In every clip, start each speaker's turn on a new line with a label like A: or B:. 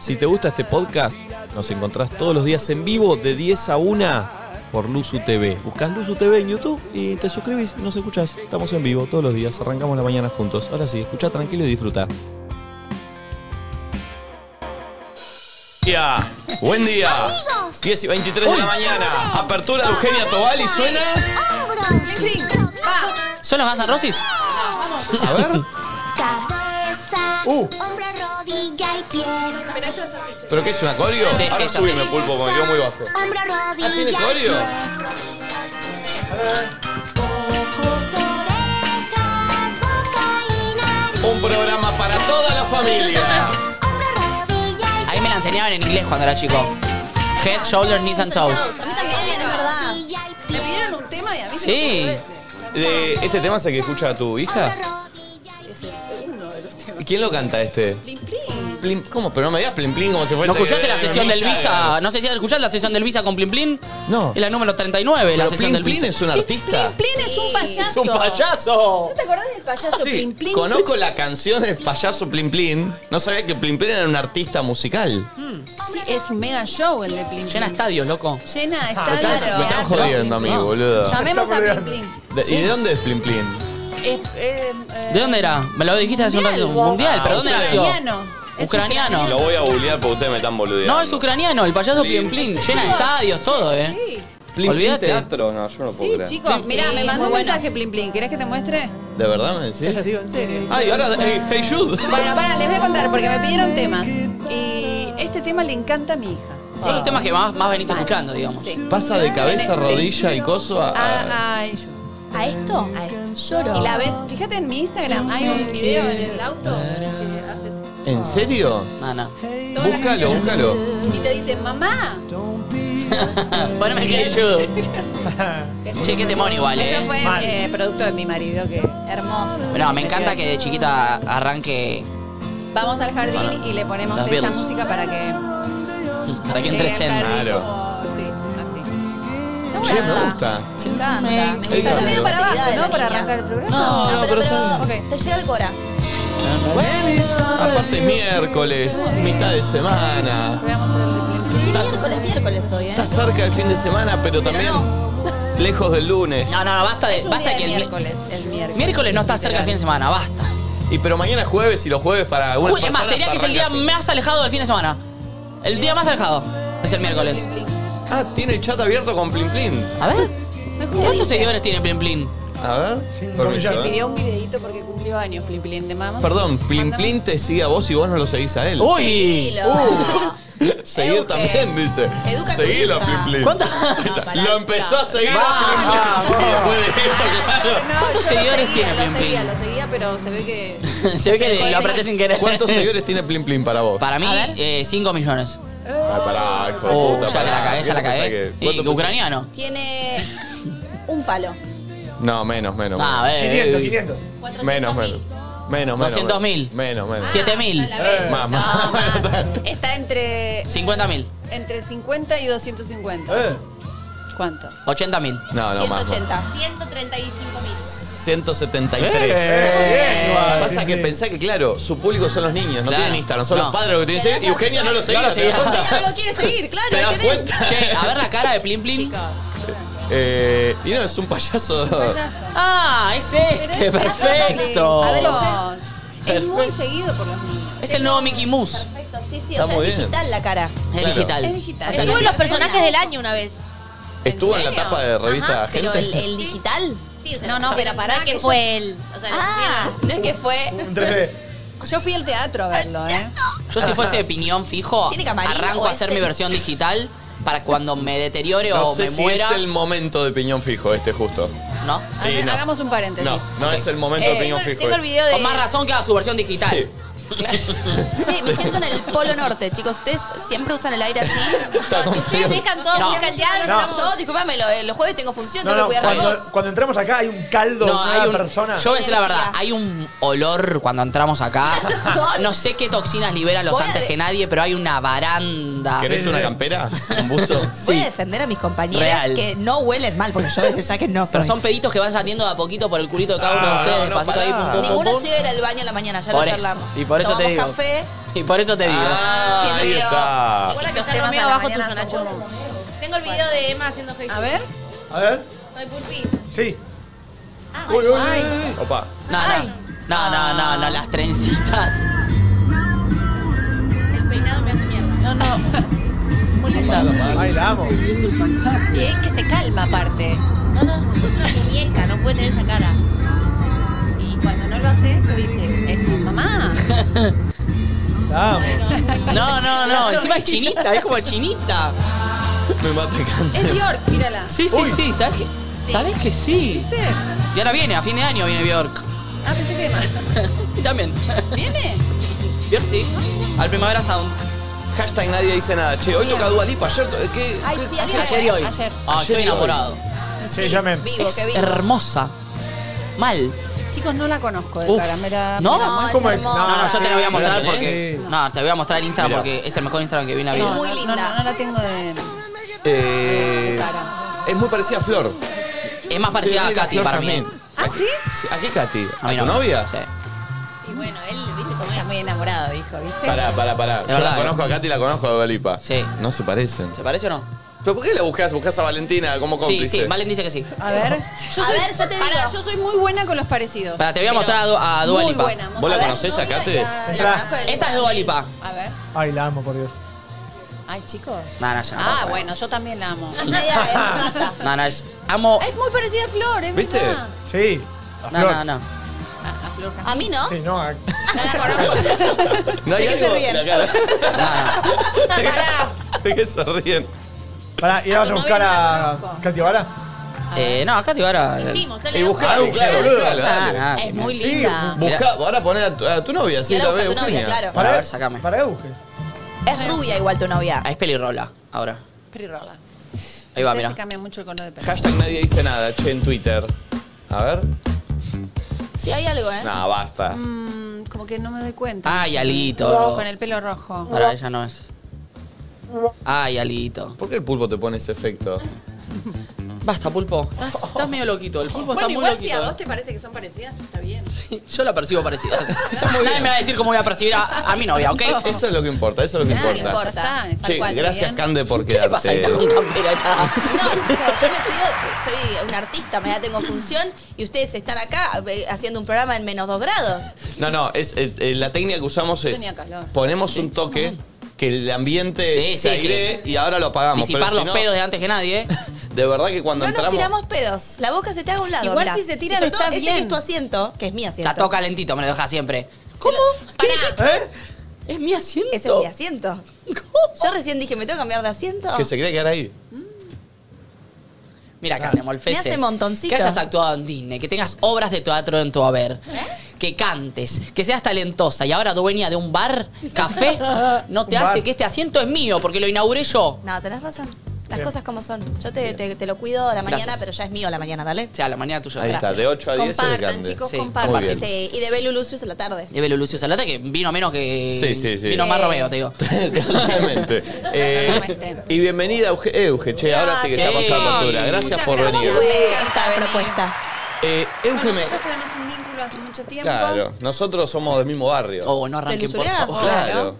A: Si te gusta este podcast, nos encontrás todos los días en vivo de 10 a 1 por Luzu TV. Buscás Luzu TV en YouTube y te suscribís y nos escuchás. Estamos en vivo todos los días, arrancamos la mañana juntos. Ahora sí, escucha tranquilo y disfruta. Día. Buen día. 10 y 23 de la mañana. Apertura de Eugenia Tobal y suena.
B: ¿Son los Guns N' Roses?
A: A ver.
C: Cabeza,
A: Uh.
C: hombro, rodilla y pie.
A: ¿Pero qué es una coreo?
B: Sí, sí,
A: Ahora
B: es así.
A: subime, pulpo, porque quedó muy bajo.
C: Hombro, rodilla
A: ¿Ah, tiene
C: y
A: coreo?
C: Ojos, orejas, boca y nariz.
A: Un programa para toda la familia.
C: Hombro, rodilla y
B: Ahí me la enseñaban en inglés cuando era chico. Head, shoulder, knees and toes.
D: A mí también, es verdad.
C: rodilla y
D: Me
C: pie.
D: Ah, pidieron un tema y a mí se
B: Sí.
D: me ocurrió
A: De- ¿Este tema es el que escucha tu hija?
C: Rodilla y
D: ese. Es uno de los temas.
A: ¿Quién lo canta este?
D: Plin, plin.
A: Plin- ¿Cómo? Pero no me digas Plim Plim como si fuese...
B: ¿No escuchaste la
A: eh,
B: sesión del
A: Mick
B: Visa?
A: Jagger.
B: No sé si escuchaste la sesión del Visa con Plin Plin.
A: No.
B: Es la número 39, la
A: Pero
B: sesión
A: Plin
B: del
A: Plin
B: Visa.
A: es un artista.
D: Plin, plin es un payaso.
B: ¡Es un payaso!
D: ¿No te acordás del payaso
A: Sí,
D: Plin Plin?
A: conozco
D: Chuchu?
A: la canción del payaso Plin Plin. No sabía que Plin Plin era un artista musical.
D: Sí, es un mega show el de Plin Plin.
B: Llena Ah, estadios, loco.
D: Llena
A: Lo
D: está
A: están, lo están jodiendo a mí,
B: No.
A: boludo.
D: Llamemos a Plin Plin.
A: De- ¿Y de dónde es Plin Plin?
D: Es, eh, eh,
B: ¿De dónde era? Me lo dijiste hace un rato.
D: Mundial, vos.
B: Mundial, pero ¿dónde nació?
D: Ucraniano. Es
B: Ucraniano.
A: Lo voy a googlear porque ustedes me están boludeando.
B: No, es ucraniano, el payaso Plin Plin. Llena estadios, todo, ¿eh?
D: Sí,
A: Plin Plin
B: Olvídate.
A: teatro, no, yo no puedo
D: sí
A: creer.
D: chicos. Mirá,
E: Sí,
D: me mandó
E: muy
D: un
E: bueno.
D: mensaje Plin Plin. ¿Querés que te muestre?
A: ¿De verdad me decís?
D: digo en serio.
A: Ay, ahora, eh, hey, hey Jude.
D: Bueno, para, les voy a contar porque me pidieron temas. Y este tema le encanta a mi hija.
B: Son los temas que más, más venís escuchando, digamos.
D: Sí.
A: Pasa de cabeza,
D: Sí.
A: rodilla y coso a... a-
D: Ah, ay, yo.
E: ¿A esto?
D: A esto.
E: Lloro.
D: Y la ves, fíjate en mi Instagram, hay un video en el auto que haces
A: ¿En serio?
B: No, no.
D: todas las
A: Búscalo,
D: cosas.
A: búscalo.
D: Y te dicen, mamá,
B: Poneme el que ayudo. Che, qué temor igual,
D: esto
B: ¿eh?
D: fue eh, producto de mi marido, que hermoso.
B: Pero me encanta que de chiquita arranque
D: Vamos al jardín
B: Bueno,
D: y le ponemos
B: los
D: esta
B: Beatles.
D: música para que
B: para que
D: llegue
B: entre
D: al
B: zen.
D: jardín
A: Claro.
D: como- sí, así. Está
A: Che,
D: buena.
A: me gusta.
E: Me encanta. Me gusta
A: Ey,
E: la
A: Gabriel.
D: Medio para abajo,
E: versatilidad de la
D: ¿no? Para
E: niña.
D: arrancar el programa.
E: No,
A: No,
E: pero,
A: pero
E: pero
D: está-
E: te llega el cora.
A: Aparte es miércoles, mitad de semana.
D: Veamos el de Plin Plin.
E: Es
A: Estás-
E: miércoles, miércoles hoy, ¿eh?
A: Está cerca del fin de semana, pero también lejos del lunes.
B: No, no, no, basta de.
D: Es un
B: Basta
D: día
B: que
D: de
B: el
D: miércoles, el miércoles.
B: miércoles no está cerca el fin de semana, basta.
A: Y pero mañana es jueves y los jueves para algunas
B: Uy, es más, te diría que es el día
A: arranca fin-
B: más alejado del fin de semana. El día más alejado es el miércoles.
A: Ah, tiene el chat abierto con Plin Plin.
B: A ver,
D: Mejor
B: ¿cuántos
D: dice.
B: seguidores tiene Plin Plin?
A: A ver,
F: Sin
A: permiso,
F: comillas.
A: eh.
D: Pidió un videito porque cumplió años, Plin Plin. Te mamá.
A: Perdón, Plin
D: Mándame.
A: Plin te sigue a vos y vos no lo seguís a él.
B: ¡Uy! Uh.
A: Seguir
E: Euge.
A: también, dice.
E: Educa a tu
A: Seguilo a
E: hija.
A: Plin Plin.
B: ¿Cuánta- Ah.
A: Ahí está.
E: pará,
A: Lo empezó a seguir a Plin Plin. Y después de esto, claro.
B: ¿Cuántos
D: yo lo
B: seguidores
D: seguía,
B: tiene
D: lo
B: Plin Plin?
D: seguía, Lo seguía, pero se ve que.
B: Se ve que lo apreté sin querer.
A: ¿Cuántos seguidores tiene Plin Plin para vos?
B: Para mí, 5 millones.
A: Ay, pará, hijo de
B: Oh, ya
A: puta,
B: que
A: pará.
B: la cagué, ya la
A: ¿Qué pensás
B: cagué.
A: que-
B: Y
A: cuánto pensás
B: ucraniano.
E: Tiene un palo.
A: que- No, menos, menos.
B: Ah, a ver.
F: 500, 500.
A: Menos, menos. Menos, menos.
B: 200.000.
A: Menos,
D: Ah,
A: menos.
B: 7.000.
D: Eh,
A: Más,
D: no,
A: más.
D: más. Está entre,
B: 50.000.
D: entre 50 y 250.
F: Eh,
D: ¿Cuánto?
B: 80.000.
A: No, no, más. más.
E: 180.
A: 173.
F: Eh,
A: Lo que
F: igual,
A: pasa es que
F: sí, sí.
A: pensá que, claro, su público son los niños, no
B: Claro.
A: tienen Instagram, son los
B: No.
A: padres los que tienen que seguir. Y Eugenia no lo seguía,
B: lo
A: ¿te das
B: seguía.
A: cuenta?
E: Ella no lo quiere seguir, claro.
A: ¿Te das
E: ¿qué tenés?
A: cuenta?
B: Che, a ver la cara de Plin Plin.
E: Chicos.
A: Eh, y no, es un payaso.
D: Payaso.
B: Ah, es este, perfecto.
D: A ver, Es
B: Perfecto.
D: muy seguido por los niños.
B: Es el nuevo Mickey Mouse.
E: Perfecto, sí, sí.
A: Está
E: O sea,
A: muy
E: es
A: bien.
E: digital la cara.
B: Es
A: Claro.
B: digital.
D: Es digital.
E: sea,
G: Estuvo en
E: la
G: los personajes del año una vez.
A: Estuvo en la
D: serio?
A: tapa de revista
E: Ajá, pero
A: Gente.
E: el, el digital.
G: Sí, o sea,
D: No, no, pero
G: pero
D: pará
G: pará
D: que
G: que fue él. O sea,
E: Ah, no es que fue.
F: Un 3D.
D: Yo fui al teatro a verlo, ¿eh?
B: Yo si fuese de piñón fijo,
E: ¿Tiene camarín
B: arranco
E: o
B: a
E: es
B: hacer
E: el-
B: mi versión digital para cuando me deteriore
A: No
B: o
A: sé
B: me
A: si
B: muera.
A: es el momento de piñón fijo este justo.
B: ¿No?
A: Sí,
D: Hace-
A: no.
D: Hagamos un paréntesis.
A: No, no es el momento de
D: Eh,
A: piñón
D: tengo-
A: fijo.
G: tengo el video de.
B: Con más razón que haga su versión digital.
A: Sí.
E: Che, me siento en el polo norte, chicos. Ustedes siempre usan el aire así.
A: Está
G: Ustedes
A: confundido.
G: dejan todo muy
B: No.
G: caldeado,
F: No.
G: no.
E: Yo, discúlpame, lo- eh, los jueves tengo función,
F: No,
E: tengo
F: no,
E: que cuidar a
F: cuando,
E: vos.
F: cuando entramos acá hay un caldo de
B: hay un-
F: persona.
B: Yo voy a decir la verdad, hay un olor cuando entramos acá. Ah, No sé qué toxinas liberan los
E: Voy a
B: antes
E: de-
B: que nadie, pero hay una baranda.
A: ¿Querés
F: Sí,
A: una
F: sí.
A: campera? ¿Un buzo?
E: Voy a defender a mis compañeras
B: Real.
E: que no huelen mal, porque yo desde ya que no
B: Pero
E: soy.
B: son peditos que van saliendo de a poquito por el culito de cada uno de
A: Ah,
B: ustedes,
A: no, no,
B: despacito ahí,
A: pará.
B: pum, pum, pum,
E: Ninguno
B: pum.
E: llega a ir al baño en la mañana, ya
B: Por
E: lo
B: eso.
E: charlamos.
B: Y por por eso te
E: tomamos
B: digo.
E: café.
B: Y por eso te digo.
A: Ah, ahí está.
G: Igual acá
D: Los
G: está
D: temas
G: Romeo
D: a la
G: abajo
D: mañana
G: tuyo,
D: son
G: Nacho. Tengo el video de Emma haciendo Facebook.
D: A ver.
F: A ver.
G: Ay, Pulpi.
F: Sí.
G: Uy, uy, uy.
A: Opa.
B: Ah, No, no. No, no, no, no, las trencitas.
G: El peinado me hace mierda. No, no.
F: Ahí la amo.
D: Y es que se calma aparte.
G: No, no. Es una muñeca, no puede tener esa cara.
D: Y cuando no lo hace, tú dices, eso, mamá.
F: La amo.
B: No, no, no. Encima es chinita, es como chinita.
A: Me mata
D: Es York, mírala.
B: Sí, sí, sí. ¿Sabes qué? ¿Sabes que sí?
D: ¿Viste?
B: Y ahora viene, a fin de año viene Bjork.
D: Ah, pensé que más.
B: Y también.
D: ¿Viene? Ah.
B: Bjork sí. Al primavera sound.
A: Hashtag nadie dice nada. Che, hoy toca Dualipa. Ayer. to- eh, ¿Qué?
E: Ay, sí, ayer.
B: Ayer y hoy.
D: Ayer.
B: Ah,
A: Ayer
B: estoy
A: y hoy.
B: enamorado.
F: Sí, ya me-
E: Vivo,
B: Es
E: que vivo.
B: hermosa. Mal.
D: Chicos, no la conozco de
B: Uf.
D: cara. Me la-
B: ¿No?
D: me la
E: No,
D: muestro.
E: es
F: ¿Cómo es?
E: hermosa.
B: No, no, yo te la voy a
A: ¿No la
B: mostrar
A: tenés?
B: porque. No, te voy a mostrar el Instagram
A: Mirá.
B: porque es el mejor Instagram que vi en la
D: No,
B: vida.
D: no,
E: ¿eh? muy
D: no,
E: linda.
D: No, no, la tengo de.
A: Eh,
D: Para.
A: es muy parecida a Flor.
B: Es más parecida a
A: Tiene la
B: Katy
A: Flor
B: para mí.
A: Jasmine.
D: ¿Ah, sí?
A: Sí, ¿A qué Katy? ¿A,
B: mi
A: tu novia?
B: Sí.
G: Y bueno, él, viste, cómo
D: Está muy enamorado, dijo, ¿viste?
A: Pará, pará, pará. Yo
B: verdad,
A: la
B: eh.
A: conozco a Katy y la conozco a Dualipa.
B: Sí.
A: No se parecen.
B: ¿Te parece o no?
A: ¿Pero por qué la buscas? ¿Buscas a Valentina como
B: Sí,
A: cómplice?
B: sí. Valen dice que sí.
D: A ver.
E: A ver, yo te digo.
D: Pará, yo soy muy buena con los parecidos.
B: Pará, te voy a mostrar a Du- a Dua Lipa.
D: Muy buena. mo-
A: ¿Vos la
D: a ver,
A: conocés a
D: novia
A: Kate?
D: y a-
E: La conozco de
B: Esta es
E: Lipa.
B: Dua Lipa.
D: A ver.
F: Ay, la amo, por Dios.
D: Ay, chicos.
B: No, no, yo no
D: Ah,
B: puedo.
D: bueno, yo también la amo.
E: Media de rata.
B: No, no, es. Amo.
D: Es muy parecida a Flor, ¿eh?
A: ¿Viste?
F: Sí. A
B: No,
F: Flor.
B: no, no.
D: A, a Flor Jasmine.
E: A mí no.
F: Sí, no. a-
A: No hay
E: ¿De qué
A: algo
E: se ríen?
A: en la cara.
B: No, no.
A: ¿De qué se ríen?
F: Pará, ¿y ahora vas a
G: tu
F: buscar
G: novia
F: a Katy Vara?
B: Eh, no, acá te iba a.
G: hicimos.
A: Y buscá,
F: algo,
A: buscá,
F: claro,
A: boludo.
F: claro.
A: dale.
B: Ah, ah,
G: Es muy
F: Sí,
G: linda.
A: Buscá, ahora poner a tu, a tu novia, sí,
E: Y ahora
A: también.
E: busca tu novia,
A: Eugenia.
E: claro.
B: Para
F: Pará,
B: ver, sacame.
F: Pará, que busque.
E: Es rubia igual tu novia.
B: Ah, es pelirrola ahora.
D: Prirrola.
B: Ahí va,
E: Este
D: Ustedes
B: mira.
D: se cambia mucho el color de pelo.
A: Hashtag nadie dice nada, che, en Twitter. A ver.
E: Sí, hay algo, ¿eh?
A: No, basta.
D: Mm, como que no me doy cuenta.
B: Ay, Alito. bro.
D: Con el pelo rojo.
B: Ah, Para ella no es. Ay, Alito.
A: ¿Por qué el pulpo te pone ese efecto?
B: Basta, pulpo. Estás, estás medio loquito. El pulpo está
G: Bueno,
B: muy
G: igual si a
B: loquito.
G: vos te parece que son parecidas, está bien.
B: eh. Yo la percibo parecida. Nadie me va a decir cómo voy a percibir a, a mi novia, ¿ok?
A: Eso es lo que importa, eso es lo que
E: Claro,
A: importa.
E: importa.
D: Ya está,
A: Che,
D: tal cual,
A: gracias,
D: bien.
A: Cande, por
B: ¿Qué
A: quedarte.
B: le pasa? Está con campera. está.
E: No, chicos, yo me cuido, soy un artista, mañana tengo función y ustedes están acá eh, haciendo un programa en menos dos grados.
A: No, no, es, es- eh, la técnica que usamos es
D: Tenía calor.
A: ponemos un toque que el ambiente
B: Sí, sí,
A: se aire y ahora lo apagamos. pero
B: Disipar
A: si
B: los
A: no,
B: pedos de antes que nadie. eh.
A: De verdad que cuando
E: No nos
A: entramos
E: tiramos pedos. La boca se te haga a un lado.
D: Igual
E: mirá.
D: si se tira,
E: Y sobre
D: no está
E: todo ese que
D: bien.
E: es tu asiento, que es mi asiento.
B: Está todo calentito, me lo deja siempre.
E: ¿Cómo? ¿Qué dijiste?
F: ¿Eh?
B: Es mi asiento.
E: Ese es mi asiento. Yo recién dije, ¿me tengo que cambiar de asiento?
A: que se quiere quedar ahí.
B: Mm.
A: Ah.
B: Mira, Carmen Molfese.
E: Me hace montoncito.
B: Que hayas actuado en Disney, que tengas obras de teatro en tu
D: ¿Eh?
B: haber. Que cantes, que seas talentosa y ahora dueña de un bar, café, no te
F: Un
B: hace
F: bar.
B: que este asiento es mío porque lo inauguré yo.
E: No, tenés razón. Las
F: Bien.
E: cosas como son. Yo te, te- te lo cuido a la mañana,
B: Gracias.
E: pero ya es mío a la mañana, dale.
B: O sea, la mañana tuya.
A: Ahí está,
B: gracias.
A: de 8 a 10 es de
D: Compartan,
A: Cande.
D: chicos,
B: Sí,
A: Muy
D: compartan.
A: bien.
E: Sí, y de Belu Lucius a la tarde.
B: Llevelo Lucio Salata que vino menos que.
A: Sí, sí, sí.
B: Vino más
E: Eh.
B: Romeo, te digo.
A: Totalmente. Eh,
D: No me estén.
A: y bienvenida, Euge, eh, Euge, che, ahora sí que ya pasó
B: Gracias.
A: la apertura. Gracias
D: Muchas
A: por
D: gracias.
A: venir.
D: Me
B: Eh,
E: Fue
D: encanta
E: esta
D: venir.
E: propuesta.
A: Eh, Euge, me-
D: Nosotros tenemos un vínculo hace mucho tiempo.
A: Claro, nosotros somos del mismo barrio.
B: Oh, no arranquen, por
D: Lusurera?
B: favor.
A: claro.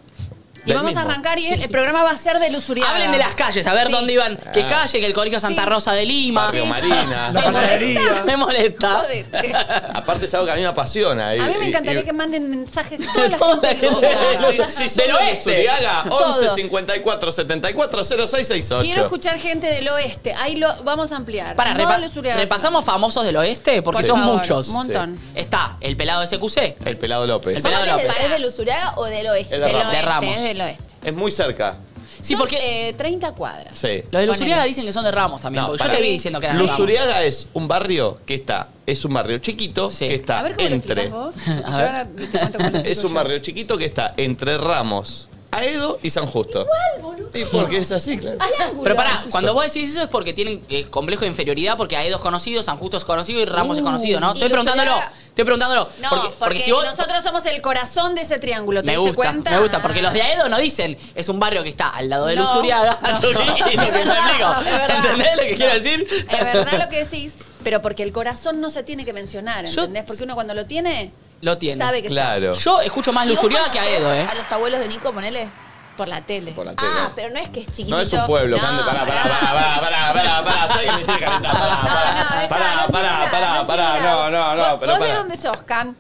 D: Y
A: Del
D: vamos
A: mismo.
D: a arrancar y el, el programa va a ser de Lusuriaga.
B: Hablen de las calles, a ver
D: Sí.
B: dónde iban. ¿Qué calle? Que el Colegio Santa
D: Sí.
B: Rosa de Lima.
A: Barrio Ah. Marina.
F: La panadería.
B: Me molesta.
D: Jodete.
A: Aparte es algo que a mí me apasiona. y-
D: A mí
A: y-
D: me
A: y-
D: encantaría que manden mensajes toda la
B: Toda la
D: gente.
B: gente.
D: loca.
A: Si
B: Del
A: solo
B: oeste.
A: Usuriaga, 11
D: Todo.
A: 54 74 06 68.
D: Quiero escuchar gente del oeste. Ahí lo vamos a ampliar.
B: Para,
D: No
B: repa-
D: Lusuriaga.
B: repasamos famosos del oeste porque
D: Por
B: son
D: favor,
B: muchos.
D: Un montón.
B: Está el pelado SQC.
A: El pelado López.
B: El Pelado
E: ¿Vos
B: López.
E: ¿Es del Usuraga o del Oeste?
A: El de
D: Del
A: Ramos.
D: oeste,
B: De Ramos.
D: Es del oeste.
A: Es muy cerca.
B: Sí,
D: Son,
B: porque
D: eh, 30 cuadras.
B: los
A: Sí.
B: de
D: ponele.
B: Lusuriaga dicen que son de Ramos también.
A: No,
B: porque yo
A: para.
B: te vi diciendo que eran de Ramos.
A: Lusuriaga es un barrio que está, es un barrio chiquito
B: Sí.
A: que
D: A
A: está
D: ver cómo
A: entre.
D: lo explicás
B: A
D: vos. Yo
B: ver.
D: ahora te cuento cómo lo
A: Es
D: explico
A: un
D: yo.
A: barrio chiquito que está entre Ramos, Aedo y San Justo. Igual, boludo. Y porque es así, claro.
B: Pero pará,
A: eso.
B: cuando vos decís eso es porque tienen eh, complejo de inferioridad porque hay dos conocidos, San Justo es conocido y Ramos
D: Uh.
B: es conocido, ¿no?
E: y
B: Estoy preguntándolo,
E: Lusuriaga-
B: estoy preguntándolo.
D: No,
B: porque,
D: porque,
B: porque si vos...
D: nosotros somos el corazón de ese triángulo. ¿Te
B: me
D: diste
B: gusta,
D: cuenta?
B: me gusta, porque los de Aedo no dicen, es un barrio que está al lado de
D: No,
B: Lusuriaga.
D: no.
B: Lo que- lo que me explico.
D: Es verdad.
B: ¿Entendés lo que quiero decir?
D: Es verdad lo que decís, pero porque el corazón no se tiene que mencionar, ¿entendés? Porque uno cuando lo tiene,
B: lo tiene.
D: Sabe que
A: Claro.
B: Yo escucho más
E: ¿Y vos
B: Lujuriaga que a
E: conocés
B: Edo, ¿eh?
E: A los abuelos de Nico, ponele.
G: Por la tele.
A: Por la tele.
E: Ah, pero no es que es chiquitito.
A: No es un pueblo,
G: No.
A: Cande, pará, pará, pará, pará, pará, pará, pará, sé que me hiciste calentar, pará,
D: No, no,
A: pará,
D: dejá,
A: pará, pará,
D: no
A: pará,
D: tiene nada.
A: no, no, no,
D: ¿Vos,
A: pero
D: vos de
A: pará.
D: dónde sos, Cam?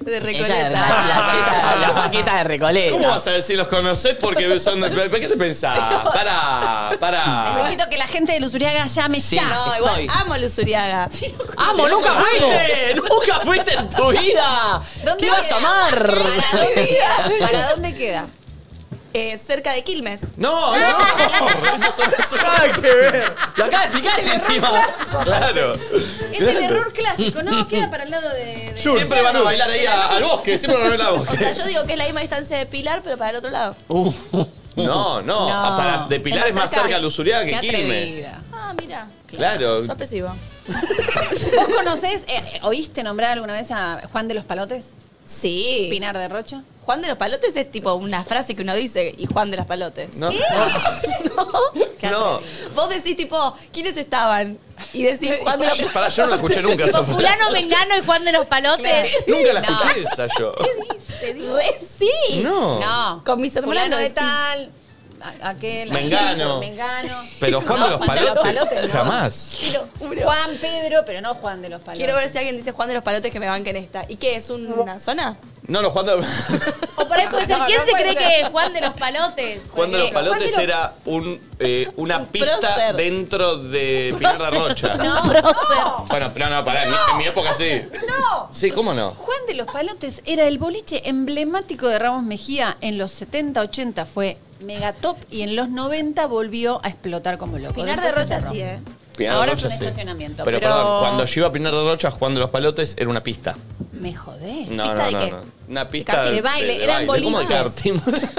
D: De
B: Ella, la, la chica, la paqueta de Recoleta.
A: ¿Cómo vas a decir los conocés porque son de... ¿Por qué te pensás? Pará, pará.
D: Necesito que la gente de Luzuriaga llame
B: Sí.
D: ya.
E: No, igual
B: Estoy.
E: amo a Luzuriaga.
B: ¡Amo! ¡Nunca fuiste! ¡Nunca fuiste en tu vida! ¿Qué vas a
D: queda?
B: amar?
D: ¿Para dónde queda? ¿Para dónde queda?
E: Eh, cerca de Quilmes.
A: No, eso no, eso son eso.
F: Nada que ver.
B: Lo acaba de explicar encima.
A: Claro.
D: Es el error clásico, no, queda para el lado de. de-
F: Jules.
A: Siempre van a bailar ahí a- al bosque, siempre van a bailar al
E: O sea,
A: bosque.
E: yo digo que es la misma distancia de Pilar, pero para el otro lado.
B: Uh,
A: No, no,
D: No.
A: para- de Pilar es más cerca a Lusuriaga que
D: Qué
A: Quilmes.
D: atrevida.
E: Ah, mira.
A: Claro.
E: Sos presivo.
D: ¿Vos conocés, eh, oíste nombrar alguna vez a Juan de los Palotes?
E: Sí.
D: Pinar de Rocha.
E: Juan de los Palotes es tipo una frase que uno dice y Juan de los Palotes.
A: No,
E: No.
A: no.
E: Vos decís tipo, ¿quiénes estaban? Y decís Juan de los Palotes.
A: Pará, yo no la escuché nunca esa
G: Tipo,
A: frase.
G: fulano, mengano y Juan de los palotes.
A: Nunca la escuché esa yo.
E: Re sí.
A: No.
D: No.
E: Con mis hermanos
D: Fulano de
E: decís.
D: tal. a- Aquel.
A: Mengano.
D: Mengano.
A: Pero Juan de los
D: Juan de los
A: Palotes.
D: Palotes, no.
A: Jamás.
D: Quiero- Juan Pedro, pero no Juan de los Palotes.
E: Quiero ver si alguien dice Juan de los Palotes que me banquen esta. ¿Y qué? ¿Es una zona?
A: No, no, Juan de,
G: O por ahí puede ser. ¿Quién
E: No,
G: se
E: no
G: cree
E: puede
G: que es Juan de los palotes?
A: Juan de los
G: Porque-
A: Palotes era un, eh, una
E: Un
A: pista
E: prócer.
A: dentro de Pinar de Rocha.
G: No, no.
A: Bueno, no, no, pará, en mi- en mi época sí. No. Sí, ¿cómo no?
D: Juan de los Palotes era el boliche emblemático de Ramos Mejía. En los 70, 80 fue megatop y en los 90 volvió a explotar como loco.
E: Pinar de
D: Después se
E: Rocha
D: cerró.
E: sí, ¿eh?
A: Pinar
D: Ahora
A: de Rocha
D: es un
A: sí.
D: estacionamiento,
A: Pero,
D: pero-
A: perdón, cuando yo iba a Pinar de Rocha, Juan de los Palotes era una pista.
D: Me jodés.
A: No,
E: ¿Pista
A: no,
E: de
A: no,
E: qué?
A: no. Una pista
D: De baile, eran
A: ¿Cómo de
D: boliches.
A: karting?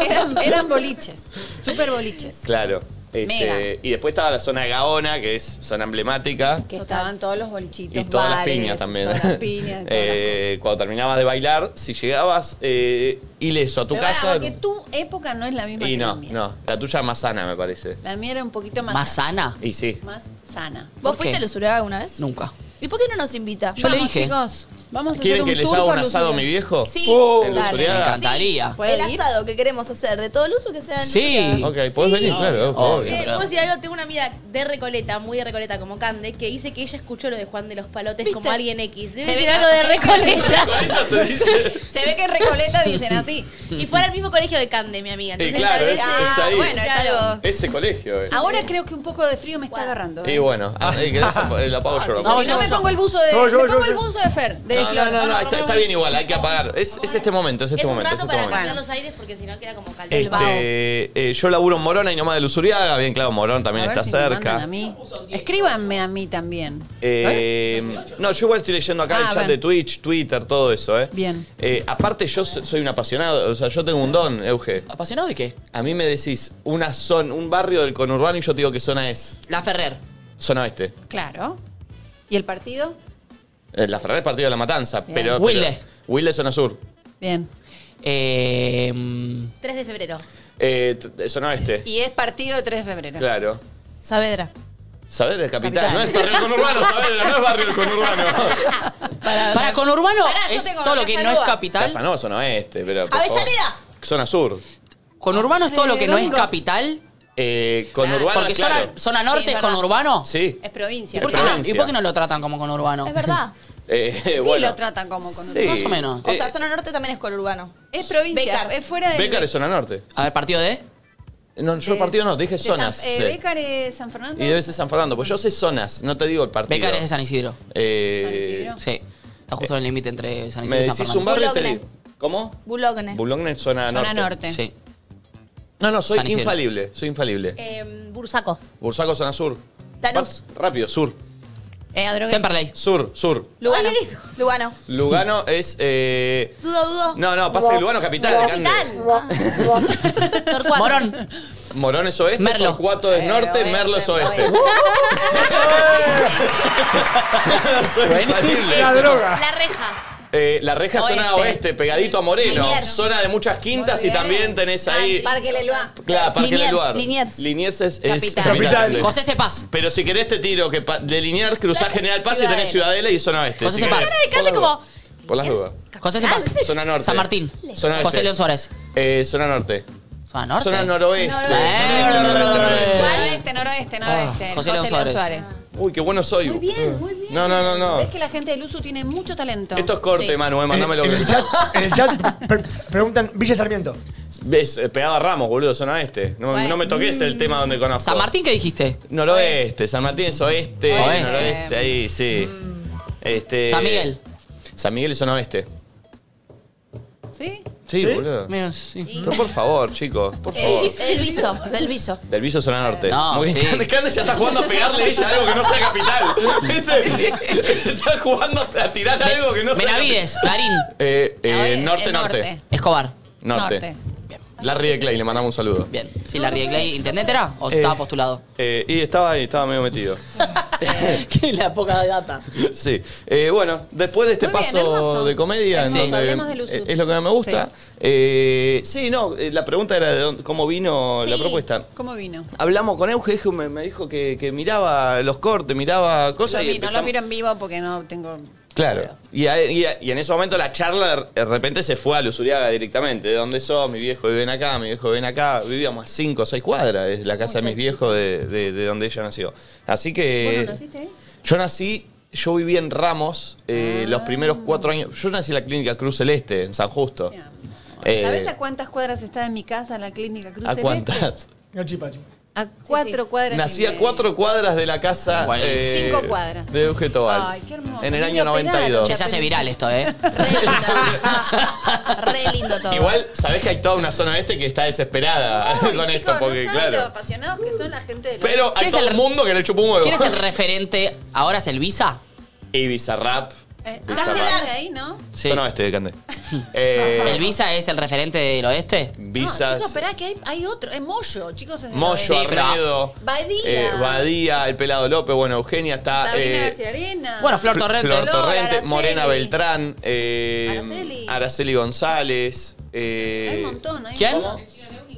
D: Eran, eran boliches, super boliches.
A: Claro. Este,
D: Mega.
A: Y después estaba la zona Gaona, que es zona emblemática.
D: Que estaban todos los bolichitos.
A: Y todas las
D: bares,
A: piñas también.
D: Todas las piñas. todas las
A: Eh, cuando terminabas de bailar, si llegabas eh, ileso a tu
D: cosas. Pero pará,
A: casa.
D: porque tu época no es la misma
A: Y
D: que
A: no,
D: la mía.
A: no. La tuya más sana, me parece.
D: La mía era un poquito más,
B: ¿Más sana?
A: Y sí.
D: Más sana.
E: ¿Vos
B: ¿Por
E: fuiste
B: qué?
E: a Lusuriaga alguna vez?
B: Nunca.
E: ¿Y por qué no nos invita?
B: Yo le
D: Vamos,
B: dije.
D: chicos, vamos a hacer
A: ¿Quieren
D: un
A: que les
D: tour
A: haga
D: por
A: un asado a
D: Luzuriaga.
A: mi viejo? Oh,
E: Sí.
D: Dale.
A: ¿En
B: Me
A: Lusuriaga?
B: encantaría.
D: ¿Puedo
E: El
D: ir?
E: asado que queremos hacer de todo el uso que sea en
B: Sí.
E: Lusuriaga.
A: Ok, podés venir, claro. obvio.
G: Che, ¿puedo decir algo? Tengo una amiga de Recoleta, muy de Recoleta como Cande, que dice que ella escuchó lo de Juan de los Palotes como alguien X. Debe
D: Se
G: decir
D: ve-
G: algo de Recoleta.
A: Ahorita se dice.
D: Se ve que en Recoleta dicen así.
G: y fue al mismo colegio de Cande, mi amiga.
A: Y
G: Entonces,
A: claro,
G: tal
A: ese
G: vez-
A: es
E: Ah,
A: ahí.
E: bueno, es
G: Claro.
E: algo-
A: Ese colegio. eh.
D: Ahora creo que un poco de frío me está agarrando. ¿eh?
A: Y bueno, ah, eh, que no se- eh, la apago yo. la
D: No,
A: apago.
D: si no me pongo el buzo de.
F: No, yo,
D: me
F: yo,
D: pongo el
F: yo.
D: buzo de Fer. De
A: No,
D: Flor.
A: no, no, no, está, está bien igual, hay que apagar. Es, es este momento, es
G: Es
A: este
G: un
A: momento. es
G: rato
A: este
G: para
A: momento.
G: cambiar los aires porque si no queda como caldo.
A: Este, eh, yo laburo en Morona y nomás de Luzuriaga, bien claro, Morón también
D: A ver
A: está
D: si me mandan
A: cerca.
D: a mí. Escríbanme a mí también.
A: Eh, No, yo igual estoy leyendo acá
D: Ah,
A: el chat
D: bien.
A: de Twitch, Twitter, todo eso, ¿eh?
D: Bien.
A: Eh, aparte, yo so- soy un apasionado, o sea, yo tengo un don, Euge.
B: ¿Apasionado de qué?
A: A mí me decís una zona, un barrio del conurbano y yo te digo que zona es.
B: La Ferrer.
A: Zona oeste.
D: Claro. ¿Y el partido?
A: Eh, La Ferrer es partido de la matanza,
D: Bien.
A: pero.
B: Wilde.
A: pero- Wilde es zona sur.
D: Bien.
B: Eh, mm,
G: 3 de febrero.
A: Eh, t- eh, zona oeste.
D: Y es partido de 3 de febrero.
A: Claro.
E: Saavedra.
A: Saber es capital,
D: Capital.
A: no es barrio del conurbano, Saavedra, no es barrio del conurbano.
B: Para Conurbano
D: Pará, yo
B: es
D: tengo
B: todo lo que no es
D: Casanova.
B: capital.
A: Casanova, zona oeste, pero. por
E: ¡Avellaneda!
A: favor. Zona sur.
B: Conurbano es todo lo que no es
D: Domingo.
B: capital.
A: Eh, conurbano,
B: Porque
A: claro.
B: zona, zona norte
D: Sí,
B: es
D: es verdad.
B: conurbano.
A: Sí.
D: Es provincia.
B: ¿Y por,
A: Es
B: qué no,
A: provincia.
B: y por qué no lo tratan como conurbano?
E: Es verdad.
A: Eh,
D: Sí
A: bueno.
D: lo tratan como con
A: Sí.
B: Más o menos.
E: O sea, zona norte también es conurbano.
D: Es provincia.
E: Becar.
D: Es fuera de.
A: Bécar Eh, es zona norte.
B: A ver, partido de.
A: No, yo
D: de-
A: partido no, te dije
D: de
A: zonas.
D: San- eh,
A: sí.
D: Bécar es San Fernando.
A: Y debe ser San Fernando, pues yo sé zonas, no te digo el partido.
B: Becar es de San Isidro.
A: Eh,
D: San Isidro.
B: Sí. Está justo en el límite entre San
A: Me
B: Isidro y San
A: decís un
B: Fernando.
A: barrio y te
E: Boulogne.
A: digo. ¿Cómo?
E: Bulogne.
A: Boulogne es zona,
D: Zona
A: norte.
D: norte.
B: Sí.
A: No, no, soy
B: San Isidro.
A: infalible, soy infalible.
G: Eh, Bursaco.
A: Bursaco, zona sur.
E: Danús.
A: Pas- Rápido, sur.
D: Eh, Adrogué.
B: Temperley.
A: Sur, sur.
E: Lugano.
G: Ay, Luis.
E: Lugano.
A: Lugano es. Eh...
E: Dudo, dudo.
A: No, no, pasa que Lugano es capital. grande.
D: Ah.
G: Torcuato.
B: Morón.
A: Morón es oeste,
B: Merlo.
A: Torcuato es
D: Eh,
A: norte,
D: oeste,
A: Merlo es oeste.
D: oeste.
A: Soy
F: La
A: infalible.
F: droga.
G: La reja.
A: Eh, la reja es zona
D: Oeste.
A: oeste, pegadito a Moreno.
E: Liniers.
A: Zona de muchas quintas y
D: Muy bien.
A: también tenés
D: Ay,
A: ahí.
D: Parque Leloa.
A: Claro, Parque
E: Liniers,
A: Leluar.
E: Liniers.
A: es, es
D: Capital.
F: Capital.
B: José Cepaz.
A: Pero si querés te tiro que pa- de Liniers cruzás General Paz y tenés Ciudadela y zona oeste.
B: José
A: si querés.
B: Cepaz.
G: Cara de Cande como.
A: Por las dudas.
B: José Sepas.
A: Zona norte.
B: San Martín.
A: Zona
B: José
A: este.
B: León Suárez.
A: Eh, zona norte.
B: Zona norte.
A: Zona noroeste.
D: Noroeste.
A: Noroeste, noroeste,
D: Noroeste,
A: noroeste.
D: noroeste, noroeste.
B: Ah, José León Suárez.
A: Uy, qué bueno soy.
D: Muy bien, muy bien.
A: No, no, no, no.
D: Es que la gente del uso tiene mucho talento.
A: Esto es corte,
E: Sí.
A: Manu, eh, mandámelo.
F: En el chat, en el chat pre- preguntan Villa Sarmiento.
A: Ves, eh, pegaba Ramos, boludo, zona este. No, no me toques el tema donde conozco.
B: San Martín, ¿qué dijiste?
A: Noroeste, San Martín es oeste,
B: Oeste. Mm.
A: noroeste, ahí, sí. Este,
B: San Miguel.
A: San Miguel es zona oeste.
D: ¿Sí?
A: Sí, boludo.
B: Menos, sí.
A: Pero por favor, chicos,
D: Eh,
A: por favor.
E: Del viso, del viso.
A: Del viso zona norte.
B: Eh, No,
A: Muy bien.
B: sí.
A: Cande ya está jugando a pegarle a ella algo que no sea capital. Este, está jugando a tirar algo que no sea
B: Benavides, Clarín,
A: capital. Eh, eh,
D: Oye,
A: norte,
D: el
A: norte.
B: Escobar.
A: Norte.
D: Norte.
A: Larry de Clay, le mandamos un saludo.
B: Bien. Si la Clay, ¿intendente era? ¿O estaba postulado?
A: Eh, y estaba ahí, estaba medio metido.
B: Qué la poca data.
A: Sí. Eh, bueno, después de este
D: Muy bien,
A: paso
D: hermoso.
A: de comedia, en
B: Sí.
A: donde
D: Hablemos de Luzu.
A: eh, es lo que más me gusta. Eh, Sí, no, eh, la pregunta era de dónde- cómo vino la
E: Sí.
A: propuesta.
D: ¿Cómo vino?
A: Hablamos con Euge, Euge me, me dijo que, que miraba los cortes, miraba
D: Lo
A: cosas y
D: vi- no lo
A: empezamos-
D: miro en vivo porque no tengo.
A: Claro. Y, a- y a- y en ese momento la charla de repente se fue a Luzuriaga directamente. ¿De dónde sos? Mi viejo viven acá, mi viejo viven acá. Vivíamos a cinco o seis cuadras, es la casa de mis viejos de, de- de donde ella nació. Así que.
D: ¿Vos no naciste ahí?
A: Yo nací, yo viví en Ramos eh, los
D: Ah.
A: primeros cuatro años. Yo nací en la clínica Cruz Celeste, en San Justo.
D: Mi amor.
A: Eh,
D: ¿Sabes a cuántas cuadras está de mi casa la clínica Cruz
A: ¿A
D: Celeste?
A: cuántas?
F: No chipachi.
D: A cuatro cuadras.
A: Nací
D: y
A: a
D: media.
A: cuatro cuadras de la casa. eh,
B: Bueno.
D: Cinco cuadras.
A: De Euge Tobal.
D: Ay, qué hermoso.
A: En el
D: Ni
A: año
D: me operaron,
A: 92.
B: Che, se hace viral esto, ¿eh?
E: Re lindo. Re lindo todo.
A: Igual, sabés que hay toda una zona este que está desesperada
D: Ay,
A: con
D: chicos,
A: esto, porque
D: no saben lo
A: claro.
D: apasionados que son la gente de
A: Pero
B: ¿Quién
A: hay
B: es
A: todo
B: el-
A: el mundo que le chupa un huevo.
B: ¿Quién es el referente? ¿Ahora es el Visa?
A: Y Bizarrap.
D: Eh, ah,
A: Bizarrap.
D: claro, ahí, ¿no?
B: Sí.
A: Zona oeste de Candé. Eh,
B: ¿El Visa es el referente del oeste?
A: Visas.
D: No, chicos, esperá, que hay, hay otro. Es Moyo, chicos. es de
A: Moyo,
B: Sí, pero-
A: Arredo,
D: Badía.
A: eh, Badía, el Pelado López, bueno, Eugenia está.
D: Sabrina
A: eh,
D: García Arena.
B: Bueno, Flor Torrente.
A: Flor
D: Flor,
A: Torrente,
D: Araceli.
A: Morena Beltrán, eh,
D: Araceli.
A: Araceli. González. eh,
D: Hay un montón. Hay
B: ¿Quién?
D: Un montón.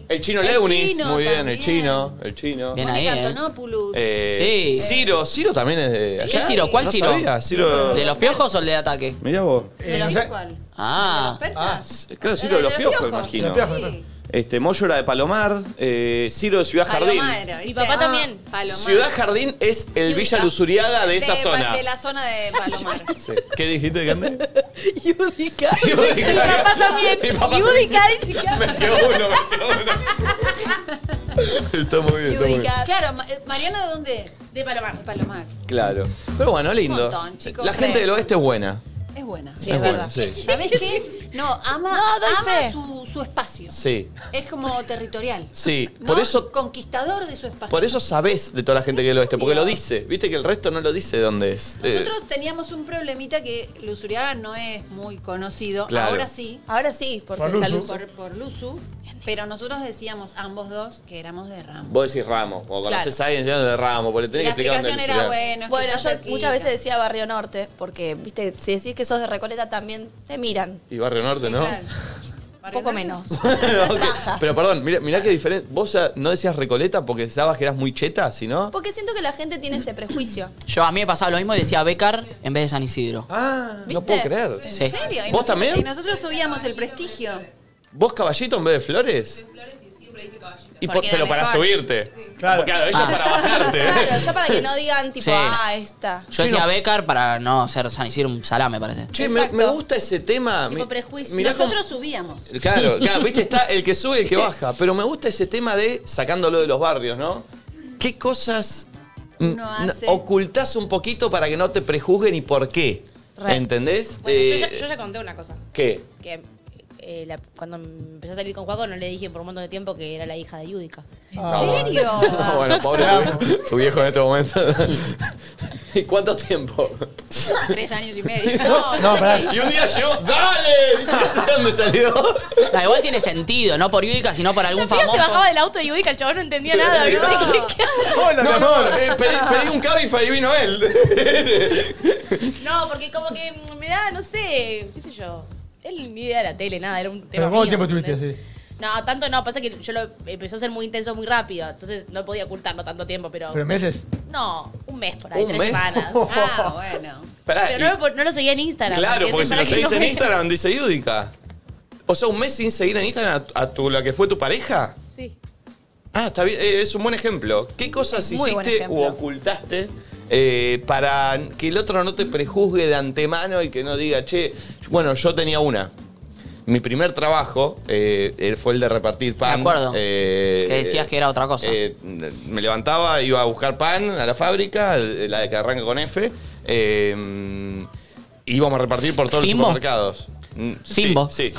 A: El chino
D: El
A: Leunis,
D: chino
A: muy bien,
D: también.
A: el chino, el chino.
B: Bien ahí,
D: Mónica
B: ¿eh?
D: Antonopoulos.
A: Eh,
B: Sí.
A: Ciro, Ciro también es de.
B: ¿Qué
A: allá.
B: Ciro? ¿Cuál
A: No
B: Ciro?
A: sabía, Ciro.
B: ¿De los piojos o el de ataque?
A: Mirá vos.
F: Eh,
D: ¿Lo
F: no
D: digo
F: sé.
D: cuál?
B: Ah.
F: Ah,
D: ¿Persas?
A: Claro, Ciro de los piojos,
F: Los
A: imagino.
F: piojos,
D: Sí.
A: Este, Moyo era de Palomar, eh, Ciro de Ciudad Jardín.
D: Palomar, ¿viste?
G: Mi papá también.
D: Palomar.
A: Ciudad Jardín es el Villa Luzuriaga de esa
D: de,
A: zona.
D: De la zona de Palomar.
A: Sí. ¿Qué dijiste, Cande?
E: Yudica.
A: Mi papá
E: también.
A: Mi papá
E: Yudica y psiquiatra.
A: Metió uno, metió uno. Está muy bien, está muy bien.
E: Yudica.
D: claro, Ma- eh, Mariana, ¿de dónde es? De Palomar. De Palomar.
A: Claro. Pero bueno, lindo.
D: Un montón, chicos.
A: la gente del oeste es buena.
D: Es buena.
E: Sí, es verdad.
A: Sí.
D: ¿Sabés qué? No, ama,
E: No, doy
D: ama
E: fe.
D: su, su espacio.
A: Sí.
D: Es como territorial.
A: Sí.
D: ¿no?
A: Por eso.
D: Conquistador de su espacio.
A: Por eso sabés de toda la gente que es del oeste, porque lo dice. Viste que el resto no lo dice de dónde es. Eh,
D: Nosotros teníamos un problemita que Luzuriaga no es muy conocido.
A: Claro.
D: Ahora sí,
E: Ahora sí, porque
F: Por
E: salud.
F: Luzu.
D: por, por Luzu. Pero nosotros decíamos ambos dos que éramos de Ramos.
A: Vos decís Ramos, o conocés
E: Claro.
A: a alguien de Ramos, porque le tenés
D: la
A: que explicar
D: explicación
A: dónde
D: era,
A: es el
D: bueno, es que
E: Bueno,
D: está
E: yo
D: cerquita.
E: muchas veces decía Barrio Norte, porque, viste, si decís que sos de Recoleta también te miran.
A: Y Barrio Norte, ¿no?
D: Claro.
E: Un poco menos.
A: Ok.
E: Baja.
A: Pero perdón, mirá, mirá qué diferente. Vos ya no decías Recoleta porque sabías que eras muy cheta, sino.
E: Porque siento que la gente tiene ese prejuicio.
B: Yo a mí me pasaba lo mismo y decía Becar en vez de San Isidro.
F: Ah,
A: No
E: ¿Viste?
A: puedo creer.
B: Sí.
D: ¿En serio? Y
A: ¿Vos
D: nosotros-
A: también?
D: Y nosotros subíamos el prestigio.
A: ¿Vos caballito en vez de flores? Y por-
D: Porque era
A: pero para
D: mejor.
A: subirte.
F: Claro.
A: Claro, ella
B: Ah.
A: para bajarte.
E: Claro, ya para que no digan tipo,
B: Sí.
E: ah, esta.
B: Yo decía Becar para no ser San Isidro un salame, parece.
A: Che, me,
E: Exacto.
A: me gusta ese tema.
G: Tipo
A: Mi-
G: prejuicio.
A: mirá cómo-
D: Nosotros subíamos.
A: Claro, claro, viste, está el que sube y el que baja. Pero me gusta ese tema de sacándolo de los barrios, ¿no? ¿Qué cosas mm,
D: Uno
G: Ah,
D: hace.
A: n- ocultás un poquito para que no te prejuzguen y por qué?
E: Re.
A: ¿Entendés?
G: Bueno, yo,
A: Eh,
G: ya, yo ya conté una cosa.
A: ¿Qué?
G: Que eh, la- cuando empecé a salir con Juaco no le dije por un montón de tiempo que era la hija de Yudica.
D: ¿En serio?
A: Ah, No, bueno, pobre tu viejo, tu viejo en este momento. ¿Y cuánto tiempo?
G: Ah,
D: Tres años y medio.
F: No, pará.
A: Y un día llegó, ¡dale! Dice, ¿De dónde salió?
B: No, Ah, igual tiene sentido, no por Yudica, sino por algún
E: piba
B: famoso.
E: del auto y ubica, el chabón no entendía nada.
F: Hola, mi
A: No,
F: amor.
A: no, eh, pedí, pedí un cabify y vino él.
G: No, porque como que me da, no sé, qué sé yo. Él ni idea de la tele, nada, era un tema.
F: Pero ¿cuánto
G: mío,
F: tiempo
B: ¿eh?
F: estuviste
G: ¿entendés?
F: así?
G: No, tanto no, pasa que yo lo empezó a ser muy intenso muy rápido, entonces no podía ocultarlo tanto tiempo, pero.
F: ¿Pero meses?
G: No, un mes por ahí,
A: ¿Un
G: tres
A: mes?
G: semanas.
D: Ah, bueno.
A: Pará,
G: Pero
A: y-
G: no, me pon- no lo seguía en Instagram.
A: Claro,
G: ¿entiendes?
A: porque si
G: Para
A: lo
G: que
A: seguís
G: no
A: en
G: me-
A: Instagram, dice Yudica. O sea, un mes sin seguir en Instagram a, a tu, la que fue tu pareja.
G: Sí.
A: Ah, está bien, eh, es un buen ejemplo. ¿Qué cosas
E: Muy buen
A: hiciste u
E: ejemplo.
A: ocultaste eh, para que el otro no te prejuzgue de antemano y que no diga, che, bueno, yo tenía una. Mi primer trabajo eh, eh, fue el de repartir pan.
B: Me acuerdo.
A: eh,
B: Que decías que era otra cosa.
A: eh, me levantaba, iba a buscar pan a la fábrica, eh, la que arranca con F. eh, íbamos a repartir por todos
B: ¿Fimbo?
A: los supermercados. Mm, sí,
B: ¿Fimbo?
A: Sí.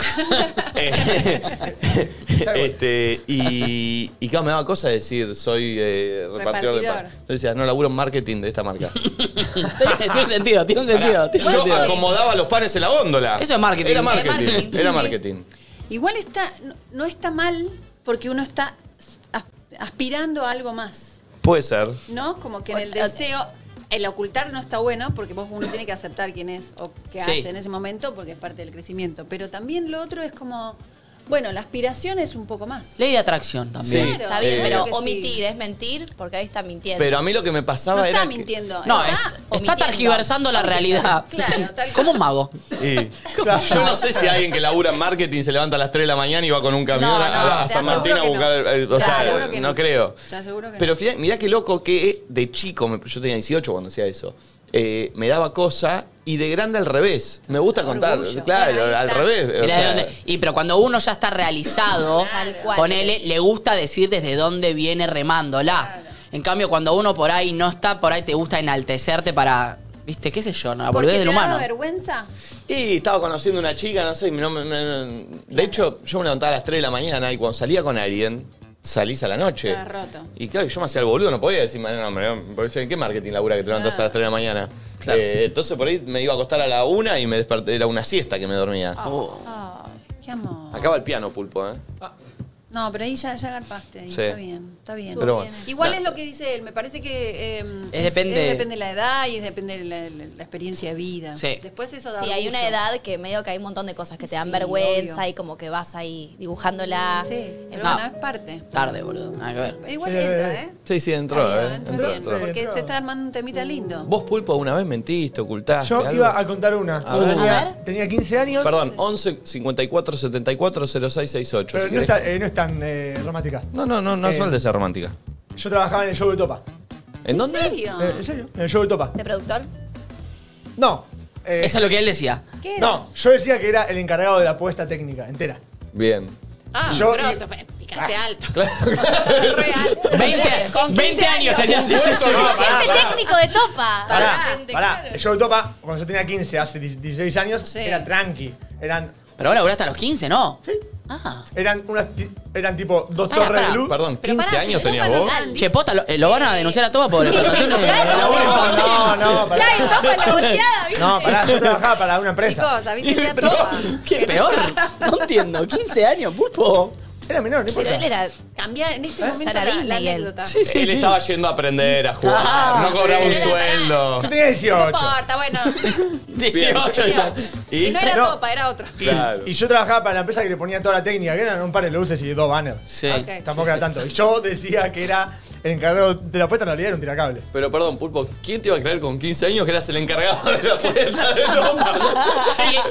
A: Eh, este, y, y claro, me daba cosa decir, soy eh, repartidor, de pan.
G: Repartidor.
A: Entonces decías, no, laburo en marketing de esta marca.
B: tiene, tiene un sentido, tiene un sentido.
A: Pará,
B: tiene un
A: yo
B: sentido.
A: acomodaba los panes en la góndola.
B: Eso es marketing.
A: Era
B: Es
A: marketing.
E: marketing,
A: Era
E: sí.
A: marketing.
D: Igual está, no, no está mal porque uno está as- aspirando a algo más,
A: Puede ser.
D: ¿no? Como que en el deseo, el ocultar no está bueno porque vos uno tiene que aceptar quién es o qué
B: Sí.
D: hace en ese momento porque es parte del crecimiento. Pero también lo otro es como, bueno, la aspiración es un poco más.
B: Ley de atracción también.
A: Sí.
E: Está bien,
A: Eh,
E: pero
D: Creo que sí.
E: omitir es mentir, porque ahí está mintiendo.
A: Pero a mí lo que me pasaba
D: No
A: era.
D: está
A: que- eh,
D: mintiendo.
B: No, es-
D: está-
B: está, tergiversando la realidad.
D: Claro, tal
B: Como un mago.
A: Y- yo no sé si alguien que labura en marketing se levanta a las 3 de la mañana y va con un camión
D: No,
A: a- a,
D: no, te
A: San Martín a
D: aseguro que
A: buscar.
D: no.
A: el- el- o
D: Te
A: sea,
D: aseguro
A: no,
D: que no.
A: creo.
D: Te aseguro que
A: Pero
D: no.
A: fíjate, mirá qué loco que de chico, me- yo tenía 18 cuando hacía eso, eh, me daba cosa y de grande al revés. Me gusta contar,
D: Orgullo.
A: claro,
D: Ahí
A: al
D: está.
A: revés. o
B: Mirá de
A: sea,
B: dónde- y pero cuando uno ya está realizado,
E: Tal cual.
B: ponele, le gusta decir desde dónde viene remándola. En cambio, cuando uno por ahí no está, por ahí te gusta enaltecerte para, viste, qué sé yo, no, la
D: Porque
B: boludez del
D: te daba
B: humano.
D: vergüenza.
A: Y estaba conociendo una chica, no sé, y no me- me- me- de hecho yo me levantaba a las 3 de la mañana y cuando salía con alguien, salís a la noche.
D: Estaba roto.
A: Y claro, yo me hacía el boludo, no podía decir, no, hombre, no", porque decía, ¿en qué marketing labura que te levantás a las 3 de la mañana?
B: Claro.
A: Eh, entonces por ahí me iba a acostar a la una y me desperté, era una siesta que me dormía.
D: Ah.
B: Oh.
D: Qué amor.
A: Acaba el piano, pulpo, ¿eh?
D: No, pero ahí ya, ya garpaste. ahí.
A: Sí.
D: Está bien, está bien.
A: Pero bueno.
D: Igual
A: Nah.
D: es lo que dice él, me parece que eh,
B: Es depende-
D: depende de la edad y es depende de la, la- la experiencia de vida.
B: Sí.
D: Después eso da
E: Sí, hay una
D: orgullo.
E: edad que medio que hay un montón de cosas que te dan
D: Sí,
E: vergüenza
D: obvio.
E: y como que vas ahí dibujándola.
D: Sí, pero
B: No.
D: bueno, es parte.
B: Tarde, boludo, nada que ver.
D: Pero igual
F: Sí,
D: entra, ¿eh?
A: Sí, sí, entró,
D: Ahí
A: ¿eh?
D: entra
A: Entró,
D: bien,
A: entró.
D: porque
F: Entró.
D: se está armando un temita lindo.
A: Vos, pulpo, una vez mentiste, ocultaste.
F: Yo
A: algo?
F: iba a contar una.
A: A ver.
F: Tenía,
E: A ver.
F: tenía 15 años.
A: Perdón, 11 54 74 0668.
F: Pero
A: si
F: no
A: querés-
F: es tan, eh, no es tan, eh, romántica.
A: no, no, no, no
F: Eh.
A: suele ser romántica.
F: Yo trabajaba en el show de Topa.
A: ¿En, dónde?
D: ¿En serio?
F: Eh, ¿En serio? En el show de Topa.
E: ¿De productor?
F: No. eh,
B: Eso es lo que él decía.
D: ¿Qué eras?
F: no, yo decía que era el encargado de la apuesta técnica entera.
A: Bien.
D: Ah,
F: yo-
D: grosso, fue- picaste alto.
A: Claro.
D: Re alto.
B: 20,
D: Con
B: 20 años tenías
A: Sí, sí, sí.
G: Es
A: Pará,
G: el
A: pará.
G: técnico de topa.
F: Pará,
G: Gente,
F: pará.
G: claro.
F: El show de Topa, cuando yo tenía 15, hace 16 años,
D: Sí.
F: era tranqui. Eran,
B: Pero vos laburaste a los 15, ¿no?
F: Sí.
B: Ah.
F: eran, unas, ti- eran tipo dos
B: Pará,
F: torres
B: pará,
F: de luz.
A: Perdón,
D: Pero
A: 15
B: Ah,
D: pará,
A: años
D: si
A: tenías
D: toman
A: vos.
D: al-
B: Che, pota, lo, eh, lo van a denunciar a todos por explotaciones. de-
F: No, no, no, no, pará.
G: Claro, topa la boleada, ¿viste?
F: No, pará, yo trabajaba para una empresa.
D: Chicos, avisen a
B: Pero,
D: topa.
B: ¿Qué peor? No entiendo. 15 años, pulpo.
F: Era menor, no importa.
E: Pero él era.
D: Cambiar en este
E: ¿Eh?
D: momento
E: Sara
D: la, la
E: Disney, él.
D: anécdota.
B: Sí, sí,
A: Él
B: sí.
A: estaba yendo a aprender, a jugar.
B: Ah,
A: no cobraba un
D: Pero pará,
A: sueldo.
F: Yo tenía
D: No
F: 18.
D: importa, bueno.
B: 18 años.
A: ¿Y?
D: Y no era
F: No.
D: topa, era otro.
A: Claro.
F: Y yo trabajaba para la empresa que le ponía toda la técnica, que eran un par de luces y dos banners.
B: Sí.
D: Ok.
F: Tampoco era tanto. Y yo decía que era el encargado de la apuesta, en realidad era un tiracable.
A: Pero perdón, Pulpo, ¿quién te iba a creer con 15 años que eras el encargado de la puerta de Topa?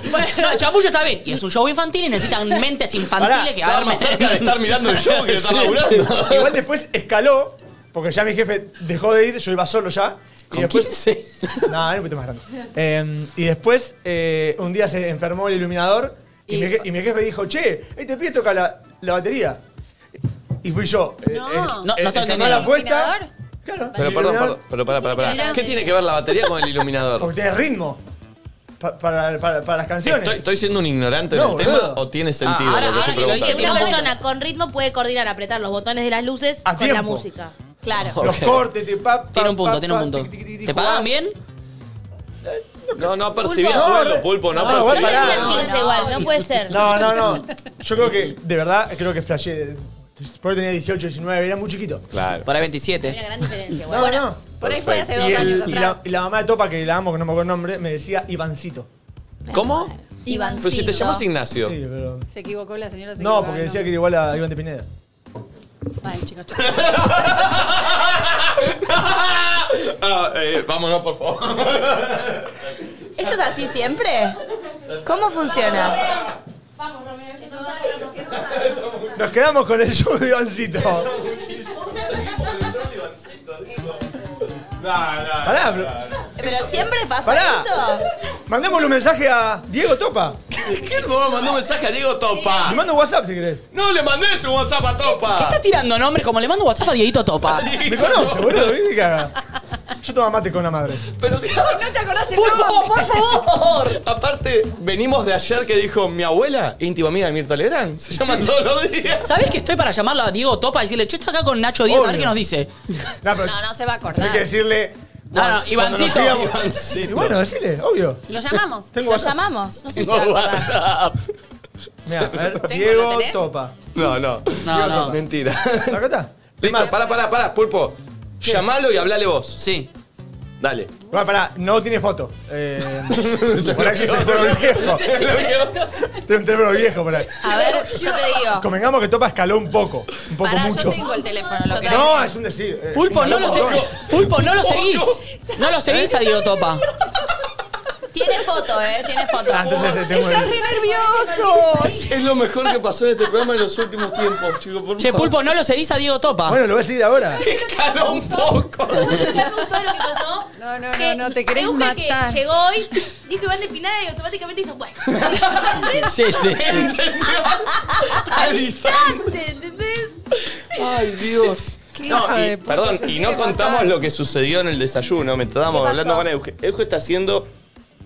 B: Y- bueno, no, el chapullo está bien. Y es un show infantil y necesitan mentes infantiles
F: Pará,
B: que
A: Estaba
B: armen.
A: más cerca de estar mirando el show que de estar laburando.
F: Igual después escaló, porque ya mi jefe dejó de ir, yo iba solo ya.
B: ¿Con
F: y después,
B: 15?
F: No, era un poquito más grande. Eh, y después, eh, un día se enfermó el iluminador y, mi, je- y mi jefe dijo, che, este pibe toca la, la batería. Y fui yo. Eh,
D: No.
F: eh,
D: No,
B: no
F: eh,
B: estaba
F: cerró
B: entendiendo.
F: la puerta.
D: ¿Iluminador?
F: Claro.
A: Pero
F: el
A: perdón,
F: iluminador,
A: perdón, pero pará, pará, pará. ¿Qué tiene que ver la batería con el iluminador?
F: Porque tiene ritmo. pa- para, para- para las canciones.
A: ¿Estoy, estoy siendo un ignorante
F: No,
A: del tema
F: boludo.
A: o tiene sentido
B: Ah, ahora-
A: lo que
B: ahora
A: estoy
B: que lo dice
A: preguntando?
G: Una
B: Pero-
G: persona con ritmo puede coordinar, apretar los botones de las luces
F: A
G: con la
F: tiempo.
G: música.
E: Claro.
F: Los
A: Ok.
F: cortes, te pa, pa,
B: Tiene un punto,
F: pa,
B: tiene un
F: pa,
B: punto.
F: tic, tic, tic, tic,
B: ¿Te pagan
F: jugás.
B: bien?
A: No, no percibía
F: Pulpo.
A: sueldo, Pulpo, no,
F: No,
G: No,
F: vos
A: percibía.
F: pará.
G: es una 15 igual, no puede ser.
F: No, no, no. Yo creo que, de verdad, creo que flashé. Porque tenía 18, 19, era muy chiquito.
A: Claro.
B: Por ahí
G: Hay una
B: 27.
G: gran diferencia,
F: No,
G: igual.
F: bueno,
D: Por ahí fue hace
F: no.
D: dos
F: Y, el-
D: años
F: y la,
D: atrás.
F: y la mamá de Topa, que la amo, que no me acuerdo el nombre, me decía Ivancito.
A: ¿Cómo?
E: Ivancito.
A: Pero si te llamas Ignacio.
F: Sí, pero.
D: Se equivocó la señora. se
F: No,
D: equivocó,
F: porque decía que era igual a Iván de Pineda.
D: Vale, chicos.
A: Ah, eh, vámonos, por favor.
E: ¿Esto es así siempre? ¿Cómo funciona?
G: Vamos, Romeo, que no
F: Nos quedamos con el show de Ivancito.
A: No, no,
F: Pará,
A: no,
F: pero-
A: no, no.
E: ¿Pero siempre pasa
F: Pará.
E: esto?
F: Mandémosle un mensaje a Diego Topa.
A: ¿Qué, qué bobo mandó un mensaje a Diego Topa?
F: Le mando un WhatsApp si querés.
A: No le mandé su WhatsApp a Topa.
B: ¿Qué está tirando nombre? Como le mando WhatsApp a Dieguito Topa.
F: Me conoce, boludo. ¿Viste que haga? Yo tomo mate con la madre.
A: Pero que-
E: ¿No te acordás el
B: ¡Por favor,
E: nombre?
B: por favor!
A: aparte, venimos de ayer que dijo mi abuela, íntima amiga de Mirta Legrand. Se llaman todos los días.
B: ¿Sabés que estoy para llamarlo a Diego Topa y decirle, che, está acá con Nacho Díaz, a ver
F: Obvio.
B: qué nos dice?
F: No, pero
D: No, no se va a acordar.
F: hay que decirle.
B: No, no,
F: cuando nos
B: Ivancito.
F: sigamos- Y
A: Ivancito.
F: bueno, decirle, obvio.
D: ¿Lo llamamos?
F: Tengo
E: Lo
F: WhatsApp.
E: llamamos. No sé si se va a
B: Tengo
E: acordar.
B: WhatsApp.
F: Mirá, a ver,
D: ¿lo
F: Diego
D: tenés?
F: Topa.
A: No, no.
B: No, no.
A: Mentira.
F: ¿Acá está?
A: Listo, pará, pará, pará, pulpo. Llamalo y hablale vos.
B: Sí.
A: Dale.
F: Pará, pará, no tiene foto. Eh, por aquí está un teléfono viejo. Tiene un teléfono viejo por ahí.
E: A ver, yo te digo.
F: Convengamos que Topa escaló un poco. Un poco
D: Pará,
F: mucho.
D: yo tengo el teléfono. Lo
E: Yo
D: que...
F: No, es un decir. eh,
B: Pulpo, no lo seguís. Pulpo, no lo
F: Oh,
B: seguís. No lo seguís a Diego Topa.
E: Tiene foto, ¿eh? Tiene foto.
F: Ah, entonces eh, tengo el-
E: nervioso!
A: Es lo mejor que pasó en este programa en los últimos tiempos, chicos. Por
B: Che,
A: favor.
B: Pulpo, no lo seguís a Diego Topa.
F: Bueno, lo voy a seguir ahora.
A: Escaló un poco.
G: todo lo que pasó.
D: No, no,
G: que
D: no, no, te querés
G: Euge que
D: matar.
G: llegó hoy, dijo Iván de Pinada y automáticamente hizo, bueno.
B: Sí, sí, sí.
A: ¿Entendió? A distancia.
G: ¿Entendés?
A: Ay, Dios. No, y, perdón, y no contamos lo que sucedió en el desayuno mientras estábamos hablando con Euge. Euge está haciendo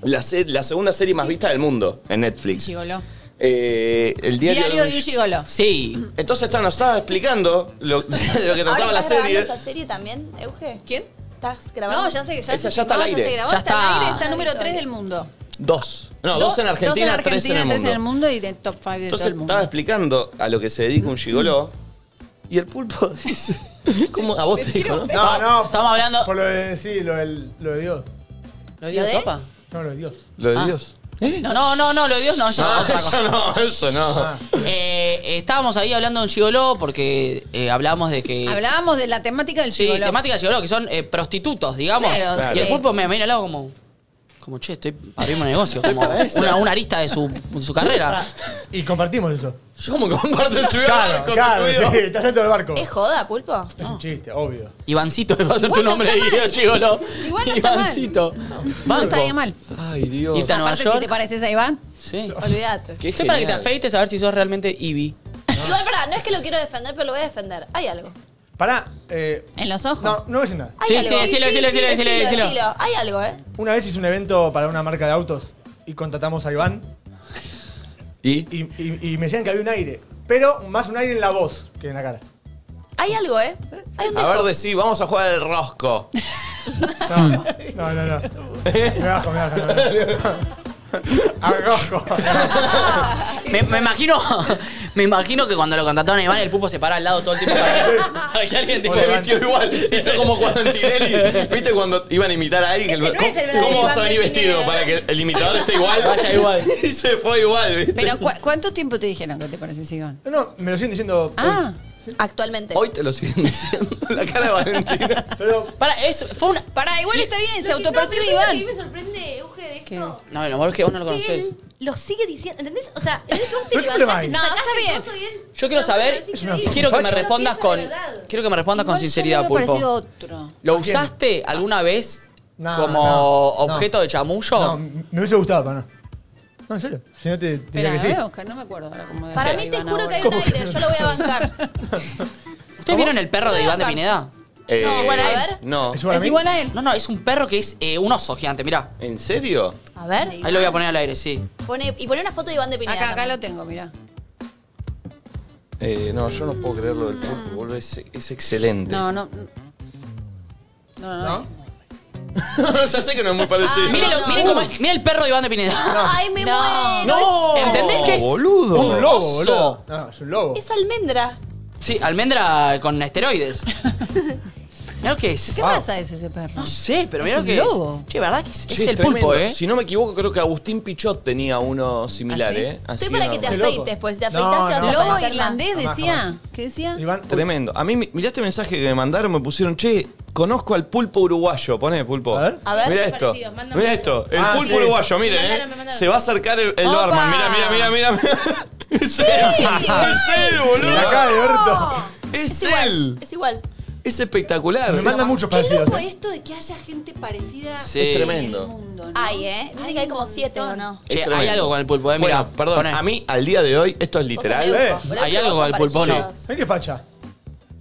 A: la, se- la segunda serie más vista del mundo en Netflix.
D: Gigoló.
A: Eh, el diario,
D: Diario
A: de
D: de
A: un-
D: un gigoló.
B: Sí.
A: Entonces esta nos estaba explicando lo, de lo que trataba
E: ¿Ahora
A: la
E: estás grabando
A: serie.
E: esa serie también, Euge?
D: ¿Quién?
E: ¿Estás grabando?
D: No, ya sé, ya
A: Esa
D: se-
A: ya está al
D: no,
A: aire.
D: Ya, se grabó,
B: Ya
D: está, al
B: está.
D: aire, está número 3 del mundo.
A: Dos. No,
D: Do-
A: dos en Argentina, tres en el
D: tres
A: mundo.
D: y de top 5 de todo
A: Entonces
D: el mundo.
A: estaba explicando a lo que se dedica un gigoló y el pulpo dice... ¿Cómo? A vos te dijo, ¿no?
F: No, no.
B: Estamos hablando.
F: Por lo de. Sí, lo, del, lo de Dios.
B: ¿Lo de Diego
D: ¿Lo de?
B: Topa?
F: No, lo de Dios.
A: Lo de
B: Ah.
A: Dios.
B: No, no, no, lo de Dios no, eso es otra cosa.
A: Ah,
B: Ah.
A: Eso no, eso no.
B: Eh, estábamos ahí hablando de un gigoló porque eh, hablábamos de que...
D: Hablábamos de la temática del
B: Sí,
D: gigoló.
B: temática de gigoló, que son eh, prostitutos, digamos.
D: Claro,
B: y el
D: sí.
B: pulpo me mira al lado como... Como, che, estoy para abrirme un negocio. Como una, una arista de su, de su carrera.
F: Y compartimos eso.
A: Yo como que comparto el subido
F: Claro,
A: con
F: claro.
A: el subido.
F: Sí, estás dentro del barco.
E: ¿Es joda, Pulpo?
F: Es un chiste, obvio.
B: Ivancito, va a ser tu
D: Igual no
B: nombre de
D: está
B: video,
D: mal.
B: gigoló.
D: Igual no está mal.
B: Ivancito.
D: No
B: Banco.
D: estaría mal.
A: Ay, Dios.
B: Irte a Nueva
D: Aparte, si te
B: York.
D: pareces a Iván.
B: Sí.
E: Olvídate.
A: Qué
B: Estoy para que te
A: genial.
B: afeites a ver si sos realmente Ivy.
E: Igual, pará, no es que lo quiero defender, pero lo voy a defender. Hay algo.
F: Pará, eh,
D: En los ojos.
F: no, no voy a decir nada.
E: Hay
B: Sí,
E: algo.
B: sí, decilo, decilo, decilo, decilo, decilo.
E: Hay algo, ¿eh?
F: Una vez hice un evento para una marca de autos y contratamos a Iván
A: ¿Y?
F: y, y- y me decían que había un aire, pero más un aire en la voz que en la cara.
E: Hay algo, ¿eh? Hay un
A: A ver,
E: dejo.
A: decí, vamos a jugar el rosco.
F: No, no, no, no. Me bajo, me bajo. no, no. Agojo.
B: Me, me imagino me imagino que cuando lo contrataron a Iván, el pulpo se para al lado todo el tiempo para, para que alguien
A: Y
B: diga
A: se vistió igual. Hizo como cuando en Tinelli. ¿Viste cuando iban a imitar a alguien?
G: Este no es el
A: ¿Cómo,
G: verdadero
A: cómo vas a
G: Iván
A: venir
G: de
A: vestido?
G: Tinelli?
A: Para que el imitador esté igual.
B: Vaya igual.
A: Y se fue igual. ¿viste?
D: Pero ¿cu- ¿cuánto tiempo te dijeron que te pareces a Iván?
F: No, no, me lo siguen diciendo. hoy.
D: Ah,
E: Actualmente.
A: Hoy te lo siguen diciendo. La cara de Valentina.
F: Pero
B: Para, eso fue una.
D: para, igual está bien, se
G: Lo que-
D: autopercibe
G: no, pero lo que a mí
D: Iván.
G: me sorprende, Euge, de
D: ¿Qué?
G: esto.
B: No, lo malo es que vos no lo
G: que
B: conocés.
G: él lo sigue diciendo, ¿entendés? O sea, en el que vos te
F: ¿Pero qué problema
G: levantaste,
F: hay?
D: No,
G: sacaste
D: está bien.
G: el coso y él-
B: Yo quiero
G: No,
B: saber.
G: pero es
F: Es una
G: increíble.
B: Quiero que me
F: Facha.
B: respondas
G: Pero
B: con.
G: piensa de verdad.
B: Quiero que me respondas con
D: Igual yo
B: sinceridad,
D: me había parecido
B: pulpo.
D: otro.
B: ¿Lo
F: ¿A quién?
B: usaste alguna vez
F: No,
B: como
F: no,
B: objeto
F: no.
B: de chamullo?
F: No, me hubiese gustado, pana. No, en serio. Si no te te
D: Espera,
F: diría que sí.
D: voy a buscar, no me acuerdo ahora cómo era
E: Para mí te
D: Iván
E: juro que
D: ahora.
E: hay un aire, yo lo voy a bancar.
B: ¿Ustedes vieron el perro de Iván de Pineda?
E: No, bueno, a ver.
A: No.
F: ¿Es igual a
D: Es
F: mí?
D: igual a él.
B: No, no, es un perro que es eh, un oso gigante, mirá.
A: ¿En serio?
E: A ver.
B: Ahí lo voy a poner al aire, sí.
E: Pone, y pone una foto de Iván de Pineda.
D: Acá, acá
E: también.
D: lo tengo, mirá.
A: Eh, no, yo no puedo creerlo del pulpo, boludo. Es, es excelente.
D: No, no. No, no. no.
A: ya sé que no es muy parecido.
B: Miren
E: no,
B: Ah, lo-
E: no.
B: miren cómo- miren el perro de Iván de Pineda.
E: Ay, me
D: No.
E: muero.
B: No. ¿Entendés que es
A: boludo.
F: Un lobo, boludo.
B: Oso.
F: No, es un lobo.
E: Es almendra.
B: Sí, almendra con esteroides. Mirá lo que es.
D: ¿Qué raza es ese perro?
B: No sé, pero mirá
D: ¿Es
B: lo que
D: un lobo?
B: es. Che, ¿verdad que es,
A: Che,
B: es el
A: tremendo.
B: pulpo, eh?
A: Si no me equivoco, creo que Agustín Pichot tenía uno similar,
D: ¿Ah, sí?
A: ¿eh? Así
E: Estoy para que te
A: enorme.
F: Qué loco.
E: afeites, pues. Te
F: No,
E: afeitas, te vas
F: no.
E: a
D: Lobo
E: parecer más.
D: irlandés
F: Jamás,
D: decía.
F: jamás.
D: ¿Qué decía?
F: Iván,
A: Tremendo. A mí, mi- mirá este mensaje que me mandaron, me pusieron, che, conozco al pulpo uruguayo. Poné, pulpo.
F: A ver.
E: A ver.
A: Mirá esto.
G: Parecidos, mándame.
A: Mirá esto. El
F: Ah,
A: pulpo
F: sí.
A: uruguayo, miren,
G: Me
A: ¿eh?
G: mandaron, me mandaron.
A: Se va a acercar el, el
D: Opa.
A: barman. Mirá, mirá, mirá, mirá. Es él. Es él,
F: Uy, la
A: boludo.
F: cara de Berto.
A: Es
E: igual,
A: él.
E: Es igual.
A: Es espectacular.
F: Me
A: Es-
F: mandan muchos
D: Qué
F: parecidos.
D: loco
F: ¿eh?
D: esto de que haya gente parecida
A: Sí.
D: en
A: Es
D: el
A: tremendo.
D: mundo, ¿no?
E: Ay, ¿eh? Dicen que hay como siete o no.
A: es
B: Che, hay
A: tremendo.
B: algo con el pulpo, eh. Mira,
A: Bueno, perdón, a mí al día de hoy, esto es literal,
F: Eh.
B: Hay algo con el pulpón, ¿no?
F: ¿Ven qué facha?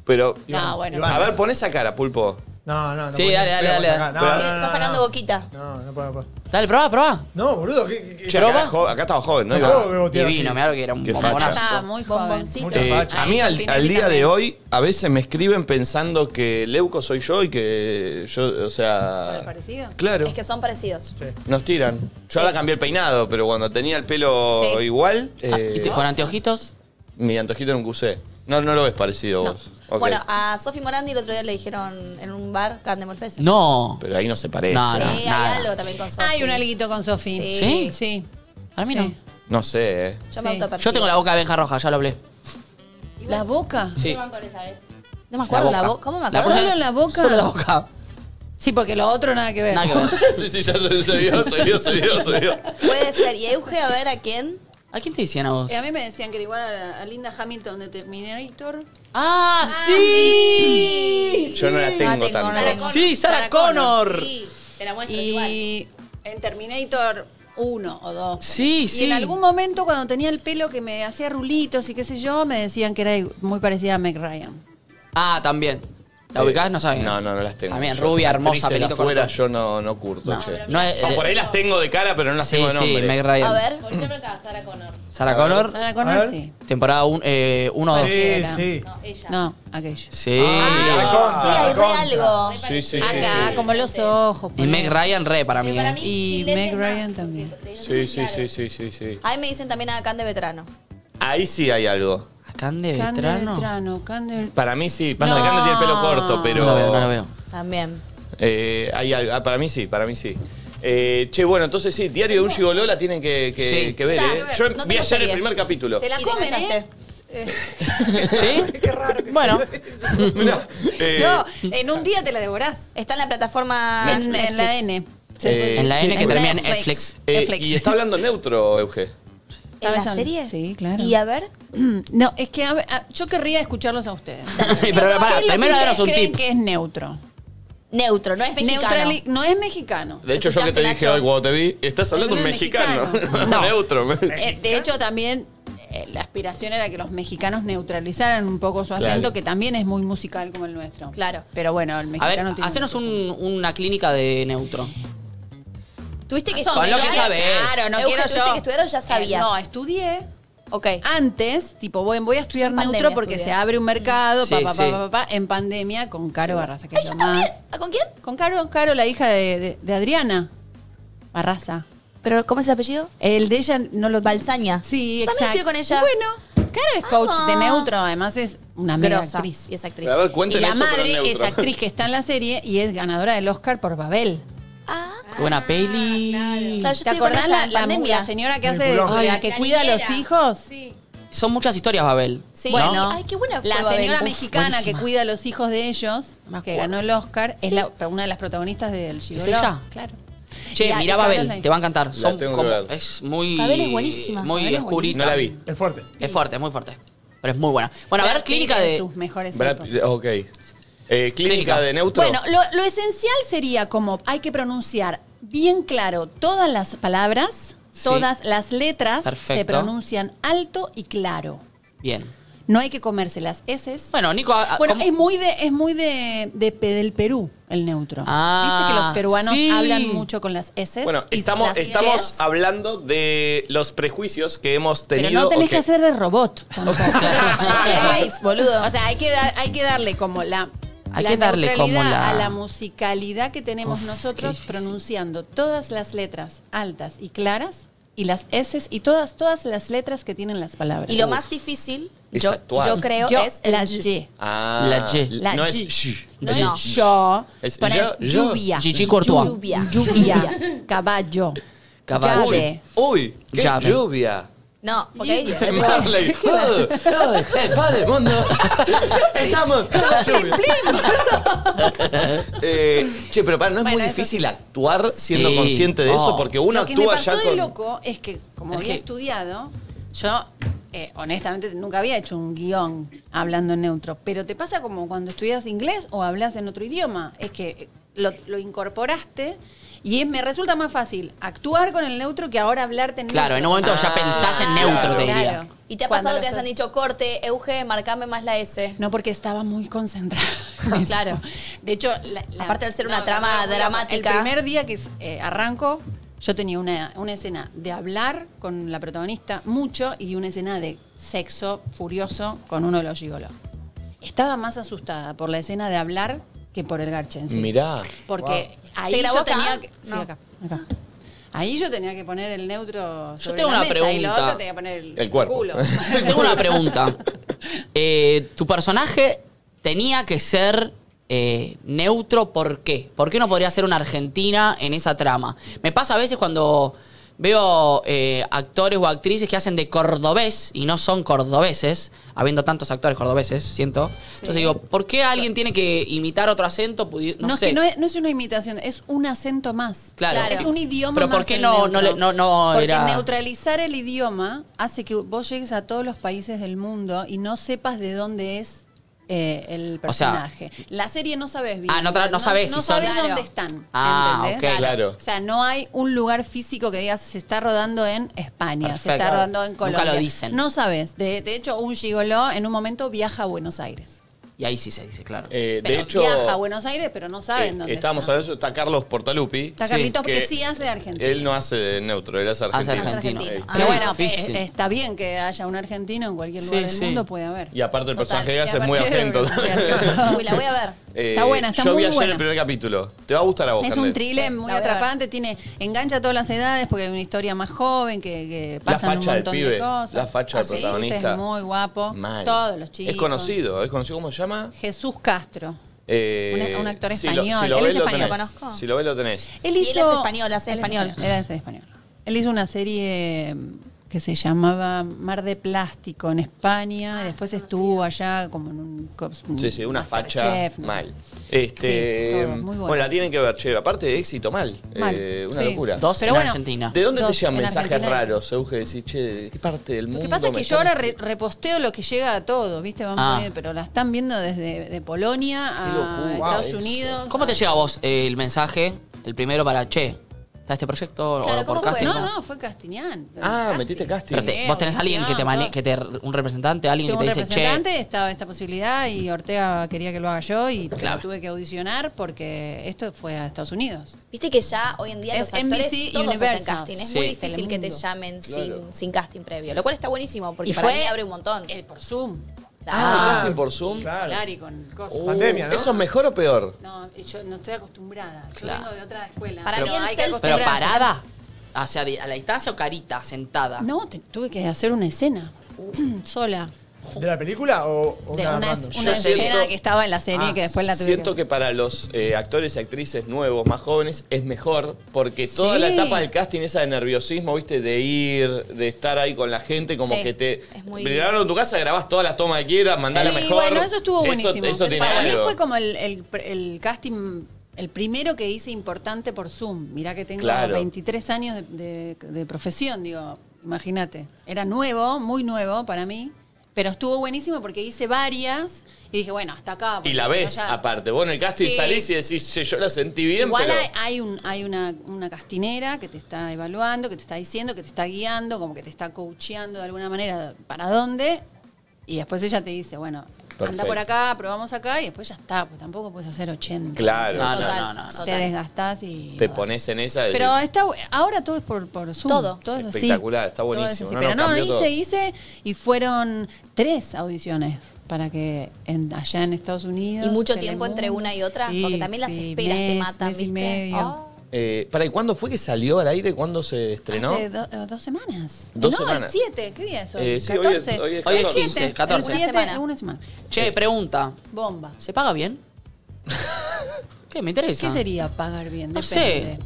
A: pero.
D: No, bueno.
F: Iván.
A: A ver, pon esa cara, pulpo.
F: No, no, no.
B: Sí,
F: puedo,
B: dale, dale,
F: no puedo
B: dale.
F: sacar. No,
A: Pero-
F: no, no,
E: Está
F: no,
E: sacando
F: no.
E: boquita.
F: No, no puedo, no puedo.
B: Dale, probá, probá.
F: No, boludo, ¿qué, qué-
A: Che,
F: qué-
A: acá, era jo- acá estaba joven, ¿no?
F: No
A: Iván?
F: puedo bebotear
B: Divino,
F: así.
B: mirá lo que era un
A: Qué
B: bombonazo.
D: Está muy joven.
E: Bomboncito.
F: Mucha
A: Eh,
F: facha.
A: a mí al,
D: Cortina
A: al día de
D: también.
A: hoy a veces me escriben pensando que Leuco soy yo y que yo, o sea...
D: parecido?
A: Claro,
E: Es que son parecidos.
A: nos tiran. Yo ahora cambié el peinado, pero cuando tenía el pelo
E: Sí.
A: igual,
B: Ah,
A: eh,
B: ¿Y te- con anteojitos?
A: mi antojito era un cusé. No, no lo ves parecido
E: No.
A: vos. Ok.
E: Bueno, a Sofi Morandi el otro día le dijeron en un bar carne molfese.
B: No.
A: Pero ahí no se parece.
B: No,
E: Sí,
B: no.
E: hay
B: nada.
E: algo también con Sofi.
D: Hay un alguito con Sofi.
E: Sí.
D: Sí. Sí.
B: A mí
D: Sí.
B: no.
A: No sé, eh.
E: Yo me
D: Sí.
E: autopercibo.
B: Yo tengo la boca de abeja roja, ya lo hablé.
D: ¿La boca?
B: Sí.
G: ¿Qué van con esa, eh?
E: No me acuerdo la
B: boca.
E: boca. ¿Cómo me
B: La
E: acuerdo?
B: cosa-
D: ¿Solo la boca? Eh.
B: Solo la boca.
D: Sí, porque lo otro nada que ver.
B: Nada que ver.
A: sí, sí, ya se, se vio, se vio, se vio, se vio.
E: Puede ser. Y Euge, a ver a quién.
B: ¿A quién te decían a vos?
D: Eh, a mí me decían que era igual a, la- a Linda Hamilton de Terminator.
B: ¡Ah, sí! Ah,
A: Yo no la tengo,
E: tengo,
A: tanto.
E: no la tengo.
B: Sí, Sarah Connor.
G: Sí, te la muestro igual.
D: Y en Terminator 1 o 2.
B: Sí,
D: y
B: sí.
D: en algún momento cuando tenía el pelo que me hacía rulitos y qué sé yo, me decían que era igu- muy parecida a Meg Ryan.
B: Ah, también. ¿La ubicás? No saben.
A: Eh, No, no, no las tengo.
B: También,
A: Yo,
B: rubia, hermosa,
A: actrices de
B: pelito
A: afuera
B: corto.
A: yo no, no curto,
B: No,
A: che.
B: no, eh,
A: O por ahí las tengo de cara, pero no las
B: sí,
A: tengo
B: sí,
A: de nombre.
B: Meg Ryan. Mm.
E: A ver.
G: Volveme acá, Sarah Connor.
B: Sara Connor,
D: Sarah
F: A
D: Connor
F: ver.
D: sí.
B: temporada 1 eh, uno o dos.
F: Sí,
D: Cualquiera.
F: sí.
G: No, ella.
D: No, aquella.
B: Sí.
E: Ah, sí, hay re
F: Contra.
E: algo.
A: Sí, sí, sí.
D: Acá,
A: sí.
D: como los ojos.
B: Y Meg
D: ponele.
B: Ryan re para mí.
G: Que para
B: eh.
G: mí,
D: Y
G: si lees
D: Meg
G: más,
D: Ryan también.
G: porque te-
A: Sí, sí,
G: claro.
A: sí, sí, sí, sí.
E: Ahí me dicen también a Can de Veterano.
A: Ahí sí hay algo.
B: Cande
D: Cande
B: Vetrano.
D: Beltrano, Cande Bel-
A: Para mí sí. Pasa que Cande tiene el pelo corto, pero.
B: No lo veo, no lo veo.
E: También.
A: Eh, hay algo. Ah, para mí sí, para mí sí. Eh, che, bueno, entonces sí, Diario de un Gigoló la tienen que, que-
B: Sí.
A: que ver,
E: Ya,
A: ¿eh?
E: no
A: Yo
E: tengo
A: vi ayer
E: serie.
A: el primer capítulo.
E: Se la
D: Y te
E: comen, ¿eh?
D: enganchaste.
B: ¿Sí? Qué raro. Bueno,
A: Mirá, eh,
D: No, en un día te la devorás.
E: Está en la plataforma
D: En, en la N.
A: eh,
B: en la N que
D: En
B: termina en Netflix.
D: Netflix.
A: eh,
D: Netflix.
A: y está hablando neutro, Euge.
E: ¿En la
D: ¿Sabes?
E: serie?
D: Sí, claro.
E: Y a ver,
D: No, es que a ver, a- yo querría escucharlos a ustedes.
B: Sí, pero
D: ¿Qué
B: pará,
D: es lo
B: primero
D: que
B: danos
D: ustedes
B: un
D: creen
B: tip.
D: que es neutro?
E: neutro, no es mexicano.
D: Neutrali- no es mexicano.
A: De hecho, yo que
E: ¿Escuchaste,
A: te dije
E: Nacho?
A: hoy cuando te vi, estás hablando un
D: Hablando
A: mexicano.
D: mexicano. No.
A: neutro.
D: Eh, de hecho, también eh, la aspiración era que los mexicanos neutralizaran un poco su acento,
A: Claro.
D: que también es muy musical como el nuestro.
E: Claro.
D: Pero bueno, el
B: A ver,
D: mexicano tiene.
B: hacenos un- una clínica de neutro.
E: Tuviste que
D: Más o
B: Con lo
D: menos.
B: que sabes.
D: Claro, no
E: Euge,
D: quiero
E: tuviste
D: yo.
E: que estudiar o ya
D: Eh,
E: sabías?
D: no, estudié.
E: Ok.
D: Antes, tipo, voy, voy a estudiar
E: en pandemia
D: neutro porque
E: estudié.
D: se abre un mercado,
B: Sí,
D: pa, pa, pa,
B: sí.
D: pa, pa, en pandemia, con Caro Barraza, que
E: Ay,
D: es
E: yo
D: lo
E: también.
D: más.
E: ¿Ah, ¿Con quién?
D: Con Caro, Caro, la hija de, de- de Adriana Barraza.
E: ¿Pero cómo es el apellido?
D: El de ella no lo...
E: Balsaña.
D: Sí,
E: Yo también
D: exacto.
E: estudié con ella.
D: Bueno, Caro es coach
E: Ah.
D: de neutro, además es una mega
E: Grosa.
D: actriz.
E: Y es actriz.
A: A ver,
D: Y
A: cuenten
D: la
A: eso, pero
D: madre es
A: neutro.
D: actriz que está en la serie y es ganadora del Oscar por Babel.
E: Ah,
B: Qué buena peli.
E: claro, yo
D: ¿Te
E: estudié con
D: acordás
E: ella
D: la,
E: en
D: la, mu-
E: pandemia.
D: la señora que hace,
F: Peliculón.
D: la
G: La
D: que cuida a los
G: niñera.
D: hijos?
G: Sí.
B: Son muchas historias, Babel.
E: Sí.
B: ¿no?
D: Bueno,
E: Ay, qué buena fue
D: la
E: Babel.
D: señora
E: Uf,
D: mexicana
B: buenísima.
D: que cuida a los hijos de ellos,
B: Me acuerdo.
D: que ganó el Oscar, es
E: Sí.
D: la- una de las protagonistas del Gigoló.
B: ella?
D: Claro. Y
B: Che,
D: a-
B: mirá
D: y
B: Babel,
D: Caroline.
B: te va a encantar. Son
A: tengo que
B: como-
A: ver.
B: es muy.
E: Babel es buenísima,
B: Muy
E: Babel es
B: oscurita.
A: No la vi.
F: Es fuerte.
B: Es fuerte, es muy fuerte. Pero es muy buena. Bueno, a ver,
D: Brad Pitt
B: clínica
D: en
B: de.
D: sus mejores
A: Brad-
D: épocas.
A: ok. Eh, clínica,
B: Clínica.
A: de neutro.
D: Bueno, lo, lo esencial sería como hay que pronunciar bien claro todas las palabras,
B: Sí.
D: todas las letras se
B: Perfecto.
D: pronuncian alto y claro.
B: Bien.
D: No hay que comerse las heces.
B: Bueno, Nico. a- a-
D: Bueno,
B: ¿cómo-
D: es muy de es muy de, de pe- del Perú el neutro.
B: Ah,
D: Viste que los peruanos
B: sí.
D: hablan mucho con las heces.
A: Bueno,
D: y
A: estamos,
D: las
A: estamos
D: yes.
A: hablando de los prejuicios que hemos tenido.
D: Pero no tenés
A: o
D: que hacer de robot. tampoco.
E: Waze, boludo.
D: O sea, hay que, dar, hay que darle como la.
B: Hay
D: la
B: que darle como
D: neutralidad
B: la-
D: A la musicalidad que tenemos
B: Uf, qué
D: nosotros
B: difícil.
D: pronunciando todas las letras altas y claras y las S y todas, todas las letras que tienen las palabras.
E: Y lo más difícil,
A: Es
E: yo,
A: actual.
E: yo creo,
D: yo,
E: es el
D: las
E: y.
D: Y.
A: Ah,
B: La G.
D: La
A: no
D: G.
A: es sh.
D: No
E: No.
D: es yo,
A: Es
D: para
A: yo,
D: es
A: yo.
D: lluvia.
B: Gigi Courtois.
E: Lluvia.
D: Lluvia. Caballo.
B: Caballo.
D: Llave.
A: Uy, qué
B: Llave.
A: lluvia.
E: No, porque ahí-
A: Marley. Oh, oh, el padre del mundo. Estamos todos lluvia. Eh, che, pero para, ¿no es muy difícil actuar siendo
B: Sí.
A: consciente de eso?
B: Oh.
A: Porque uno
D: lo que me
A: actúa
D: pasó
A: ya
D: de
A: con.
D: loco es que, como había
B: que-
D: estudiado, yo eh, honestamente nunca había hecho un guión hablando en neutro. Pero te pasa como cuando estudias inglés o hablas en otro idioma. Es que eh, lo, lo incorporaste y es- me resulta más fácil actuar con el neutro que ahora hablarte en
B: Claro, en un
D: neutro.
B: momento ya pensás en neutro, te diría.
D: Claro.
E: ¿Y te ha
D: Cuando
E: pasado
D: lo
E: que te
D: estás-
E: hayan dicho corte, Euge, marcame más la S?
D: No, porque estaba muy concentrada. en eso.
E: Claro.
D: De hecho, la- la-
E: Aparte de ser una trama
D: no,
E: dramática.
D: El primer día que eh, arranco, yo tenía una, una escena de hablar con la protagonista mucho y una escena de sexo furioso con uno de los gigolos. Estaba más asustada por la escena de hablar que por el garche en sí.
A: Mirá.
D: Porque ahí
E: ¿Se grabó
D: yo
E: acá?
D: tenía que. sí,
E: No.
D: acá, acá. Ahí yo tenía que poner el neutro. Sobre
B: tengo
D: la
B: una
D: mesa, Y lo
B: pregunta.
D: otro tenía que poner el,
A: El cuerpo.
D: culo.
B: Tengo una pregunta. Eh, tu personaje tenía que ser eh, neutro, ¿por qué? ¿Por qué no podría ser una argentina en esa trama? Me pasa a veces cuando veo eh, actores o actrices que hacen de cordobés y no son cordobeses, habiendo tantos actores cordobeses, siento. Entonces digo, ¿por qué alguien tiene que imitar otro acento? Pudi-
D: No,
B: No,
D: es
B: sé.
D: que no es, no es una imitación, es un acento más.
B: Claro.
D: Es un idioma
B: Pero
D: más.
B: ¿por qué
D: el
B: no-
D: neutro.
B: no le- no- no
D: Porque
B: era-
D: neutralizar el idioma hace que vos llegues a todos los países del mundo y no sepas de dónde es eh, el
B: O sea-
D: personaje. la serie no sabes bien.
B: Ah, no tra- no sabés
D: No
B: si son-
D: sabés
E: Claro.
D: dónde están.
B: Ah,
D: ¿entendés?
B: ok.
A: Claro.
D: O sea, no hay un lugar físico que digas se está rodando en España, se está
B: Perfecto.
D: rodando en
B: Nunca
D: Colombia.
B: lo dicen.
D: No sabes. De, de hecho, un gigoló en un momento viaja a Buenos Aires.
B: Y ahí sí se dice, claro.
A: Eh, de
D: Pero
A: hecho.
D: viaja a Buenos Aires, pero no saben
A: eh,
D: dónde
A: estábamos
D: está.
A: hablando de eso, está Carlos Portalupi.
D: Está Carlitos,
A: Sí,
D: porque
A: que
D: sí hace de Argentina.
A: Él no hace de neutro, él hace
B: Hace
A: argentino.
B: argentino.
E: Argentino.
B: Qué
D: Pero bueno,
B: difícil.
D: eh, está bien que haya un argentino en cualquier
B: Sí,
D: lugar del
B: sí.
D: mundo, puede haber.
A: Y aparte el
E: Total,
A: personaje que
E: y
A: hace es muy
D: aparte-
A: argento.
E: Uy, la voy a ver.
A: Eh,
D: Está buena, está
A: Yo
D: muy
A: vi ayer
D: buena.
A: el primer capítulo. Te va a gustar a vos,
D: Es
A: Carlet.
D: un thriller
E: Sí,
D: muy
E: la voy a ver.
D: atrapante, tiene engancha a todas las edades porque hay una historia más joven que, que
A: La
D: pasan
A: facha
D: un
A: del
D: montón
A: pibe,
D: de cosas.
A: la facha
E: Ah,
A: del
E: sí, ese
A: protagonista.
D: Es muy guapo.
A: Mal.
D: Todos los chicos.
A: Es conocido, es conocido cómo se llama.
D: Jesús Castro.
A: Eh,
D: Un- un actor
A: si lo-
D: español.
A: Si lo,
D: Él
A: ves,
D: es
A: lo
D: español,
A: tenés.
E: conozco.
A: Si lo ves, lo tenés.
D: Él
E: Y él es
D: hizo-
E: español, hace
D: él es
E: español.
D: Él hace español. Él hizo una serie mm, que se llamaba Mar de Plástico en España. y después estuvo allá como en un. co- un
A: Sí, sí, una facha
D: Masterchef, Mm. ¿no?
A: mal. Este,
D: Sí, todo, muy bueno.
A: bueno. la tienen que ver, che. Aparte de éxito, mal.
D: Mal,
A: Eh, una
D: sí.
A: locura.
B: Dos
D: Pero
B: en
D: bueno,
B: Argentina.
A: ¿De dónde te
D: Dos,
A: llegan
D: en
A: mensajes
D: Argentina.
A: raros, Euge? Decís, che, ¿de qué parte del
D: Lo
A: mundo?
D: que pasa es
A: me
D: que yo
A: están-
D: ahora re- reposteo lo que llega a todos, ¿viste? Vamos
B: Ah.
D: a ver, pero la están viendo desde de Polonia
A: Qué
D: a
A: locura,
D: Estados
A: Ah, eso.
D: Unidos.
B: ¿Cómo te llega a vos eh, el mensaje, el primero para, che, está este proyecto o
E: Claro,
B: lo
E: ¿cómo
B: por
E: fue?
B: casting?
D: No, no, fue Castinian.
A: Ah, metiste casting.
B: Pero te- vos tenés alguien que te mane- que te un representante, alguien
D: Tengo un
B: que te dice, che,
D: representante, estaba esta posibilidad y Ortega quería que lo haga yo y pero
B: Claro.
D: tuve que audicionar porque esto fue a Estados Unidos.
E: Viste que ya hoy en día
D: Es
E: los actores
D: NBC
E: todos hacen
D: Universal.
E: casting. Es
B: Sí.
E: muy difícil que te
D: Telemundo.
E: llamen
A: Claro.
E: sin, sin casting previo, lo cual está buenísimo porque para mí abre un montón.
D: eh, por Zoom.
A: Ah,
E: Claro.
A: casting por Zoom.
F: Claro.
D: Solari con cosas.
A: Uh,
F: Pandemia, ¿no?
A: ¿Eso es mejor o peor?
D: No, yo no estoy acostumbrada. Yo
B: Claro.
D: vengo de otra escuela.
E: Para mí el
D: hay que
E: selfie-
B: pero
E: Gracias.
D: acostumbrarse.
B: parada. Ah, O sea, de- a la distancia o carita, sentada.
D: No, te- tuve que hacer una escena
A: Uh.
D: sola.
F: ¿De la película o, o
D: De
F: nada,
D: una,
F: random?
D: una
A: Yo siento-
D: escena que estaba en la serie
B: Ah,
D: que después la tuve
A: Siento que para los eh, actores y actrices nuevos, más jóvenes, es mejor porque toda
D: Sí.
A: la etapa del casting, esa de nerviosismo, viste, de ir, de estar ahí con la gente, como
E: Sí,
A: que te.
E: es muy-
A: Te grabaron en tu casa, grabás todas las tomas que quieras, mandá la
D: Sí,
A: mejor.
D: bueno, eso estuvo buenísimo.
A: Eso, tiene
D: Para mí
A: algo.
D: fue como el, el- el casting, el primero que hice importante por Zoom. Mirá que tengo
A: Claro.
D: 23 años de, de- de profesión, digo, imagínate. Era nuevo, muy nuevo para mí, pero estuvo buenísimo porque hice varias y dije, bueno, hasta acá. porque
A: Y la
D: si no
A: ves,
D: ya-
A: aparte. Vos en el casting
D: Sí.
A: salís y decís, "Che, yo la sentí bien,
D: Igual
A: pero.
D: hay, hay un, hay una, una castinera que te está evaluando, que te está diciendo, que te está guiando, como que te está coacheando de alguna manera para dónde. Y después ella te dice, bueno, anda
A: Perfecto.
D: por acá, probamos acá, y después ya está, pues tampoco puedes hacer 80.
A: Claro.
B: No, no,
E: Total.
B: no, no, no.
D: Te desgastás y.
A: Te pones en esa. de-
D: Pero está, bu- ahora todo es por, por Zoom.
E: Todo.
D: es así.
A: Espectacular, está
D: Todo es
A: buenísimo.
D: así.
A: No, no,
D: Pero no,
A: cambió
D: hice,
A: todo.
D: hice, y fueron tres audiciones para que en- allá en Estados Unidos.
E: Y mucho tiempo entre
D: Telemundo.
E: una y otra,
D: Sí,
E: porque también las
D: sí,
E: esperas te
D: mes,
E: matan,
D: mes
E: ¿viste?
D: Y medio.
E: Oh.
A: Eh, para, ¿y cuándo fue que salió al aire? ¿Cuándo se estrenó?
D: Hace do- eh, dos semanas.
A: Dos
D: no,
A: semanas.
D: el 7. ¿Qué día es hoy?
A: Eh, sí, hoy es-
D: 14.
A: hoy es
B: Hoy es
D: 7,
B: 15,
D: el
B: 14.
D: 7,
E: Una semana.
D: Una semana.
B: Che, pregunta.
D: Bomba.
B: ¿Se paga bien? ¿Qué? Me interesa.
D: ¿Qué sería pagar bien?
B: No
D: Depende.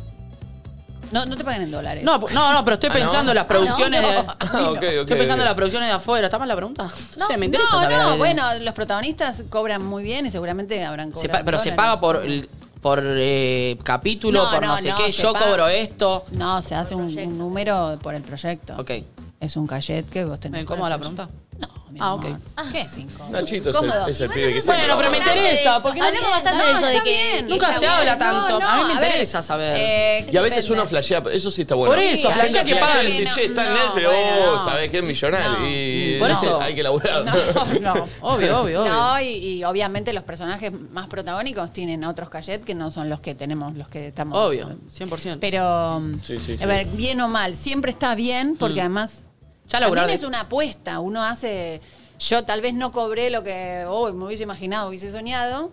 D: No, no te pagan en dólares.
B: No, po- no, no, pero estoy
A: Ah, ¿no?
B: pensando en las producciones. de-
A: Ah, ok, ok.
B: Estoy pensando en
A: ok.
B: las producciones de afuera. ¿Está mal la pregunta? No,
D: No,
B: sé, me interesa
D: no,
B: saber.
D: no,
B: Eh,
D: bueno, los protagonistas cobran muy bien y seguramente habrán
B: se
D: cobrado.
B: pa- pero se
D: dólares.
B: paga por, el- por eh, capítulo,
D: No,
B: por no,
D: no,
B: sé
D: no,
B: qué.
D: se
B: Yo
D: paga.
B: cobro esto.
D: No, se hace un, un número por el proyecto.
B: Ok.
D: Es un cachet que vos tenés.
B: ¿Me
D: por
B: incomoda
D: el
B: la
D: proyecto.
B: pregunta?
D: No, mi
B: Ah,
D: amor.
B: ok.
D: ¿Qué es incómodo?
A: Nachito es el-
D: Cómodo.
A: es el pibe que siempre
B: Bueno,
A: lo
B: pero me
A: paga.
B: interesa. Porque no-
G: Hablamos bastante de eso, de
D: Está
G: que.
D: bien,
B: Nunca
D: está
B: se habla
D: bien.
B: tanto. A mí me
D: ver,
B: interesa saber.
D: eh,
A: Y a veces
D: depende.
A: uno flashea, pero eso sí está bueno.
B: Por eso,
A: Hay
B: flashea
A: gente
B: que pagan.
A: y dice, che, está en
D: No,
A: Netflix,
D: bueno,
A: oh,
D: no.
A: sabés que es millonario.
D: No.
A: Y
B: Por
A: dice,
B: eso.
A: hay que laburar.
D: No, no.
B: Obvio, obvio, obvio.
D: No, y, y obviamente los personajes más protagónicos tienen otros cachet que no son los que tenemos, los que estamos.
B: Obvio, 100%.
D: Pero,
A: Sí, sí, sí.
D: a ver, bien o mal, siempre está bien porque además
B: Mm. Ya
D: también
B: laburar
D: es
B: de-
D: una apuesta. Uno hace, yo tal vez no cobré lo que hoy me hubiese imaginado, hubiese soñado.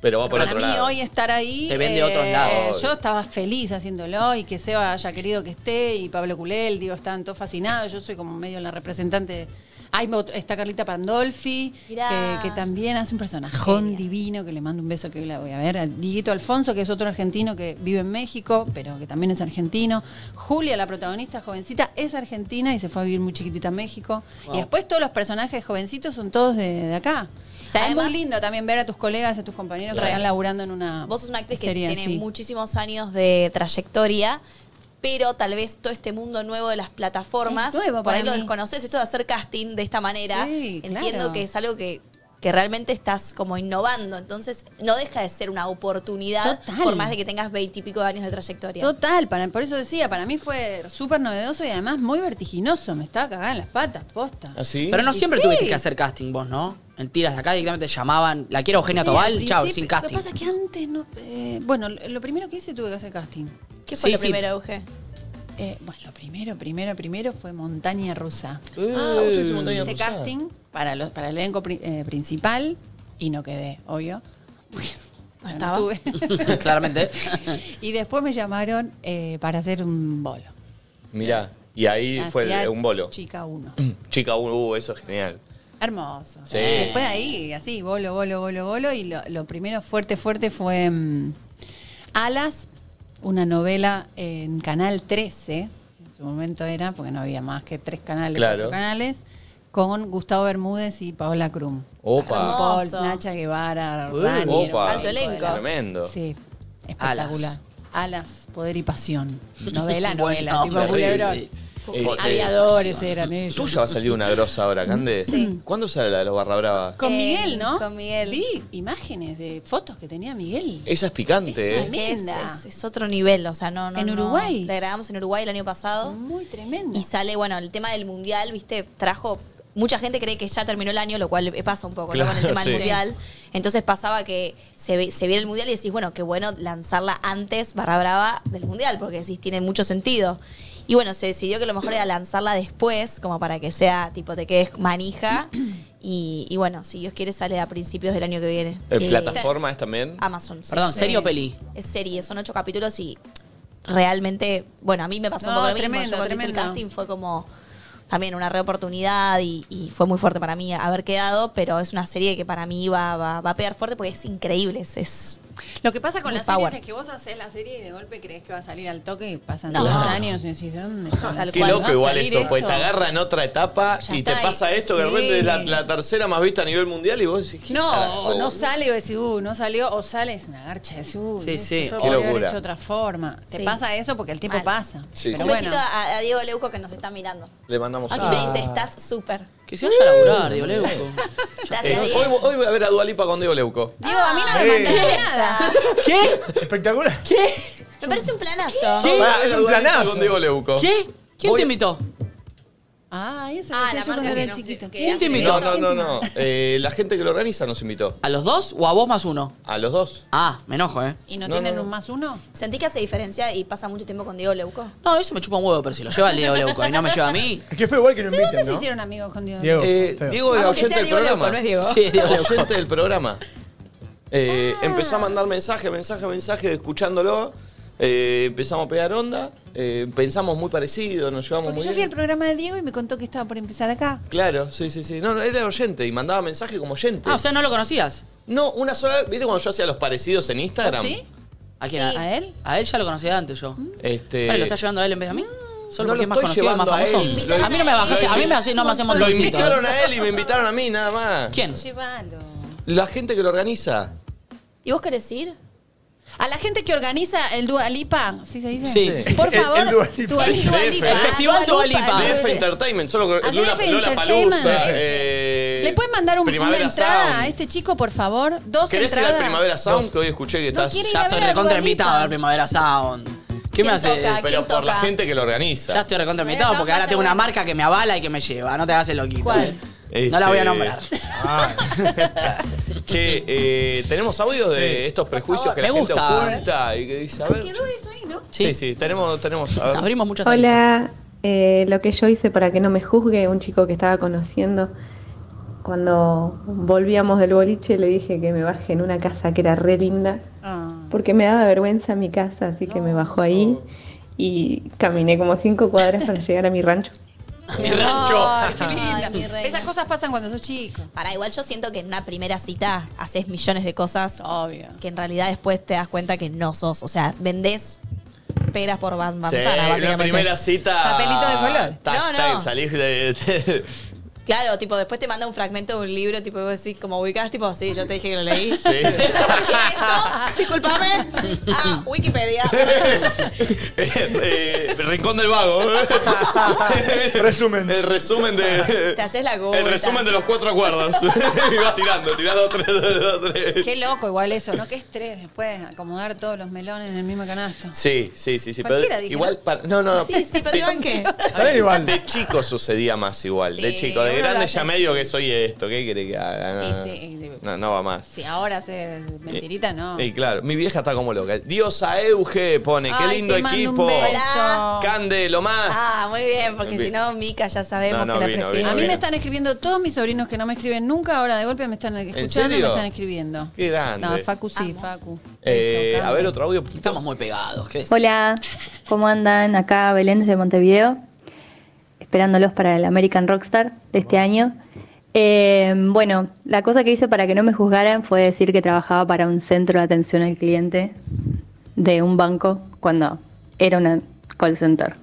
A: Pero va por
D: Para
A: otro
D: mí
A: lado.
D: hoy estar ahí. eh,
B: Te vende otros lados.
D: Yo estaba feliz haciéndolo y que Seba haya querido que esté y Pablo Culel, digo, estaban todos fascinados. Yo soy como medio la representante. de- Ay, me- está Carlita Pandolfi, que,
E: Mirá.
D: que también hace un personajón
E: Genia.
D: divino, que le mando un beso que hoy la voy a ver. A Dieguito Alfonso, que es otro argentino que vive en México, pero que también es argentino. Julia, la protagonista jovencita, es argentina y se fue a vivir muy chiquitita a México. Y después todos los personajes jovencitos son todos de, de acá.
E: O sea,
D: es muy
E: además-
D: lindo también ver a tus colegas, a tus compañeros que
E: Claro.
D: están laburando en una
E: Vos sos una actriz que
D: Ah. serie
E: tiene
D: así.
E: muchísimos años de trayectoria, pero tal vez todo este mundo nuevo de las plataformas,
D: Es nuevo
E: por ahí
D: para
E: lo
D: mí.
E: desconoces, esto de hacer casting de esta manera,
D: Sí,
E: entiendo
D: claro.
E: que es algo que que realmente estás como innovando, entonces no deja de ser una oportunidad
D: Total.
E: por más de que tengas veintipico de años de trayectoria.
D: Total, para, por eso decía, para mí fue súper novedoso y además muy vertiginoso. Me estaba cagada en las patas, posta.
A: ¿Ah, sí?
B: Pero no
D: Y
B: siempre
D: sí.
B: tuviste que hacer casting vos, ¿no? En tiras de acá directamente te llamaban, la quiero Eugenia Tobal,
D: Sí, al
B: chao,
D: principio-
B: sin casting.
D: Lo que pasa es que antes no. eh, bueno, lo lo primero que hice tuve que hacer casting.
E: ¿Qué fue
B: Sí,
E: lo
B: sí.
E: primero, Euge?
D: Eh, bueno, lo primero, primero, primero fue Montaña Rusa.
B: Eh.
A: Ah, vos tuviste montaña
D: Hice
A: rusa.
D: casting para, los, para el elenco pri- eh, principal y no quedé, obvio. No
E: estaba.
D: estuve.
B: Claramente.
D: y después me llamaron eh, para hacer un bolo.
A: Mirá, y ahí fue el-
D: Hacía
A: un bolo.
D: Chica uno.
A: Chica, uh, uh, eso es genial.
D: Hermoso.
A: Sí.
D: Después de ahí, así, bolo, bolo, bolo, bolo. Y lo, lo primero fuerte, fuerte fue mm, Alas, una novela en Canal 13. En su momento era, porque no había más que tres canales,
A: Claro.
D: cuatro canales. Con Gustavo Bermúdez y Paola Krum.
A: Opa.
D: Paul,
E: Hermoso.
D: Nacha Guevara,
B: Uh,
D: Rani,
A: Opa.
E: Alto elenco.
A: Tremendo.
D: Sí, espectacular.
B: Alas.
D: Alas. Poder y Pasión. Novela, novela. tipo
B: nombre,
D: culebrón.
B: sí,
A: Eh,
D: este, Aviadores eran ellos.
A: Tuya va a salir una grosa ahora, Cande. ¿Cuándo sale la de los Barra Brava?
D: Con
E: Eh,
D: Miguel, ¿no?
E: con Miguel.
D: Vi imágenes de fotos que tenía Miguel.
A: Esa es picante, ¿eh?
D: Esta
E: Que es,
D: Tremenda.
E: es- es otro nivel, o sea, no, no.
D: ¿En
E: no.
D: Uruguay?
E: La grabamos en Uruguay el año pasado.
D: Muy tremendo.
E: Y sale, bueno, el tema del mundial, viste, trajo. Mucha gente cree que ya terminó el año, lo cual eh, pasa un poco ¿no?
A: Claro,
E: con el tema
A: sí.
E: del mundial. Entonces pasaba que se, ve- se viera el mundial y decís, bueno, qué bueno lanzarla antes, barra brava, del mundial, porque decís, tiene mucho sentido. Y bueno, se decidió que lo mejor era lanzarla después, como para que sea, tipo, te quedes manija. Y, y bueno, si Dios quiere, sale a principios del año que viene.
A: ¿En
E: Eh,
A: plataforma es también?
E: Amazon. sí.
B: Perdón, ¿serio o peli?
E: Es serie, son ocho capítulos y realmente, bueno, a mí me pasó un
D: No,
E: poco lo mismo.
D: tremendo,
E: Yo cuando hice el
D: tremendo.
E: casting fue como también una re oportunidad y, y fue muy fuerte para mí haber quedado, pero es una serie que para mí va, va, va a pegar fuerte porque es increíble. Es, es-
D: Lo que pasa con
E: Muy
D: las
E: power.
D: series es que vos haces la serie y de golpe crees que va a salir al toque y pasan
E: No.
D: dos años y decís, ¿de dónde? son?
E: Tal
A: Qué
E: cual,
A: loco
D: ¿Va a
A: igual
D: salir
A: eso, pues
D: esto?
A: te agarra en otra etapa
D: Ya
A: y te
D: está,
A: pasa
D: y-
A: esto, que de
D: sí.
A: repente es la, la tercera más vista a nivel mundial y vos decís, ¿qué
D: No,
A: carajo,
D: o no
A: boludo?
D: sale o decís, uh, no salió, o sale, es una garcha, decís, uh,
B: Sí,
D: esto
B: sí.
D: yo
A: Qué
D: podría haber
A: locura.
D: hecho otra forma. Te
E: Sí.
D: pasa eso porque el tiempo
E: Mal.
D: pasa.
A: Sí,
D: Pero
E: un
D: bueno,
E: besito a, a Diego Leuco que nos está mirando.
A: Le mandamos
E: Y
A: un
E: me dice, estás súper.
B: Que se vaya a laburar, digo, Leuco.
A: Eh,
E: Gracias,
A: hoy,
E: Diego.
A: hoy voy a ver a Dualipa con Diego Leuco.
D: Diego, a mí no
F: Eh.
D: me mandaste nada.
B: ¿Qué?
F: Espectacular. Ah,
E: Me parece un planazo.
B: ¿Qué?
A: Voy a ver
F: Es
A: a
F: un
A: Dualipa
F: planazo.
A: Con Diego Leuco.
B: ¿Qué? ¿Quién
A: Voy-
B: te invitó?
D: Ah, eso
G: Ah,
D: lo
G: la
D: hacía yo
G: marca
D: cuando
G: que
D: era
G: no sé,
D: chiquita.
G: que
B: ¿Quién te invitó?
A: No, no, no, no. Eh, la gente que lo organiza nos invitó.
B: ¿A los dos o a vos más uno?
A: A los dos.
B: Ah, me enojo, ¿eh?
D: ¿Y no,
A: No,
D: tienen
A: no, no.
D: un más uno?
E: ¿Sentís que hace diferencia y pasa mucho tiempo con Diego Leuco?
B: No, eso me chupa un huevo, pero si lo lleva el Diego Leuco y no me lleva a mí.
F: Es que fue igual que lo
D: ¿De dónde
F: inviten,
D: se
F: ¿no?
D: hicieron amigos con Diego?
F: Diego.
A: Eh,
F: feo.
A: Diego es
E: Vamos, que
A: oyente
E: sea
A: del
E: Diego
A: programa.
E: Leuco, no es Diego.
B: Sí, Diego Leuco.
A: Oyente del programa. Eh, Empezó a mandar mensaje, mensaje, mensaje, escuchándolo. eh, empezamos a pegar onda, eh, pensamos muy parecido, nos llevamos
D: Porque
A: muy
D: yo fui
A: bien.
D: al programa de Diego y me contó que estaba por empezar acá.
A: Claro, sí, sí, sí. No, no, era oyente y mandaba mensaje como oyente.
B: Ah, o sea, no lo conocías. ¿Ah,
A: No, una sola. ¿Viste cuando yo hacía los parecidos en Instagram?
D: ¿Sí?
B: ¿A quién?
E: Sí. Mm.
B: A,
D: ¿A él?
B: a él ya lo conocía antes yo.
A: Este,
B: Vale, ¿Lo está llevando a él en vez de a mí? Solo porque
A: no lo
B: es más
A: estoy
B: conocido y más
A: llevando a
B: famoso.
A: él.
B: A mí no me bajas, a mí me hace, no me hacemos
A: lo
B: lucito.
A: invitaron a él y me invitaron a mí, nada más.
B: ¿eh? ¿Quién?
D: Llévalo.
A: La gente que lo organiza.
E: ¿Y vos querés ir?
D: A la gente que organiza el Dua Lipa, ¿sí se dice?
B: Sí.
D: Por
F: El-
D: favor,
F: el Dua Lipa.
D: Dua
A: El
D: Dua
A: DF.
D: Lipa,
B: El Festival Dua Lipa.
D: Dua
A: DF Entertainment, solo
D: A
A: con Lula,
D: DF
A: Lola Palusa.
D: Entertainment.
A: eh,
D: ¿Le pueden mandar un- una
A: Primavera
D: entrada
A: Sound.
D: a este chico, por favor? Dos
A: ¿Querés ir
D: entradas.
A: al Primavera Sound? Que hoy escuché que
D: No
A: estás.
D: quiere ir
B: Ya
D: a
B: estoy
D: ver a
B: recontra
D: Dua Lipa.
B: invitado al Primavera Sound. ¿Qué me
E: ¿Quién
B: hace?
E: toca?
A: Pero
E: ¿Quién
A: por la
E: toca?
A: gente que lo organiza.
B: Ya estoy recontra invitado porque ahora tengo una marca que me avala y que me lleva. No te hagas el loquito.
D: ¿Cuál?
B: eh. No la voy a nombrar.
A: Este, Ah. Che, eh, tenemos audio de estos prejuicios que la
B: Me
A: gente
B: gusta.
A: oculta y que dice, a ver.
D: Quedó eso ahí, ¿no?
A: Sí, sí, tenemos, tenemos. a ver.
B: Abrimos muchas
H: Hola, eh, lo que yo hice para que no me juzgue, un chico que estaba conociendo, cuando volvíamos del boliche le dije que me baje en una casa que era re linda,
D: Ah.
H: porque me daba vergüenza mi casa, así que me bajó ahí y caminé como cinco cuadras para llegar a mi rancho.
D: Ah.
B: Mi rancho.
D: Ay, qué linda.
E: Ay, mi reina.
D: Esas cosas pasan cuando sos chico.
E: Para igual yo siento que en una primera cita haces millones de cosas
D: Obvio.
E: que en realidad después te das cuenta que no sos. O sea, vendés peras por ban-
A: Sí,
E: manzana,
A: la
E: básicamente.
A: primera cita.
D: Papelito de color.
A: Tac,
E: No, no.
A: tac, salís de. de-
E: Claro, tipo, después te manda un fragmento de un libro, tipo, y vos decís, como ubicás, tipo, sí, yo te dije que lo leí.
A: Sí.
E: Esto, discúlpame. Ah, Wikipedia.
A: Eh, Rincón del Vago. ¿eh?
F: Resumen.
A: El resumen de.
E: Te haces la
A: El
E: gorda.
A: resumen de los cuatro acuerdos. y vas tirando, tirando tres, dos, tres.
D: Qué loco igual eso, ¿no? Qué estrés después acomodar todos los melones en el mismo canasto.
A: Sí, sí, sí, sí. Pero
D: Cualquiera dice,
A: igual, para- no, no, no.
E: Sí, sí, pero te banqué.
F: También igual.
A: De chico sucedía más igual. de
D: Sí,
A: chico,
D: uno
A: de
D: lo
A: grande
D: hace
A: ya
D: de
A: medio que soy esto. ¿Qué quiere que haga? No,
D: Y
A: no.
D: sí, Ah. de-
A: no, no va más.
D: Si ahora se mentirita, no.
A: Y claro, mi vieja está como loca. Diosa Euge pone, qué
D: Ay,
A: lindo
D: te mando
A: equipo.
D: Un beso.
E: Hola.
A: Cande, lo más.
E: Ah, muy bien, porque
A: Bien.
E: si no, Mica ya sabemos
A: No, no, vino,
E: que la
A: vino,
E: prefiere.
D: A mí
A: Bien.
D: me están escribiendo todos mis sobrinos que no me escriben nunca, ahora de golpe me están escuchando y
A: serio?
D: me están escribiendo.
A: Qué grande.
D: No, Facu sí, Facu.
A: Eh,
D: Eso,
A: a ver, otro audio.
B: Estamos muy pegados. ¿qué es?
H: Hola, ¿cómo andan? Acá Belén desde Montevideo, esperándolos para el American Rockstar de este año. Eh, bueno, la cosa que hice para que no me juzgaran fue decir que trabajaba para un centro de atención al cliente de un banco cuando era una call center.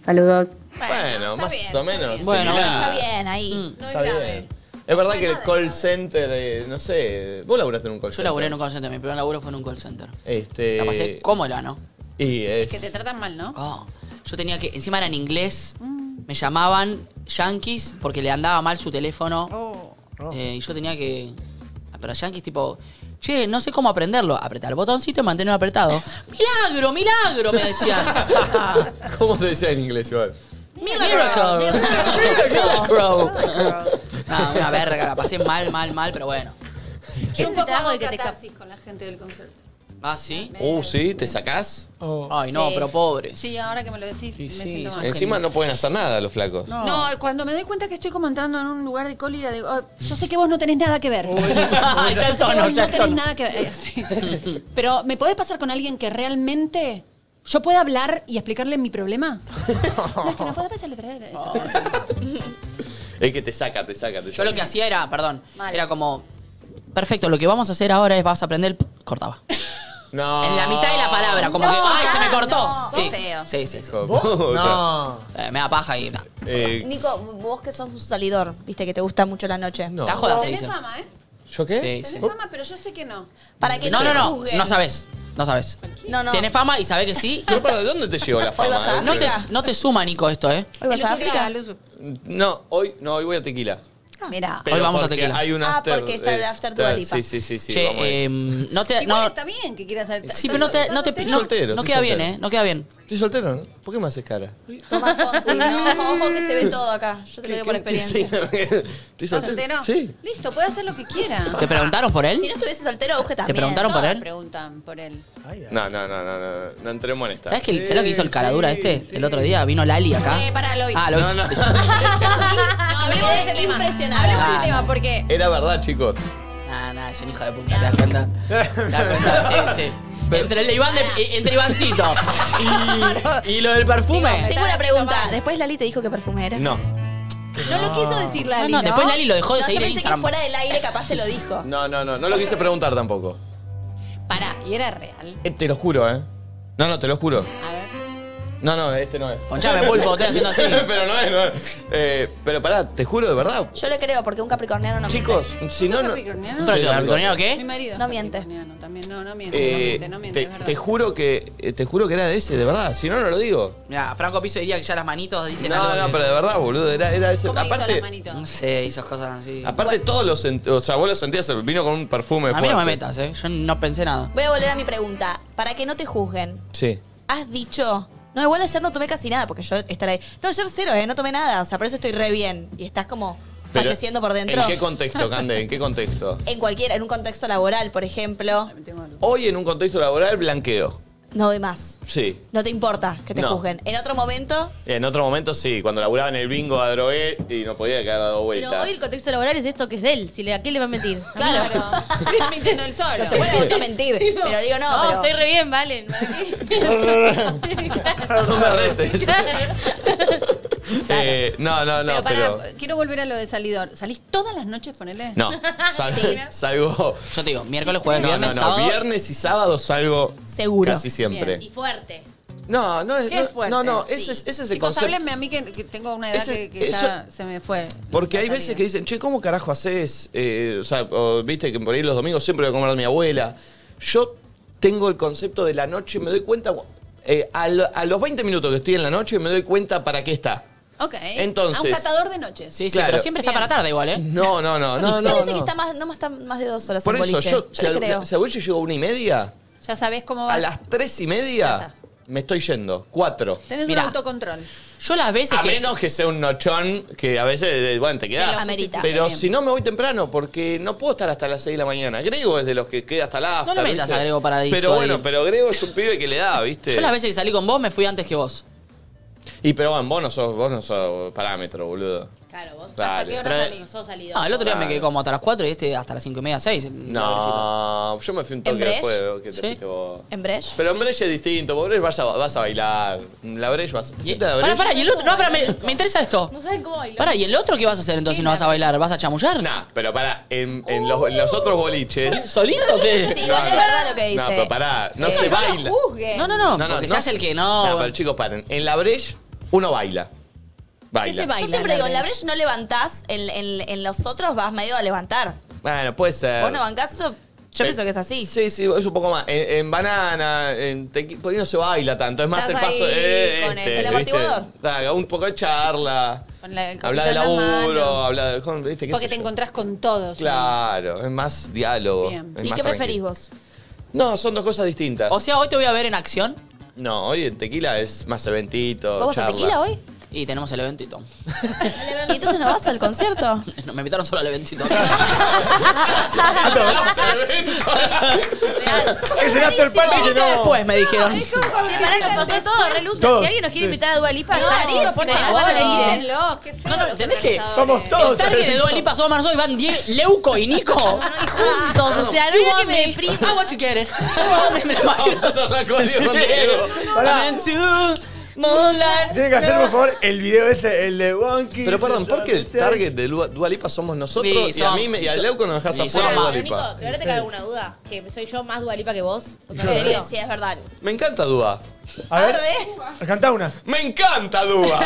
H: Saludos.
A: Bueno, más o menos.
B: Bueno,
A: similar.
E: Está bien,
B: Mm,
E: ahí.
G: No es
A: Está
G: grave.
A: bien. Es verdad que el call center, eh, no sé, vos laburaste en un call
B: Yo
A: center.
B: laburé en un call center. Mi primer laburo fue en un call center.
A: Este,
B: La pasé como el ano.
A: Y es...
D: Que te tratan mal, ¿no?
B: Oh, yo tenía que. Encima era en inglés. Me llamaban Yankees porque le andaba mal su teléfono.
A: Oh.
B: Eh, y yo tenía que. ah, Pero Yankees, tipo. Che, no sé cómo aprenderlo. Apretar el botoncito y mantenerlo apretado. ¡Milagro, milagro! Me decían.
A: ¿Cómo te decía en inglés igual?
B: ¡Miracle! ¡Miracle! Ah, una verga, la pasé mal, mal, mal, pero bueno.
D: Yo un poco
G: Necesitaba
D: hago
G: que te
D: catarsis con la gente del concierto.
B: ¿Ah, sí?
A: Uh, sí, ¿te sacás?
B: Oh. Ay, no,
E: Sí.
B: pero pobres.
D: Sí, ahora que me lo decís,
B: sí,
D: me siento
B: son
D: mal.
A: Encima no pueden hacer nada los flacos.
D: No, cuando me doy cuenta que estoy como entrando en un lugar de cólera, digo, "Oh, yo sé que vos no tenés nada que ver.
B: ya
D: Yo sé
B: el tono,
D: que vos
B: ya
D: no
B: el
D: tenés
B: tono.
D: nada que ver. Eh, sí. Pero, ¿me podés pasar con alguien que realmente yo pueda hablar y explicarle mi problema? no, es que no puedo pasar el verdadero. Eso.
A: Ah. Es que te saca, te saca, te
B: Yo
A: saca.
B: lo que hacía era, perdón,
D: Mal.
B: era como, perfecto, lo que vamos a hacer ahora es vas a aprender, cortaba.
A: No.
B: En la mitad de la palabra, como
D: No,
B: que, ay, se me
D: no,
B: cortó.
D: no,
B: sí,
D: feo.
B: sí, sí, sí.
F: No.
B: Eh, me da paja y... Está
A: Eh,
E: Nico, vos que sos un salidor, viste que te gusta mucho la noche.
A: No.
B: joda, se
D: Tenés
B: dice.
D: fama, ¿eh?
A: ¿Yo
B: Sí,
D: Tenés
B: sí.
D: fama, pero yo sé que no.
E: Para que no,
B: No, no,
E: te
B: no,
E: juzguen.
B: no sabes, no sabes.
E: No, no.
B: Tienes fama y sabes que sí.
A: No, para, ¿De dónde te llegó la fama?
E: vas a-
B: No te, no te suma, Nico, esto, ¿eh?
E: Hoy vas a África.
A: No, hoy, no, hoy voy a tequila.
D: Mira.
B: Hoy vamos a
A: porque
B: tequila.
A: Hay un
E: Ah,
A: after,
E: porque está el
A: eh,
E: after Dua Lipa.
A: Sí, sí, sí, sí.
B: che,
A: vamos a ir.
B: eh, no te...
D: Igual
B: No,
D: está bien que quieras hacer.
B: sí, pero no te... No, te,
A: Estoy
B: no,
A: soltero,
B: no
A: estoy
B: queda bien,
A: soltero.
B: ¿eh? No queda bien.
A: Estoy soltero, ¿no? ¿Por qué me haces cara?
E: Tomás Fonsi, no, ojo que se ve todo acá. Yo te lo digo por experiencia.
A: ¿Estoy soltero?
D: ¿Soltero?
A: Sí.
D: Listo, puede hacer lo que quiera.
B: ¿Te preguntaron por él?
E: Si no estuviese soltero, Uge también.
B: preguntaron? por
D: No,
B: él?
D: preguntan por él.
A: No, no, no, no, no, no, no entremos en esta.
B: ¿Sabes, que, el- ¿Sabes lo que hizo el caradura
F: Sí,
B: este?
F: sí.
B: El otro día vino Lali acá.
D: Sí, pará, lo vi.
B: Ah, lo
A: No,
B: viste.
A: no.
D: No,
E: me
D: hablemos de
E: quedé
D: ese tema.
E: impresionada.
D: Hablemos
B: Ah.
D: del tema porque
A: Era verdad, chicos.
B: Nah, nah, es un hijo de puta, ¿te das cuenta? ¿Te das cuenta? Sí, sí. entre el de Iván de- e- entre Ivancito y, y lo del perfume.
E: Tengo una pregunta. Después Lali te dijo que perfume era.
A: No.
D: No lo quiso decir
B: No,
D: Lali.
B: no, después Lali lo dejó de
E: No, yo
B: seguir en
E: pensé que
B: Instagram.
E: fuera del aire capaz se lo dijo.
A: No, no, no. No lo quise preguntar tampoco.
D: Pará, y era real.
A: Eh, te lo juro, ¿eh? No, no, te lo juro.
D: A ver.
A: No, no, este no es.
B: Ponchame, pulpo, estoy haciendo así.
A: pero no es, no es. Eh, pero pará, te juro de verdad.
E: Yo le creo porque un capricorniano no
A: Chicos, si no,
D: ¿Sos
A: no.
D: capricorniano?
B: ¿Pero
A: Sí,
B: qué, capricorniano
D: Mi
B: qué?
D: marido. es
E: No miente.
D: capricorniano También. No, no miente, no
A: Eh,
D: miente, no miente.
A: te,
D: es verdad.
A: te juro que eh, te juro que era ese, de verdad. Si no, no lo digo.
B: Mira, Franco Piso diría que ya las manitos dicen
A: No,
B: algo
A: no,
B: que-
A: pero de verdad, boludo. Era, era ese.
D: ¿Cómo hizo
A: Aparte,
D: las manitos?
B: No sé, hizo cosas así. A
A: aparte todos los sent- O sea, vos lo sentías, vino con un perfume
B: mí
A: fuerte.
B: no me metas, ¿eh? Yo no pensé nada.
E: Voy a volver a mi pregunta. Para que no te juzguen,
A: Sí.
E: has dicho. No, igual ayer no tomé casi nada, porque yo estaré ahí. No, ayer cero, ¿eh? No tomé nada. O sea, por eso estoy re bien. Y estás como
A: Pero,
E: falleciendo por dentro.
A: ¿En qué contexto, Cande? ¿En qué contexto?
E: En cualquiera, en un contexto laboral, por ejemplo.
A: Hoy en un contexto laboral, blanqueo.
E: No de más.
A: Sí.
E: No te importa que te
A: No.
E: juzguen. En otro momento,
A: En otro momento sí, cuando laburaba en el bingo a drogué y no podía quedar dado
G: Pero
A: vuelta.
G: hoy el contexto laboral es esto que es de él. Si le, ¿A quién le va a mentir? A mí
E: Claro.
G: no. Le está mintiendo el sol.
E: no se puede gusta mentir.
G: Digo,
E: Pero digo, no,
G: no,
E: pero-
G: estoy re bien, Valen.
A: no me retes.
G: Claro.
A: Eh, no, no, no,
D: pero,
A: pero.
D: pará, eh, quiero volver a lo de salidor. ¿Salís todas las noches, ponele?
A: No, sal- salgo.
B: Yo te digo, miércoles, jueves,
A: No, no,
B: viernes,
A: no.
B: sábado.
A: Viernes y sábado salgo.
E: Seguro.
A: Casi siempre.
G: Y fuerte.
A: No, no es.
D: ¿Qué es
A: no-
D: fuerte?
A: No, no, ese, es- ese es el
D: Chicos,
A: concepto.
D: háblenme a mí que, que tengo una edad
A: Ese-
D: que, que ya
A: eso-
D: se me fue.
A: Porque
D: la
A: hay veces
D: salida.
A: que dicen, che, ¿cómo carajo haces? Eh, o sea, o, viste que por ahí los domingos siempre voy a comer a mi abuela. Yo tengo el concepto de la noche, me doy cuenta. eh, a, lo- a los 20 minutos que estoy en la noche, me doy cuenta para qué está.
D: Ok.
E: ¿eh?
A: Entonces-
D: A un catador de noches.
B: Sí, sí,
A: Claro.
B: pero siempre está para tarde igual, ¿eh?
A: No, no, no, no.
E: Sí,
A: no,
E: dice
A: no.
E: que está más, no está más de dos horas
A: Por
E: en
A: eso,
E: boliche.
A: yo,
E: le
A: si,
E: creo.
A: a, si a Boliche llego a una y media,
D: Ya sabés cómo va.
A: a las tres y
D: Ya
A: media
D: está.
A: me estoy yendo. Cuatro.
D: Tenés
B: Mirá.
D: un autocontrol.
B: Yo las veces
A: A
B: que.
A: menos que sea un nochón, que a veces, eh, bueno, te
E: Te lo
A: quedás.
E: amerita.
A: Pero
D: Bien.
A: si no, me voy temprano, porque no puedo estar hasta las 6 de la mañana. Grego es de los que queda hasta la
B: No lo
A: after,
B: metas
A: ¿viste?
B: a Grego para
A: Pero
B: disuadir.
A: bueno, pero Grego es un pibe que le da, ¿viste?
B: Yo las veces que salí con vos me fui antes que vos.
A: Y pero bueno, vos no sos, vos no sos parámetro, boludo.
G: Claro, vos.
A: Dale.
G: ¿Hasta qué hora
B: Pero-
G: salís? Sos salido.
B: Ah, el otro día me
A: Claro.
B: quedé como hasta las 4 y este hasta las 5 y media, 6.
A: No, yo me fui un toque
E: ¿En Brecht?
A: después que te
B: Sí.
A: fuiste vos.
E: ¿En Brecht?
A: Pero en Brecht es distinto, por Brecht vas a, vas a bailar. La Brecht vas a...
B: Y,
A: ¿Fuiste a la
B: para,
A: Brecht?
B: para, y el otro. No, para, me, me interesa esto.
G: No saben cómo bailó.
B: Para, ¿y el otro qué vas a hacer entonces si no vas a bailar? ¿Vas a chamullar?
A: Nah, pero para, en, en los, en los otros boliches...
B: ¿Solito?
E: Sí, igual es verdad lo que dice.
A: No, pero pará, no se
D: No
A: baila.
D: lo juzguen.
B: No, no, no,
A: No, no,
B: porque
A: no
B: se hace
A: se-
B: el que no.
A: No, pero chicos, paren. En la Brecht uno baila. Baila.
G: se baila?
E: Yo siempre digo, en la
G: Brecht.
E: brecha no levantás, en, en- en los otros vas medio a levantar.
A: Bueno, puede ser.
E: Vos no bancás eso, yo pienso que es así.
A: Sí, sí, es un poco más. En, en banana, en tequi, por ahí no se baila tanto. Es más el
D: Estás
A: paso.
D: ahí
A: eh,
D: con el-
A: este,
E: el
A: ¿viste?
E: amortiguador.
A: Dale, un poco de charla.
D: Con la- el copito
A: habla de
D: en la
A: laburo,
D: mano.
A: habla de. con- ¿viste? ¿Qué
D: Porque
A: sé
D: te
A: yo?
D: encontrás con todos.
A: Claro, es más diálogo.
D: Bien.
A: es
E: ¿Y
A: más
E: qué preferís
A: tranquilo.
E: vos?
A: No, son dos cosas distintas.
B: O sea, hoy te voy a ver en acción
A: no, hoy en tequila es más eventito.
E: ¿Vos vas a
A: charla.
E: tequila hoy?
B: y tenemos el eventito.
E: ¿Y entonces no vas al concierto?
B: No, me invitaron solo al eventito.
F: Es el after party que no.
B: Después me dijeron.
G: Che, pará, nos pasó todo, reluce.
F: Todos,
G: Si alguien nos quiere
F: sí.
G: invitar a Dua Lipa,
D: No,
G: no, chicos, por favor, venir.
D: mírenlos, qué feo.
B: No, no,
D: los
B: tenés que-
D: organizadores.
F: Vamos todos.
B: El target de Dua Lipa, Soda Marzó, Iván Diego, Leuco y Nico.
G: Y juntos, o sea, no es que me deprima.
B: I want you get it. I want me
A: Vamos a cerrar con Diego Diego.
F: Pará.
B: into moonlight.
F: Tienen que hacer, por favor, el video ese, el de Wonky.
A: Pero perdón, ¿por qué el target de Lua- Dua Lipa somos nosotros
B: Sí,
A: y a
B: son-
A: mí me- y
B: y
A: a
B: son-
A: Leuco nos dejas
B: y
A: afuera de
B: son-
A: Dua
G: Nico,
A: Lipa?
G: de verdad te cae alguna duda. Que soy yo más Dua Lipa que vos. O sea,
F: Yo.
G: ¿en serio?
E: Sí, es verdad.
A: Me encanta Dua.
F: A ver,
E: Arre.
F: cantá una.
A: ¡Me encanta Dua!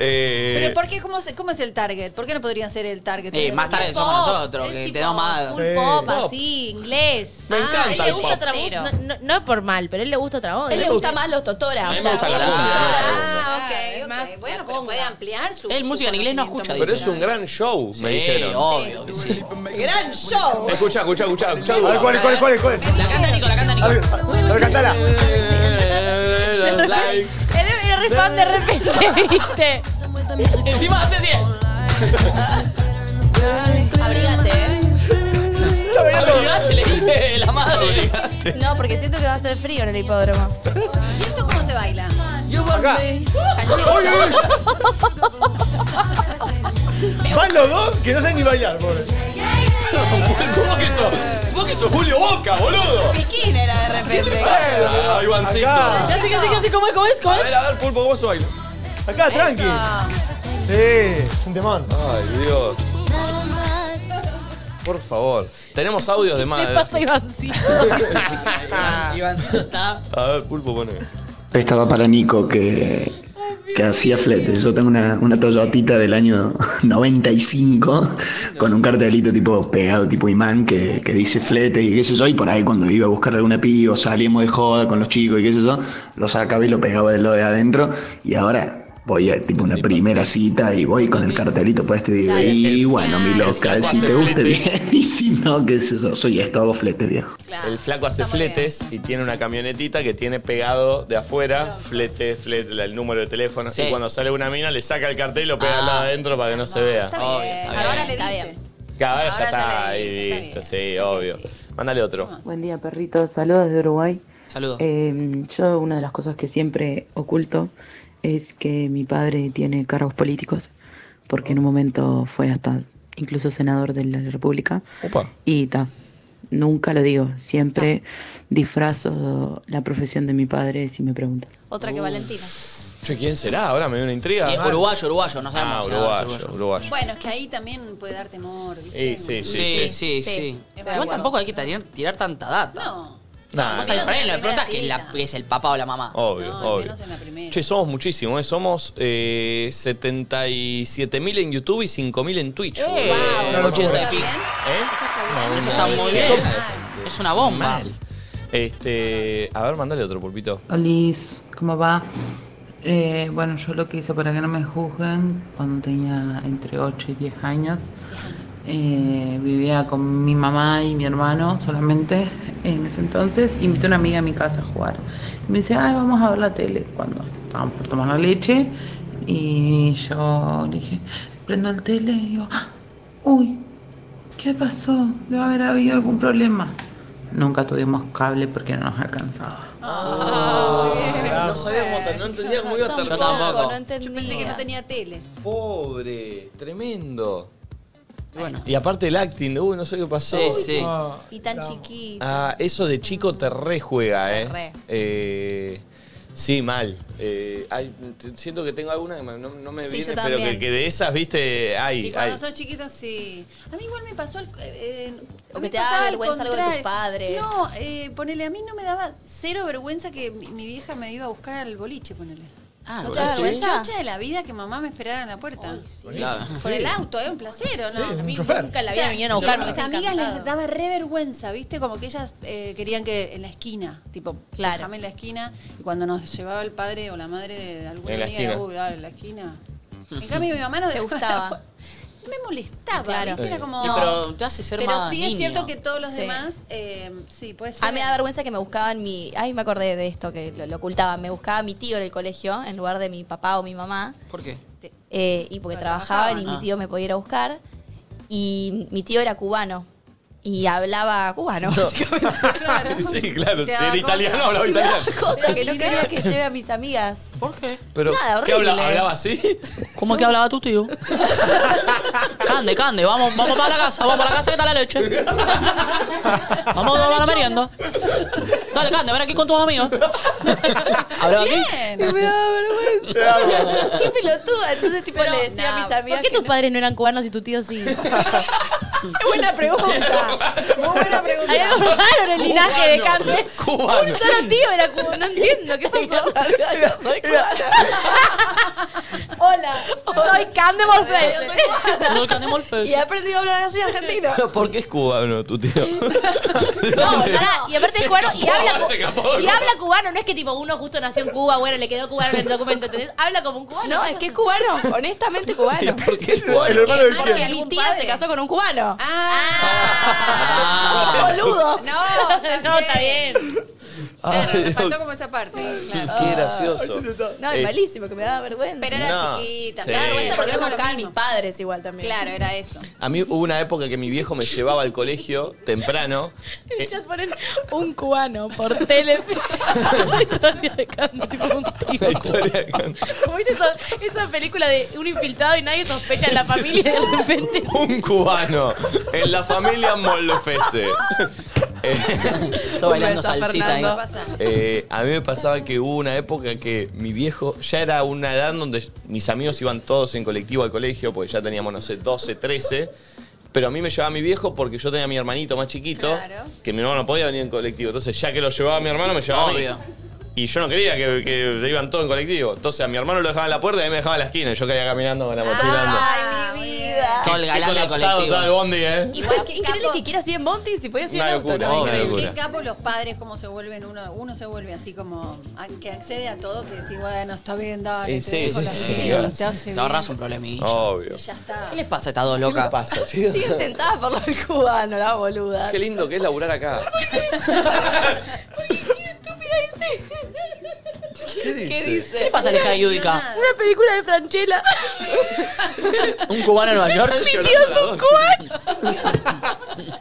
A: Eh,
D: Pero ¿por qué? ¿Cómo, se- ¿Cómo es el target? ¿Por qué no podrían ser el target?
B: Eh, más tarde somos
G: Pop,
B: nosotros,
G: es
B: que
G: tipo
B: tenemos más.
G: Full
F: Sí.
G: pop,
A: Pop.
G: así, inglés.
A: Me encanta
G: Ah,
D: Ah,
G: a él le
A: el
G: gusta
A: pop.
G: otra voz.
D: Cero.
G: No, no, no es por mal, pero a él le gusta otra voz.
E: A él le gusta más los Totora.
A: A mí me
E: o sea,
A: gusta
E: sí,
A: la
E: los
A: cumbia.
E: Totora.
D: Ah, ok.
G: Es
D: ok.
G: más la
D: Bueno, pero
G: conga.
D: puede ampliar su.
B: Él música en inglés no escucha,
A: pero
B: dice.
A: es un gran show, me dijeron.
B: obvio que sí.
E: Gran show.
A: Escucha, escucha, escucha, escucha.
F: A ver, ¿cuál es, cuál es, cuál es? Cuál es?
B: La canta Nico, la canta
F: A ver,
B: Nico.
F: a ver, cantala.
G: Era, era re fan de repente, ¿viste?
B: Encima hace 10.
E: Abrigate, ¿eh?
B: Obligate, le dice la madre.
E: No, porque siento que va a hacer frío en el hipódromo.
D: ¿Y esto cómo se baila?
F: Acá.
E: Canchero.
F: ¡Uy, uy, uy! Van los dos que no saben ni bailar, pobre.
I: yeah, yeah.
A: ¿Vos que sos? ¿Vos que sos Julio Boca, boludo?
E: Piquín era de repente.
A: Ah, Ivancito.
F: Acá,
E: Casi, casi, casi, ¿cómo es? ¿Cómo es? ¿Cómo
A: A
E: es?
A: ver, a ver, Pulpo, ¿cómo soy?
F: acá, tranqui. Sí, es un temón.
A: Ay, Dios. Por favor. Tenemos audios de más.
G: Le pasa a Ivancito.
B: Ivancito está.
A: A ver, Pulpo, pone.
J: Esta va para Nico que, que hacía fletes. Yo tengo una, una Toyotita del año 95 con un cartelito tipo pegado, tipo imán, que, que dice flete y qué sé yo. Y por ahí cuando iba a buscar alguna piba, o salíamos de joda con los chicos y qué sé yo, lo sacaba y lo pegaba de lo de adentro. Y ahora voy a tipo una primera cita y voy con el cartelito puesto y digo, y bueno, mi local, si te gusta bien y si no, qué sé yo, soy esto, hago flete viejo.
A: El flaco hace
G: Está muy
A: fletes y tiene una camionetita que tiene pegado de afuera flete, flete, la- el número de teléfono.
B: Sí.
A: Y cuando sale una mina le saca el cartel y lo pega
B: Ah.
A: al lado adentro para que no se vea.
D: Está
A: Ahora
B: Obvio,
D: bien.
B: está bien,
D: Ahora le
E: está
D: dice.
E: bien.
A: ya
D: Ahora ya
A: está
D: le
A: ahí,
D: dice, está
A: listo,
D: bien.
A: sí, obvio. Mándale otro.
K: Buen día, perrito. Saludos desde Uruguay.
B: Saludos.
K: Eh, yo una de las cosas que siempre oculto es que mi padre tiene cargos políticos, porque en un momento fue hasta incluso senador de la República.
L: Opa.
K: Y ta, nunca lo digo, siempre disfrazo la profesión de mi padre si me preguntan.
E: Otra que Valentina.
A: Che, ¿quién será? Ahora me dio una intriga.
B: Eh, uruguayo, uruguayo, no sabemos.
A: Ah,
B: si nada,
A: uruguayo,
B: seguro.
A: uruguayo.
D: Bueno, es que ahí también puede dar temor, ¿viste?
A: Y sí, sí, sí.
B: Sí, sí, sí.
E: sí.
B: Igual tampoco hay que tirar, tirar tanta data.
D: No,
A: Nah,
B: Vos
A: nah,
B: ahí
D: menos
B: por ahí
D: en la
B: le preguntas
D: primera
B: que, la-
D: cita.
B: que es el papá o la mamá.
A: Obvio,
D: no, al
A: obvio.
D: menos en la primera.
A: Che, somos muchísimos, ¿eh? somos eh, 77.000 en YouTube y 5.000 en Twitch.
B: Eh,
F: no lo
B: 80 y
D: ¿Está
B: pico.
D: bien?
A: ¿Eh?
D: Eso está bien.
B: Eso está muy bien. Es una bomba.
A: Mal. Este, a ver, mandale otro pulpito.
K: Olis, ¿cómo va? Eh, bueno, yo lo que hice para que no me juzguen cuando tenía entre 8 y 10 años. Eh, vivía con mi mamá y mi hermano solamente en ese entonces. Invité a una amiga a mi casa a jugar. Y me dice, ay, vamos a ver la tele cuando estábamos por tomar la leche. Y yo le dije, prendo el tele y digo, "Ah, uy, ¿qué pasó? Debe haber habido algún problema. Nunca tuvimos cable porque no nos alcanzaba.
D: Ah.
A: no sabía cómo ter- Ah, no entendía cómo iba a
B: Yo
A: terminar.
B: tampoco.
G: No entendía.
D: Yo pensé que no tenía tele.
A: Oh, Pobre, tremendo.
B: Bueno.
A: Y aparte el acting de, uy, no sé qué pasó.
B: Sí, sí.
F: Ah,
E: Y tan chiquita.
A: Ah, eso de chico te rejuega, ¿eh?
E: re.
A: Eh, Sí, mal. Eh, ay, t- siento que tengo alguna que me- no, no me
E: Sí,
A: viene,
E: yo
A: pero que,
E: también.
A: que de esas, viste,
D: Y
A: hay,
D: cuando
A: hay.
D: sos chiquito, sí. A mí igual me pasó al- eh, a
E: O
D: mí
E: que te da
D: pasaba al
E: vergüenza algo de tus
D: contrario.
E: padres.
D: No, eh, ponele, a mí no me daba cero vergüenza que mi, mi vieja me iba a buscar al boliche, ponele.
B: Ah,
E: ¿No te
B: bueno.
E: da vergüenza?
D: Chocha de la vida que mamá me esperara en la puerta.
B: Claro.
D: Con el auto, era un placer, ¿o no?
F: Sí,
G: A mí
F: Un chofer.
G: nunca la
D: O
G: vida
D: sea,
G: me vinieron a buscar.
D: a
G: me
D: mis
G: hubiese
D: amigas les
A: Ah,
G: encantado.
D: daba re vergüenza, ¿viste? Como que ellas eh, querían que en la esquina, tipo,
E: Claro.
D: déjame en la esquina. Y cuando nos llevaba el padre o la madre de alguna
A: En la
D: amiga, era,
A: esquina.
D: uy, dale, en la esquina. En cambio, mi mamá no
E: Te
D: dejaba-
E: gustaba.
D: No me molestaba,
E: Claro.
D: ¿viste? Era como...
B: Sí, Pero te hace ser
D: Pero
B: más
D: sí es
B: niño.
D: cierto que todos los
E: Sí.
D: demás, eh, sí, puede ser.
E: A mí me da vergüenza que me buscaban mi. Ay, me acordé de esto que lo, lo ocultaba. Me buscaba mi tío en el colegio en lugar de mi papá o mi mamá.
B: ¿Por qué?
E: eh, y porque
D: Ah,
E: trabajaban y
D: trabajaban.
E: mi
B: Ah.
E: tío me podía ir a buscar. Y mi tío era cubano. Y hablaba cubano, básicamente.
A: Sí,
D: Te
A: claro, si era
D: daba
A: italiano,
D: cosa.
A: hablaba
E: Me daba
A: italiano.
E: cosa que no quería que lleve a mis amigas.
B: ¿Por qué?
A: Pero,
E: Nada,
A: ¿qué habla-
E: horrible.
A: hablaba así?
B: ¿Cómo que hablaba tu tío? cande, cande, vamos, vamos para la casa, vamos para la casa que está la leche. Vamos a tomar la merienda. Dale, cande, ven aquí con tus amigos. Hablaba así.
E: Y me daba vergüenza. Qué pelotuda. Entonces, tipo,
G: Pero,
E: le decía a mis
G: nah,
E: amigas.
G: ¿Por qué
E: que
G: tus padres no eran cubanos y tu tío sí?
E: no. Qué buena pregunta.
D: Muy buena pregunta.
G: Hay algo raro en el linaje de
A: Cubano,
G: Cande.
A: cubano.
G: Un solo tío era cubano. No entiendo qué pasó.
E: soy cubana.
G: Hola, soy Cande Morfeo.
E: Yo soy cubana.
B: No, cande Molfes.
E: Y he aprendido a hablar así argentino.
A: ¿Por qué es cubano tu tío?
G: No, pará, y aparte es cubano y
A: escapó,
G: habla,
A: se
G: cu-
A: escapó.
G: y habla cubano, no es que tipo uno justo nació en Cuba, bueno, le quedó cubano en el documento, ¿entendés? Habla como un cubano.
E: No, es que es cubano. Honestamente,
A: ¿Y
E: cubano.
A: por qué es
F: El
A: cubano?
F: hermano del
G: Porque
F: quién.
G: algún
E: Mi tía
G: padre.
E: se casó con un cubano.
D: Ah,
E: Boludos.
D: no,
G: No, está bien.
D: Claro,
A: Ay,
D: nos faltó
A: Dios.
D: como esa parte. claro.
A: Qué gracioso.
E: No,
A: Eh,
E: es malísimo, que me daba vergüenza.
D: Pero
E: Pero
D: era
A: No,
D: chiquita.
A: sí.
D: Me da vergüenza porque no
E: porque me
D: me lo
E: buscaban mis
D: mismo.
E: padres igual también.
D: Claro, era eso.
A: A mí hubo una época que mi viejo me llevaba al colegio temprano.
B: Eh.
E: El chat ponen un cubano por tele. La historia de Candy, tipo, un tío.
A: La historia de-
G: Como viste esa, esa película de un infiltrado y nadie sospecha en la familia y de repente.
A: Un cubano en la familia Molofese.
B: Todo bailando salsita ahí.
D: Fernando. Pasa.
A: Eh, a mí me pasaba que hubo una época que mi viejo ya era una edad donde mis amigos iban todos en colectivo al colegio, porque ya teníamos, no sé, 12, 13. Pero a mí me llevaba mi viejo porque yo tenía a mi hermanito más chiquito,
D: Claro.
A: que mi hermano no podía venir en colectivo. Entonces, ya que lo llevaba mi hermano, me llevaba a mí.
B: Obvio.
A: Y yo no quería que, que se iban todos en colectivo. Entonces, a mi hermano lo dejaba en la puerta y a mí me dejaba en la esquina. y Yo caía caminando con la mochila.
E: Ay, mi vida.
B: Todo el
A: Qué
B: galán del
A: colapsado
B: colectivo.
A: estaba el bondi, ¿eh?
D: Igual que
E: Increíble
D: capo,
E: que quieras ir en Monty si podías ir en
A: Una
E: auto,
A: locura,
E: ¿no?
A: una
D: qué
A: locura.
D: capo los padres cómo se vuelven uno, uno se vuelve así como a- que accede a todo, que decís, bueno, está bien, dale,
A: Eh,
D: te
A: sí,
D: dejo
A: sí,
D: la
A: sí,
D: sociedad,
A: sí.
D: te hace
B: Te ahorras un
D: bien,
B: problemilla.
A: Obvio.
D: Ya está.
B: ¿Qué les pasa a estas dos locas?
A: pasa, chicos?
E: Sí, intentada por lo del cubano, la boluda.
A: Qué lindo que es laburar acá.
E: estúpida dice?
A: ¿Qué dice?
B: ¿Qué le pasa a la hija de Yudica?
G: Una película de Franchella.
B: ¿Un cubano en Nueva York?
A: Están llorando las dos.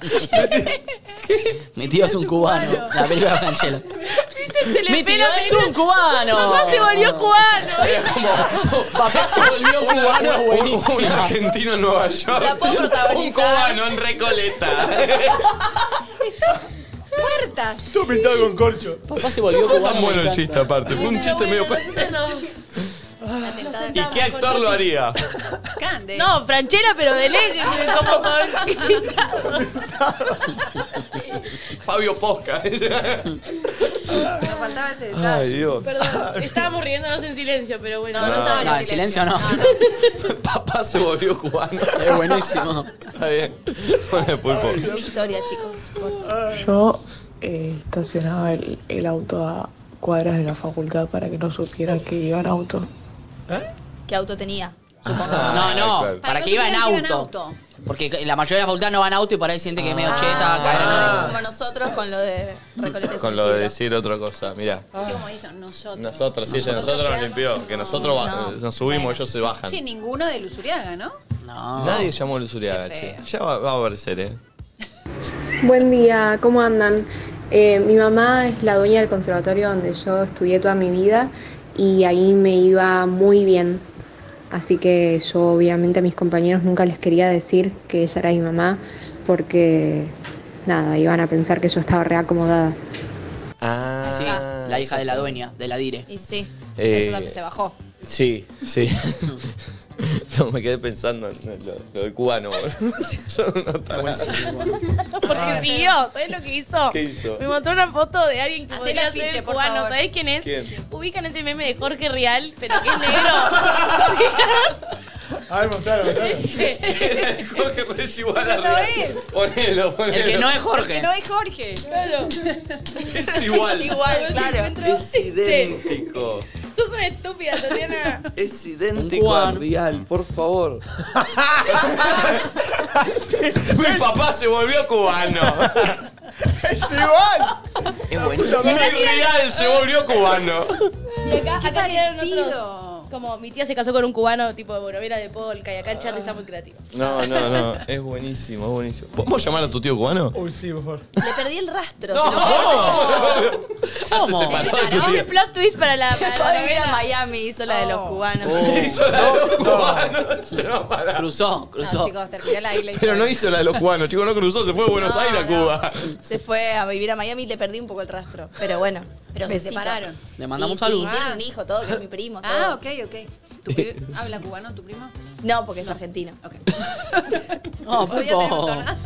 B: Mi tío es un cubano. La película de Franchella. Mi tío
G: Telepela,
B: es un cubano.
G: Papá se volvió cubano.
B: Papá se volvió cubano. es
A: Un, un
B: buenísimo.
A: argentino en Nueva York.
E: La puedo protagonizar.
A: Un cubano en Recoleta.
F: Todo pintado con corcho.
B: Papá se volvió
A: Fue
B: cubano.
A: tan
B: me
A: bueno el
B: encanta.
A: chiste aparte. Fue un chiste medio. pe-
G: Nosotros nos-
D: Atentado
A: ¿Y qué actor lo haría?
D: Cande.
G: No, Franchella, pero de ley, como con.
A: Fabio Posca.
D: nos faltaba ese detalle.
A: Ay, Dios.
G: Perdón, estábamos riéndonos en silencio, pero bueno.
A: No,
D: estaba
B: No, en silencio no.
A: Papá se volvió cubano.
B: Es buenísimo.
A: Está bien. Bueno, pulpo.
E: Es mi historia, chicos.
C: Yo eh, estacionaba el, el auto a cuadras de la facultad para que no supiera que iba en auto.
E: ¿Qué auto tenía?
B: No, no.
A: claro.
B: Para
D: no
B: que iba en
D: supieran que iba en
B: auto. Porque la mayoría de la facultad no va en auto y por ahí siente que es medio cheta.
E: Ah,
B: cadena.
E: Como nosotros con lo de Recoleta y
A: Con lo de
E: Suicidio.
A: decir otra cosa, mirá.
D: ¿Qué como hizo? Nosotros.
A: Nosotros, sí, ese nosotros nos limpió. Que nosotros ba- nos subimos, ellos se bajan.
D: Che, ninguno de Lusuriaga, ¿no?
B: No.
A: Nadie llamó a Luzuriaga,
D: Qué
A: che.
D: feo.
A: Ya va, va a aparecer, ¿eh?
M: Buen día, ¿cómo andan? Eh, mi mamá es la dueña del conservatorio donde yo estudié toda mi vida y ahí me iba muy bien. Así que yo obviamente a mis compañeros nunca les quería decir que ella era mi mamá porque nada, Ah, iban a pensar que yo estaba reacomodada.
A: Ah,
B: Sí, la hija de la dueña, de la dire.
E: Y sí,
A: Eh,
E: eso también se bajó.
A: Sí, sí. No, me quedé pensando en lo, lo del cubano. boludo. Son unos tarados.
G: Porque siguió, ¿sabes lo que hizo?
A: ¿Qué hizo?
G: Me mostró una foto de alguien que
D: Hacé
G: podría
D: el afiche,
G: ser
D: por
G: cubano,
D: favor.
G: ¿sabés quién es?
A: ¿Quién?
G: Ubican ese meme de Jorge Rial, pero que es negro.
F: A ver, mostralo, mostralo.
A: Jorge no es igual a Rial. Ponelo, ponelo.
B: El que no es Jorge.
E: es Jorge.
G: claro.
A: es igual.
E: Igual, claro.
A: Es idéntico.
G: Sos una estúpida, Tatiana.
A: Es
B: Un
A: idéntico
B: cubano.
A: a Rial, por favor. Mi papá se volvió cubano.
F: ¡Es igual!
B: Es buenísimo.
A: Mi Rial se volvió cubano.
G: Y acá, acá tiraron
D: parecido.
G: otros. Como mi tía se casó con un cubano, tipo de Borovera de Polka, y acá el chat está muy creativo.
A: No, no, no. Es buenísimo, es buenísimo. ¿Podemos llamar a tu tío cubano?
F: Uy, sí, por favor.
E: Le perdí el rastro.
A: No,
E: Si no,
A: Ah, se separó de tu
G: Vamos
A: tío.
G: el plot twist para la, para la
E: para vivir a
G: novela.
E: Miami hizo la de los
A: Oh.
E: cubanos.
A: Hizo la de los cubanos. se va a parar.
B: Cruzó,
E: Ah,
D: No,
B: cruzó.
D: chicos, terminá la isla.
A: Pero no hizo la de los cubanos, chicos, no cruzó, se fue de Buenos Aires a Cuba.
E: Se fue a vivir a Miami y le perdí un poco el rastro. Pero bueno.
D: Pero se separaron.
B: Le mandamos
E: Sí,
B: un
E: Sí,
B: saludo.
E: tiene un hijo, todo, que es mi primo. Todo.
D: Ah, ok, ok. ¿Tu pri- ¿Habla cubano tu primo?
E: No, porque es argentino.
D: Ok.
B: No, por
D: Podía tener
B: favor.
D: botonada.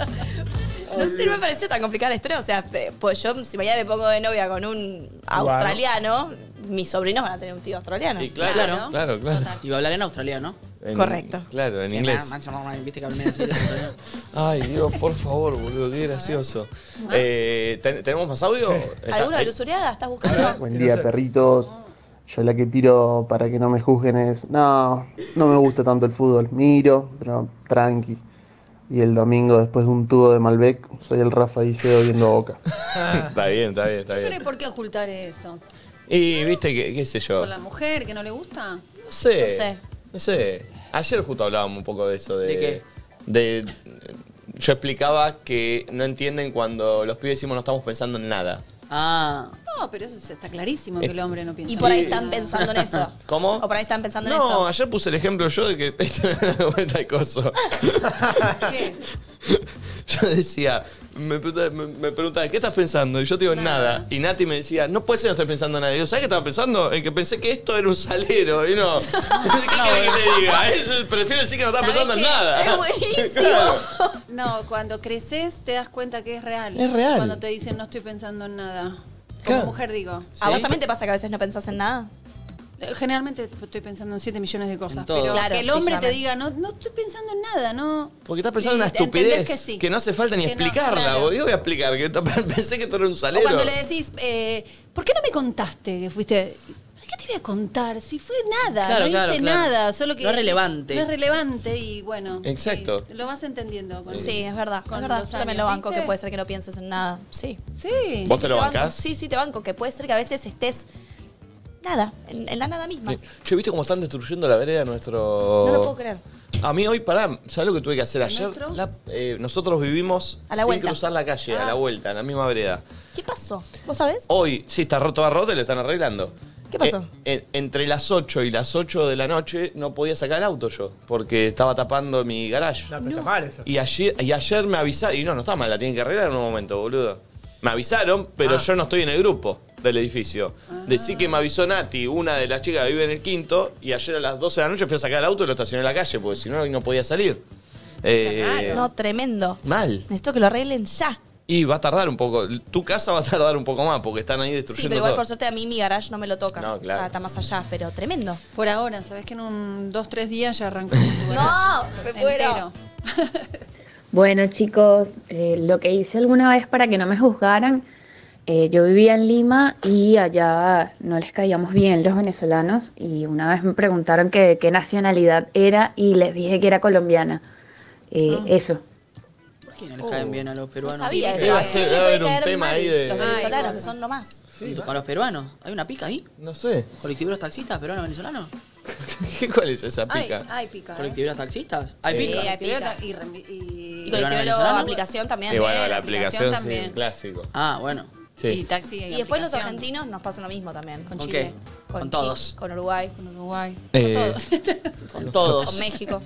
E: No sé, no me pareció tan complicada la historia. O sea, pe- pues yo, si mañana me pongo de novia con un australiano, mis sobrinos van a tener un tío australiano.
B: Claro.
A: Claro, claro.
B: Y va a hablar en australiano.
A: En-
E: Correcto.
A: Claro, en inglés.
B: Viste que hablé así de australiano.
A: Ay, Dios, por favor, boludo, qué gracioso. Eh, ¿ten- ¿Tenemos más audio? Está-
E: ¿Alguno de
A: ahí-
E: los Uriaga estás buscando?
F: Buen día, perrito.
N: Perritos, yo la que tiro para que no me juzguen es, no, no me gusta tanto el fútbol, miro, pero tranqui. Y el domingo, después de un tubo de Malbec, soy el Rafa Diceo viendo Boca.
A: está bien, está bien, está
D: Pero ¿y
A: bien.
D: por qué ocultar eso?
A: Y viste, que- qué sé yo.
D: ¿Por la mujer que no le gusta?
A: No sé. No sé. Ayer justo hablábamos un poco de eso. ¿De,
D: ¿De qué?
A: de- yo explicaba que no entienden cuando los pibes decimos no estamos pensando en nada.
B: Ah.
D: No, pero eso está clarísimo que el hombre no piensa.
E: Y por ahí
D: en
E: están
D: nada.
E: pensando en eso.
A: ¿Cómo?
E: O por ahí están pensando en
A: No,
E: eso.
A: ayer puse el ejemplo yo de que esto me da vuelta de coso. Yo decía, me, pregunta- me- me preguntaban, ¿qué estás pensando? Y yo te digo, nada. Y Nati me decía, no puede ser, no estoy pensando en nada. Y yo, ¿sabes qué estaba pensando? En que pensé que esto era un salero. Y no, ¿qué querés que te diga? Es- prefiero decir que no estaba
D: ¿Sabés
A: pensando en
D: qué?
A: nada.
D: Es buenísimo.
A: Claro.
D: No, cuando creces te das cuenta que es real.
A: Es real.
D: Cuando te dicen no estoy pensando en nada. Como mujer digo. Eh,
E: ¿A vos también te pasa que a veces no pensás en nada?
D: Generalmente estoy pensando en 7 millones de cosas.
A: todo.
D: Pero
E: Claro,
D: que el
E: sí,
D: hombre
E: ya
D: te
E: me-
D: diga, no, no estoy pensando en nada, no.
A: Porque estás pensando en
D: Y
A: una
D: entendés
A: estupidez
D: que sí.
A: no hace falta ni
D: Que no,
A: explicarla.
D: claro.
A: boludo. Yo voy a explicar que esto- pensé que esto era un
D: O
A: salero.
D: cuando le decís, eh, ¿por qué no me contaste que fuiste? ¿Para qué te voy a contar? Si fue nada,
B: Claro,
D: no hice
B: claro, claro.
D: nada, solo que
B: No es relevante.
D: No es relevante y bueno,
A: Exacto.
D: lo vas entendiendo. Con
E: Sí, es verdad.
D: Con
E: es verdad.
D: los
E: Yo también
D: años,
E: lo banco
D: ¿viste?
E: que puede ser que no pienses en nada. Sí.
D: Sí.
A: ¿Vos te lo
E: banco.
A: bancás?
E: Sí, sí, te banco. Que puede ser que a veces estés nada, en, en la nada misma.
A: Che, ¿viste cómo están destruyendo la vereda nuestro.
E: No lo puedo creer.
A: A mí hoy, pará, ¿sabes lo que tuve que hacer
E: ¿El
A: ayer?
E: metro?
A: La- eh, nosotros vivimos
E: A la
A: sin
E: vuelta. Ah.
A: cruzar la calle, a la vuelta, en la misma vereda.
E: ¿Qué pasó? ¿Vos sabés?
A: Hoy, sí, está roto, va roto y lo están arreglando.
E: ¿Qué pasó?
A: Eh, en- entre las 8 y las 8 de la noche no podía sacar el auto yo, porque estaba tapando mi garage.
F: No, pero está mal eso.
A: Y ayer, y ayer me avisaron, y no, no está mal, la tienen que arreglar en un momento, boludo. Me avisaron, pero yo no estoy en el grupo del edificio. Decí que me avisó Nati, una de las chicas que vive en el quinto, y ayer a las 12 de la noche fui a sacar el auto y lo estacioné en la calle, porque si no, hoy no podía salir. Eh,
E: No, tremendo.
A: Mal.
E: Necesito que lo arreglen ya.
A: Y va a tardar un poco. Tu casa va a tardar un poco más, porque están ahí
E: Sí,
A: destruyendo
E: pero igual
A: todo.
E: por suerte a mí mi garage no me lo toca.
A: No, claro.
E: Está, está más allá, pero tremendo.
D: Por ahora, sabés que en un dos, tres días ya arrancó.
E: No, me muero.
O: Bueno, chicos, eh, lo que hice alguna vez para que no me juzgaran, eh, yo vivía en Lima y allá no les caíamos bien los venezolanos y una vez me preguntaron que de qué nacionalidad era y les dije que era colombiana. Eh,
D: Ah.
O: Eso.
B: ¿Por qué no les caen bien a los peruanos?
E: No sabía
A: eso. Iba a ser-
B: ¿Quién le
A: iba a
B: puede
A: haber un
B: caer
A: tema
B: mal?
A: ahí de-
B: Los
E: Los
A: Ay,
E: venezolanos,
A: bueno.
E: que son lo más.
B: ¿Con los peruanos? ¿Hay una pica ahí?
A: No sé.
B: ¿Colectiveros taxistas peruanos-venezolanos?
A: ¿Cuál es esa pica?
D: Hay pica. ¿eh?
B: ¿Colectiveros taxistas? ¿Hay
A: Sí.
B: pica?
E: hay pica.
D: Y, remi- y,
E: Y colectivero
B: venezolano?
E: aplicación también.
A: Y bueno, la
E: Aplicación
A: aplicación, sí,
E: también.
A: clásico.
B: Ah, bueno.
A: Sí.
D: y taxi.
E: Y después los argentinos nos pasa lo mismo también.
B: ¿Con Chile. qué? Con todos.
E: Chi- Con Uruguay.
D: Con Uruguay.
A: Eh,
B: Con todos.
E: Con México.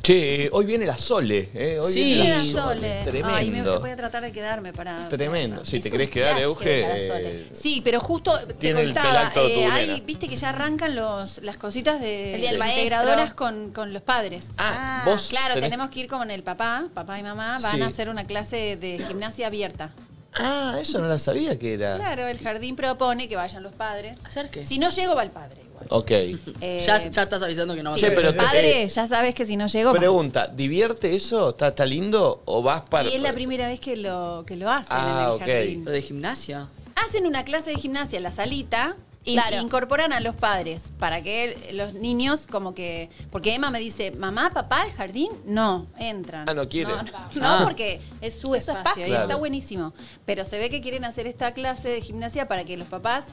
A: che, hoy viene la Sole. Eh, hoy
B: Sí.
A: viene la
D: Queda Sole.
A: Tremendo.
D: Ay, me voy a tratar de quedarme para.
A: Tremendo. Si
D: Es
A: te
D: un
A: querés quedar,
D: flash que venga
A: Euge.
D: la Sole.
A: eh,
D: Sí, pero justo te
A: Tiene el
D: contaba,
A: pelazo
D: eh,
A: tubular.
D: hay, viste que ya arrancan los, las cositas de
E: El día
D: de
E: del maestro.
D: integradoras con, con los padres.
A: Ah, vos
D: Claro,
A: tenés-
D: tenemos que ir con el papá, papá y mamá, van
A: Sí.
D: a hacer una clase de gimnasia abierta.
A: Ah, eso no la sabía que era.
D: Claro, el jardín propone que vayan los padres.
B: ¿Hacer qué?
D: Si no llego, va el padre.
A: Ok.
D: Eh,
B: Ya, ya estás avisando que no vas
A: Che,
B: a
A: pero te-
D: padre,
A: eh,
D: ya sabes que si no llego, vas.
A: Pregunta, ¿divierte eso? ¿Está, está lindo o vas para...?
D: Y es la primera vez que lo, que lo hacen
A: Ah,
D: en el
A: ok.
D: jardín.
B: ¿Pero de gimnasia?
D: Hacen una clase de gimnasia en la salita y
E: Claro.
D: incorporan a los padres para que los niños como que... Porque Emma me dice, mamá, papá, el jardín, no, entran.
A: Ah, no quiere.
D: No, no,
A: Ah.
D: no, porque es su espacio, y
A: Claro.
D: está buenísimo. Pero se ve que quieren hacer esta clase de gimnasia para que los papás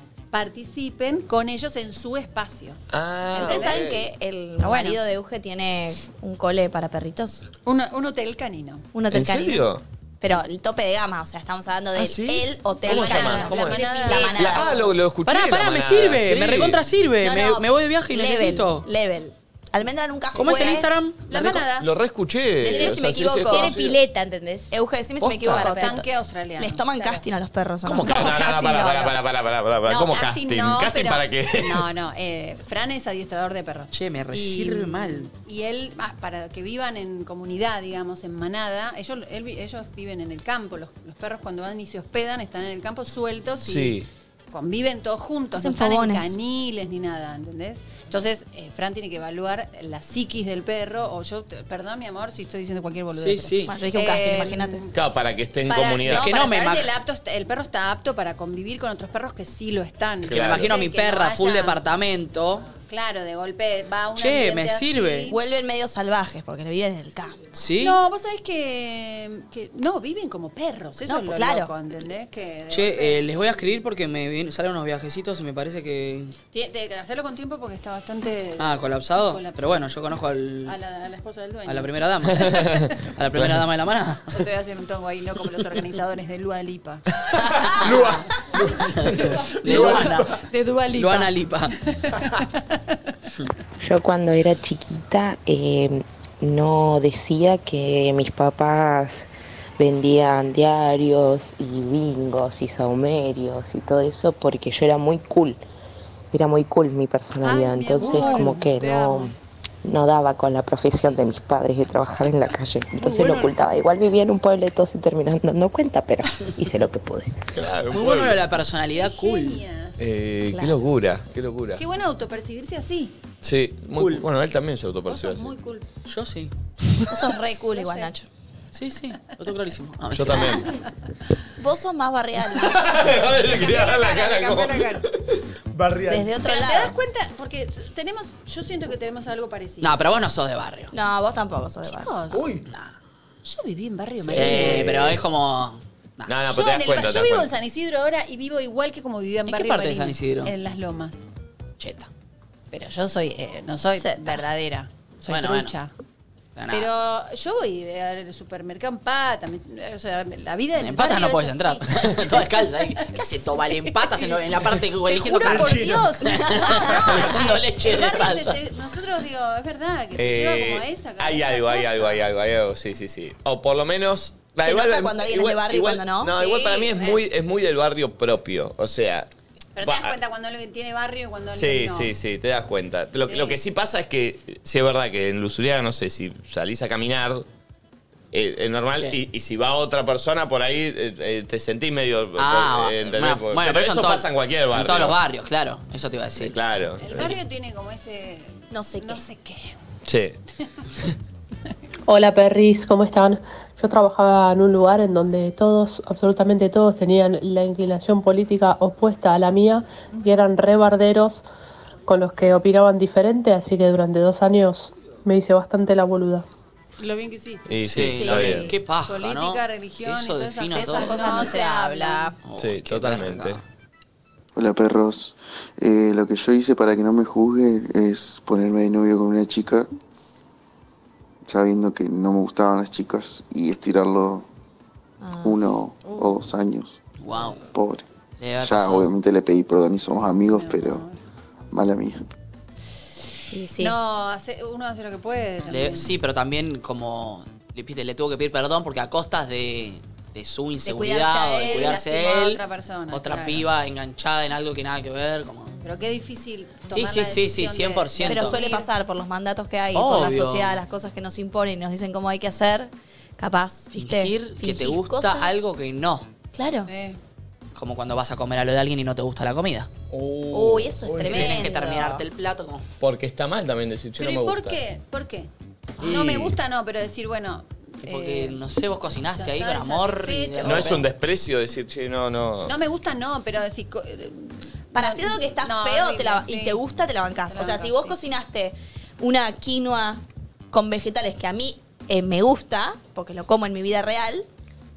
D: participen con ellos en su espacio.
A: Ah,
E: Ustedes
A: ok.
E: saben que el
D: Ah, bueno.
E: marido de Euge tiene un cole para perritos.
D: Un, un hotel canino.
E: Un hotel
A: ¿En
E: canino.
A: serio?
E: Pero el tope de gama, o sea, estamos hablando del
A: Ah, ¿sí?
E: el hotel
A: ¿Cómo se
E: canino.
A: llama? ¿Cómo
E: la
A: es?
E: manada.
A: La- ah, lo, lo escuché.
B: Pará,
A: la
B: pará, me
A: manada,
B: sirve.
A: sí.
B: Me recontra sirve.
E: No,
B: me,
E: no,
B: me voy de viaje y
E: level,
B: necesito.
E: Level. Almendra nunca
B: ¿Cómo
E: fue.
B: es el Instagram?
D: La
B: Me reco-
D: manada.
A: Lo reescuché.
E: Decime si me
A: sí, sí,
E: equivoco.
A: estaba-
G: Tiene pileta, ¿entendés?
E: Euge, decime si me
A: Posta.
E: equivoco.
D: Para
E: te-
D: tanque australiano.
E: Les toman
D: Claro.
E: casting a los perros. ¿o
A: ¿Cómo
E: no?
A: casting? No, no, no, para, para, para, para, para, para, para.
D: No,
A: ¿Cómo casting?
D: no,
A: ¿Casting
D: pero-
A: para qué?
D: No, no. eh, Fran es adiestrador de perros.
B: Che, me
D: Y-
B: resirve mal.
D: Y él, ah, para que vivan en comunidad, digamos, en manada, ellos, él vi- ellos viven en el campo. Los, los perros cuando van y se hospedan están en el campo sueltos y
A: Sí.
D: conviven todos juntos,
E: Hacen
D: no están
E: fogones.
D: en caniles ni nada, ¿entendés? Entonces, eh, Fran tiene que evaluar la psiquis del perro, o yo, te- perdón mi amor si estoy diciendo cualquier boludez.
B: Sí,
D: pero-
B: sí.
E: Bueno, yo dije un casting,
D: Eh,
E: imagínate.
A: Claro, para que esté en
D: para-
A: comunidad.
D: No,
B: que
D: para
B: no me
D: saber
B: imag-
D: si el, apto está- el perro está apto para convivir con otros perros que sí lo están.
B: Que me imagino a mi
D: Que no
B: perra, full
D: haya-
B: departamento.
D: Claro, de golpe va un
B: Che,
D: ambiente
B: me
D: así.
B: sirve.
E: Vuelven medio salvajes porque viven en el campo.
B: ¿Sí?
D: No, vos sabés que, que- No, viven como perros. Eso
E: No,
D: es lo
E: claro.
D: loco, ¿entendés? Que de golpe-
B: Che, eh, les voy a escribir porque me vienen- salen unos viajecitos y me parece que.
D: Tien- tenés que hacerlo con tiempo porque está bastante.
B: Ah, colapsado.
D: colapsado.
B: Pero bueno, yo conozco al-
D: A la, a la esposa del dueño.
B: a la primera dama. a la primera dama de la manada.
D: Yo te voy a hacer un tongo ahí, no como los organizadores de Lua Lipa.
B: De Luana.
D: De Dua Lipa.
B: Luana Lipa.
P: Yo cuando era chiquita eh, no decía que mis papás vendían diarios y bingos y saumerios y todo eso porque yo era muy cool. Era muy cool mi personalidad,
Q: Ay, mi
P: entonces
Q: amor,
P: como que
Q: te
P: no,
Q: amo.
P: no daba con la profesión de mis padres de trabajar en la calle. Entonces lo
B: bueno.
P: ocultaba. Igual vivía en un pueblo y todos se terminaron dando cuenta, pero hice lo que pude.
B: Muy bueno lo de la personalidad cool.
A: Eh,
D: Claro.
A: Qué locura, qué locura.
D: Qué bueno autopercibirse así.
A: Sí, muy, bueno, él también se autopercibe así.
D: Muy cool.
B: Yo sí.
E: Vos sos re cool igual, Nacho.
B: Sí, sí, lo tengo clarísimo.
A: Yo también.
E: Vos sos más barrial.
A: Le quería dar la cara como-
F: Barrial.
E: Desde otro
D: Pero
E: lado.
D: ¿Te das cuenta? Porque tenemos. Yo siento que tenemos algo parecido.
B: No, pero vos no sos de barrio.
E: No, vos tampoco sos de barrio.
D: Chicos.
F: Uy.
D: Yo viví en barrio
B: Sí,
D: María.
B: pero es como. No,
A: Ah, no,
D: yo en el bar- yo vivo en San Isidro ahora y vivo igual que como vivía en,
B: ¿En qué
D: barrio
B: parte de
D: Marín,
B: San Isidro?
D: En las lomas.
B: Cheta.
D: Pero yo soy, eh, no soy verdadera. Soy
B: Bueno,
D: trucha.
B: Pero nada.
D: Pero yo voy al supermercado en pata. me- O sea, la vida en
B: En
D: el
B: patas
D: barrio
B: no
D: es
B: puedes
D: así.
B: entrar. Todo descalza ahí. ¿Qué hace Tobal en patas en, lo- en la parte que
D: Te
B: eligiendo
D: juro por Dios.
B: Eligiendo leche
D: El
B: de
D: barrio te
B: pata.
D: lle- nosotros digo, es verdad que te
A: Eh,
D: lleva como a esa cara.
A: hay
D: esa
A: algo, hay
D: cosa.
A: algo, hay algo, hay algo, sí, sí, sí. O por lo menos.
E: Se
A: igual-
E: nota cuando alguien es de barrio y
A: igual-
E: cuando no.
A: No,
E: Sí,
A: igual para mí es muy, es muy del barrio propio. O sea.
D: Pero
A: va-
D: te das cuenta cuando alguien tiene barrio y cuando
A: Sí,
D: alguien no.
A: sí, sí, te das cuenta. Lo,
D: Sí.
A: lo que sí pasa es que, sí es verdad que en Lusuriaga, no sé, si salís a caminar, eh, es normal, y, y si va otra persona por ahí, eh, eh, te sentís medio...
B: Ah,
A: eh, ¿entendés?
B: bueno,
A: Porque-
B: bueno, pero eso en todo-
A: pasa en cualquier
B: en
A: barrio.
B: todos los barrios, claro. Eso te iba a decir.
A: claro.
D: El barrio tiene como ese. No sé qué. No sé qué.
A: Sí.
R: Hola perris, ¿cómo están? Yo trabajaba en un lugar en donde todos, absolutamente todos, tenían la inclinación política opuesta a la mía y eran rebarderos con los que opinaban diferente, así que durante dos años me hice bastante la boluda.
D: Lo bien que hiciste.
A: Y sí, está bien.
B: Qué paja,
D: Política,
B: ¿no?
D: religión,
B: Que eso
D: y todas esas
B: defina
D: cosas.
B: todo. Oh,
D: Esas cosas no se habla.
A: sí, totalmente.
Q: Hola perros, Eh, lo que yo hice para que no me juzgue es ponerme de novio con una chica sabiendo que no me gustaban las chicas y estirarlo
E: Ah.
Q: uno o dos años.
B: Wow.
Q: Pobre.
B: Debe
Q: Ya
B: haber pasado.
Q: obviamente le pedí perdón y somos amigos, pero mala mía.
D: No, hace- uno hace lo que puede. también.
B: Le- sí, pero también como le, pide- le tuvo que pedir perdón porque a costas de, de su inseguridad
D: cuidarse a
B: o de
D: él,
B: cuidarse
D: lastimó a
B: él,
D: otra persona,
B: otra
D: claro.
B: piba enganchada en algo que nada que ver, como
D: Pero qué difícil. Tomar
B: Sí, sí,
D: la
B: sí, sí,
D: decisión de-
B: 100%.
E: Pero suele pasar por los mandatos que hay, por la
B: Obvio.
E: sociedad, las cosas que nos imponen y nos dicen cómo hay que hacer. Capaz, ¿viste?
B: fingir que te
E: Fingís
B: gusta
E: cosas.
B: algo que no,
E: Claro.
B: como cuando vas a comer a lo de alguien y no te gusta la comida.
E: Uy, eso es
B: Uy,
E: tremendo.
B: Tienes que terminarte el plato como
A: Porque está mal también decir, che,
D: Pero ¿y
A: no me
D: por
A: gusta.
D: qué? ¿Por qué? No
A: Y-
D: me gusta, no, pero decir, bueno.
B: porque
D: eh,
B: no sé, vos cocinaste
D: ya
B: ahí con
D: está
B: amor. y de
D: satisfecho.
A: No
B: repente-
A: es un desprecio decir, che, no, no.
D: no me gusta, no, pero decir. co- eh,
E: Para
D: no,
E: hacer algo que está
D: no,
E: feo te la-
D: horrible,
E: y
D: sí.
E: te gusta, te la bancás.
D: Te la
E: o sea,
D: bancás,
E: si vos
D: sí.
E: cocinaste una quinoa con vegetales que a mí eh, me gusta, porque lo como en mi vida real,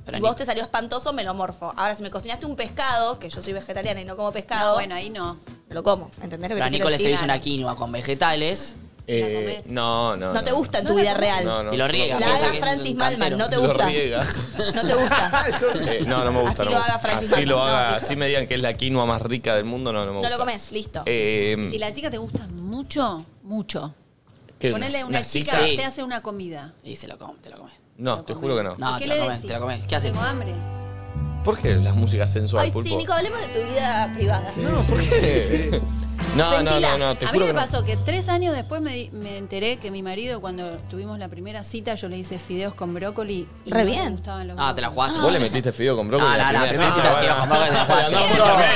B: Pero
E: y
B: ni-
E: vos te salió espantoso, me lo morfo. Ahora, si me cocinaste un pescado, que yo soy vegetariana y no como pescado.
D: No, bueno, ahí no.
E: Lo como, ¿entendés lo que
B: Pero a
E: te quiero
B: Nicole se
E: decir?
B: hizo una quinoa con vegetales.
A: Eh, no, no.
E: No te gusta en tu vida real.
A: No, no.
B: Y lo riega.
E: La
B: piensa
E: haga
B: que es
E: Francis
B: un
E: Malman,
B: cantero.
E: no te
A: Lo
E: gusta.
A: riega.
E: No te gusta.
A: Eh, no, no me gusta. no me gusta.
E: Así lo haga Francis
A: Así lo
E: Malman,
A: haga,
E: no.
A: así me digan que es la quinoa más rica del mundo, no, no me
E: No
A: gusta.
E: lo comes, listo.
A: Eh,
D: Si la chica te gusta mucho, mucho.
A: ¿qué,
D: Ponele una, chica
A: sisa?
D: te hace una comida.
B: Y se lo come, te lo comes.
A: No, te juro que no.
B: No,
D: ¿Qué
B: te
D: le
B: lo comes,
D: decís?
B: te lo comes. ¿Qué haces?
D: Tengo hambre.
A: ¿Por qué la música sensual,
E: Ay,
A: pulpo?
E: sí, Nico, hablemos de tu vida privada.
A: No, ¿por qué? No, no,
D: Ventila.
A: no, no, te
D: A mí
A: juro
D: me
A: que no.
D: pasó que tres años después me, di- me enteré que mi marido, cuando tuvimos la primera cita, yo le hice fideos con brócoli. Y no
E: Re
D: me
E: bien.
D: gustaban los
B: Ah, te la jugaste.
A: Vos le metiste fideo con brócoli.
B: No, no, no, primero hiciste los fideos con brócoli, te la jugaste.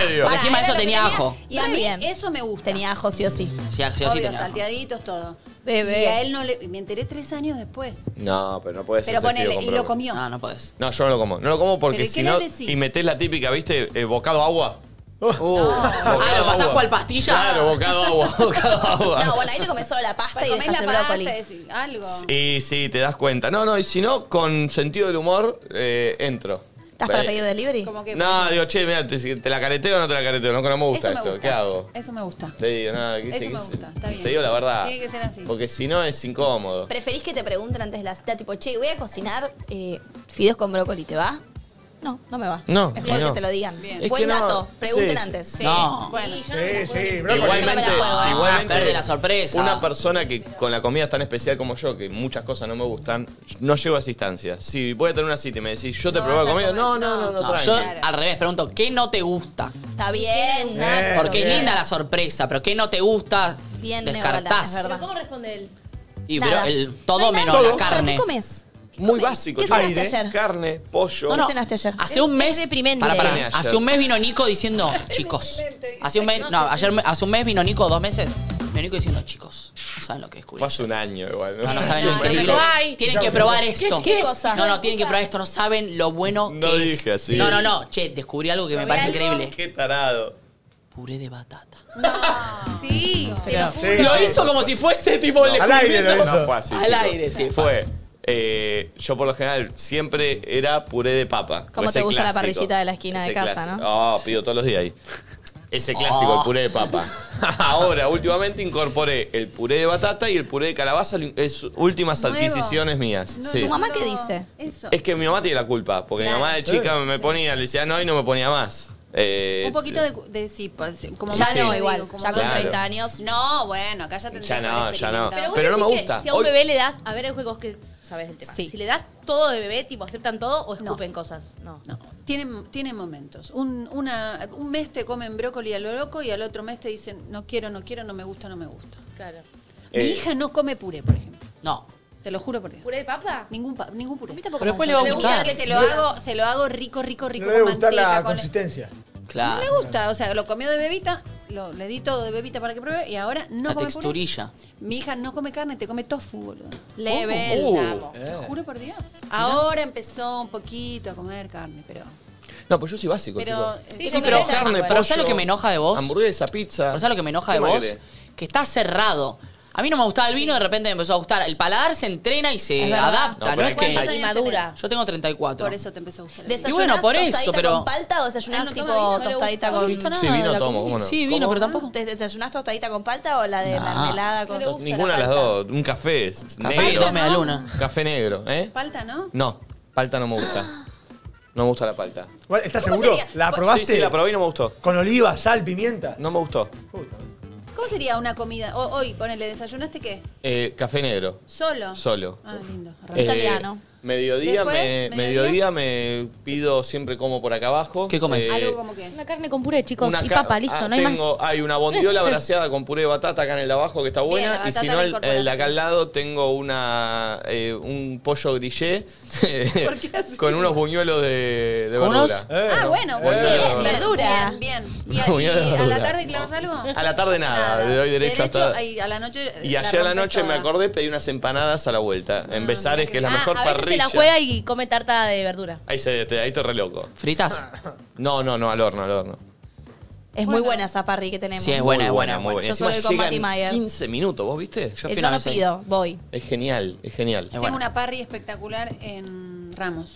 A: medio.
B: Pará, Encima
D: era
B: eso
D: lo que
B: tenía ajo.
D: Y a
E: Re
D: mí
E: bien.
D: eso me gusta.
E: Tenía ajo sí o sí.
B: Sí, sí,
D: Obvio,
B: sí tenía ajo.
D: salteaditos, todo.
E: Bebé.
D: Y a él no le... y Me enteré tres años después.
A: No, pero no puedes
D: Pero
A: hacer fideo
D: ponele,
A: con
D: y lo
A: brócoli.
D: comió.
B: No, no podés.
A: No, yo no lo como. No lo como porque
D: ¿Pero y qué
A: si
D: le
A: no.
D: decís?
A: Y metés la típica, ¿viste? Eh, bocado agua.
B: Uh.
A: Ah.
B: Ah, ¿lo pasás cual pastilla?
A: Claro, bocado agua, bocado agua.
E: No, bueno, ahí te comenzó la pasta y
D: Comés la
E: dejas el
D: pasta,
E: brócoli.
D: decís algo.
A: Y sí, te das cuenta. No, no, y si no, con sentido del humor, eh, entro.
E: ¿Estás para
A: Eh,
E: pedir delivery?
A: No, digo, che, mira, te, te la careteo o no te la careteo, no, no me gusta
D: Eso me
A: esto,
D: gusta.
A: ¿qué hago?
D: Eso me gusta.
A: Te digo, nada, ¿qué-
E: Eso
A: te-
E: me gusta, está bien.
A: Te digo la verdad.
E: Tiene que ser así.
A: Porque si no es incómodo.
E: ¿Preferís que te pregunten antes de la cita, tipo, che, voy a cocinar eh, fideos con brócoli, ¿te va? No, no me va.
A: No,
E: Mejor
A: y no.
E: que te lo digan.
A: Bien. Es
E: Buen
A: que no,
E: dato, pregunten
A: sí, sí.
E: antes.
A: No.
E: Bueno.
F: Sí, sí, bro.
A: Igualmente, igualmente
B: perde ¿eh? la sorpresa.
A: Una persona que con la comida es tan especial como yo, que muchas cosas no me gustan, no llego a esa instancia. Si voy a tener una cita y me decís, yo te probé la comida, no, no, no, no, tranqui.
B: yo al revés pregunto, ¿qué no te gusta?
E: Está bien,
A: Eh,
E: Nacho.
B: Porque es
E: bien.
B: linda la sorpresa, pero ¿qué no te gusta?
E: Bien neogalán, es
B: Descartás.
G: ¿Pero cómo responde él?
B: Y
E: Nada.
B: pero el todo menos
E: Todo.
B: la
E: ¿Pero
B: carne.
E: qué comes?
A: Muy básico.
E: ¿Qué
A: chicos.
E: cenaste ayer?
A: Carne, pollo.
E: ¿Qué cenaste ayer?
B: Hace un mes. Pará, pará.
A: Cené ayer.
B: Hace un mes vino Nico diciendo, chicos. Hace un mes, no, ayer me- hace un mes vino Nico, dos meses. Vino Nico diciendo, chicos, no saben lo que descubrí.
A: Fue hace un año igual.
B: No, no saben lo increíble. Tienen que probar esto.
E: ¿Qué cosa?
B: No, no, tienen que probar esto. No saben lo bueno
A: No
B: que es.
A: dije así.
B: No, no, no. Che, descubrí algo que me parece increíble.
A: Qué tarado.
B: Puré de batata.
G: Sí, pero
A: Pero- Sí,
B: lo
A: sí.
B: hizo como si fuese tipo
A: No,
B: le
A: al aire lo
B: juro.
A: hizo. No fue así,
B: Al
A: chicos.
B: aire, sí.
A: Fue. eh, yo por lo general siempre era puré de papa.
E: ¿Cómo
A: Ese
E: te gusta la
A: clásico.
E: parrillita de la esquina de
A: Ese
E: casa,
A: clásico.
E: no?
A: Oh, pido todos los días ahí. Ese clásico,
E: Oh.
A: el puré de papa. Ah. Ahora, últimamente incorporé el puré de batata y el puré de calabaza, lo- es últimas
E: Nuevo.
A: adquisiciones mías. Sí.
E: ¿Tu mamá qué dice?
A: Es que mi mamá tiene la culpa, porque mi mamá de chica me ponía, le decía no y no me ponía más. Eh,
D: Un poquito de, de sí, pues, como
A: Ya no,
E: igual, ya
A: con Claro. 30
E: años.
D: No, bueno, acá ya te
A: Ya no, ya no. Pero,
G: vos
A: no me
G: decís que
A: gusta.
G: Si a un
A: Hoy-
G: bebé le das, a ver, hay juegos que sabes del tema. Si le das todo de bebé, tipo, aceptan todo o escupen cosas.
E: No.
D: Tienen, tienen momentos. Un, una, un mes te comen brócoli a lo loco y al otro mes te dicen, no quiero, no quiero, no me gusta, no me gusta.
G: Claro.
A: Eh.
D: Mi hija no come puré, por ejemplo.
B: No.
D: Te lo juro por Dios.
G: ¿Puré de papa?
D: Ningún, pa- ningún puré.
B: Pero me después gusta. le va a gustar.
D: Que se lo hago, se lo hago rico, rico, rico.
F: No le debe
D: con
F: gustar la
D: manteca, con-
F: consistencia.
D: No le gusta, o sea, lo comió de bebita, lo, le di todo de bebita para que pruebe y ahora no
B: La
D: come
B: texturilla.
D: puré. Mi hija no come carne, te come tofu, boludo.
B: Oh,
E: Level.
A: Uh,
D: La amo.
A: eh.
D: Te juro por Dios. Ahora empezó un poquito a comer carne, pero...
A: No, pues yo soy básico,
D: Pero,
A: chico.
D: eh,
B: Sí,
D: come
B: pero,
D: ella,
B: carne,
D: bueno.
B: pero ¿sabes lo que me enoja de vos?
A: Hamburguesa, pizza.
B: ¿Sabes lo que me enoja
A: ¿Qué
B: de
A: más
B: vos?
A: querés?
B: Que está cerrado. A mí no me gustaba el vino, de repente me empezó a gustar. El paladar se entrena y se
E: Es verdad.
B: adapta,
A: No,
B: ¿no?
A: pero
B: es
A: es que
B: que.
G: ¿Cuántos años
B: madura. Yo tengo 34.
D: Por eso te empezó a gustar.
B: Y
E: ¿Desayunás
B: bueno, por eso,
E: tostadita
B: pero-
E: con palta o desayunás
D: no,
E: tipo
D: todavía no le gusta.
E: tostadita
D: No le
E: con...
D: gusta
A: Sí, nada, vino la tomo, comí. ¿cómo no?
E: Sí, vino,
A: ¿Cómo?
E: pero tampoco... ¿Te desayunás tostadita con palta o la de
B: Nah.
E: mermelada con...
A: Ninguna de las dos. Un café, es negro.
B: dame la luna.
A: Café negro, ¿eh?
D: Falta, ¿no?
A: No, palta no me gusta. No me gusta la palta.
F: Bueno, ¿Estás
D: ¿Cómo
F: seguro?
D: sería?
F: ¿La
D: Sí,
F: probaste?
A: sí, la probé y no me gustó.
F: ¿Con oliva, sal, pimienta?
A: No me gustó.
D: ¿Cómo sería una comida? O- hoy, ponele, ¿desayunaste qué?
A: Eh, café negro.
D: ¿Solo?
A: Solo.
D: Ah, lindo.
A: Eh, Mediodía me,
D: Después,
A: mediodía me pido siempre como por acá abajo. ¿Qué
B: comes?
G: Algo como que. Una carne con puré, chicos.
A: Una
G: Y
A: ca-
G: papa, listo,
A: ah,
G: no hay
A: tengo-
G: más.
A: Hay una bondiola braseada con puré de batata acá en el de abajo que está
G: Bien,
A: buena.
G: la
A: y si
G: batata
A: no,
G: la
A: el,
G: incorporaste.
A: el de acá al lado tengo una eh, un pollo grillé con unos buñuelos de, de
B: ¿Con unos?
A: verdura.
D: Ah, bueno, bueno.
A: Verdura.
D: Bien, verdura. Bien, bien. ¿Y, a- y a la
A: Verdura.
D: tarde clavas algo?
A: A la tarde nada, le doy derecho, hasta...
D: ahí, a la noche.
A: Y ayer a la noche me acordé, pedí unas empanadas a la vuelta. En Besares, que es la mejor
G: Ah, a veces
A: parrilla.
G: se la juega y come tarta de verdura.
A: Ahí, se, te- ahí estoy re loco.
B: ¿Fritas?
A: No, no, no, al horno, al horno.
E: Es muy buena esa parry que tenemos.
A: Muy muy
E: Yo
A: Encima
E: suelo ir con
A: llega
E: Mati
A: en
E: Mayer.
A: 15 minutos, ¿vos viste?
E: Eh, Yo no pido, voy.
A: Es genial, es genial.
D: Tengo una parry espectacular en Ramos.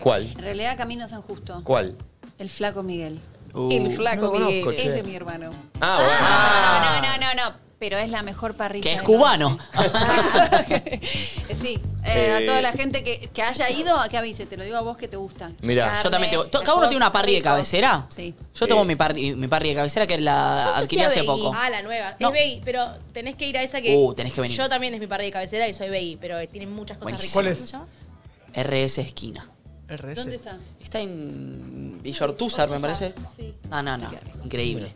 A: ¿Cuál?
D: En realidad, Camino a San Justo.
A: ¿Cuál?
D: el flaco Miguel.
B: Uh,
E: El flaco
A: Uh, no lo
E: Miguel.
A: conozco, che.
D: Es de mi hermano.
A: Ah, bueno.
D: No, no, no, no. Pero es la mejor parrilla.
B: Que es
D: del
B: cubano.
D: norte. Sí. eh,
B: Eh.
D: A toda la gente que, que haya ido, a que avise. Te lo digo a vos que te gustan.
B: Mirá. Yo también tengo. ¿Cada uno tiene una parry de cabecera?
D: Sí.
B: Yo tengo mi parry, mi parry de cabecera que la adquirí hace poco.
G: Ah, la nueva. Es veggie, pero tenés que ir a esa que.
B: Uh, tenés que venir.
G: Yo también es mi parrilla de cabecera y soy veggie, pero tiene muchas cosas ricas.
B: Buenísimo. RS Esquina.
D: ¿Dónde está?
B: Está en Villortúzar, me parece. Sí. No, no, no. Increíble.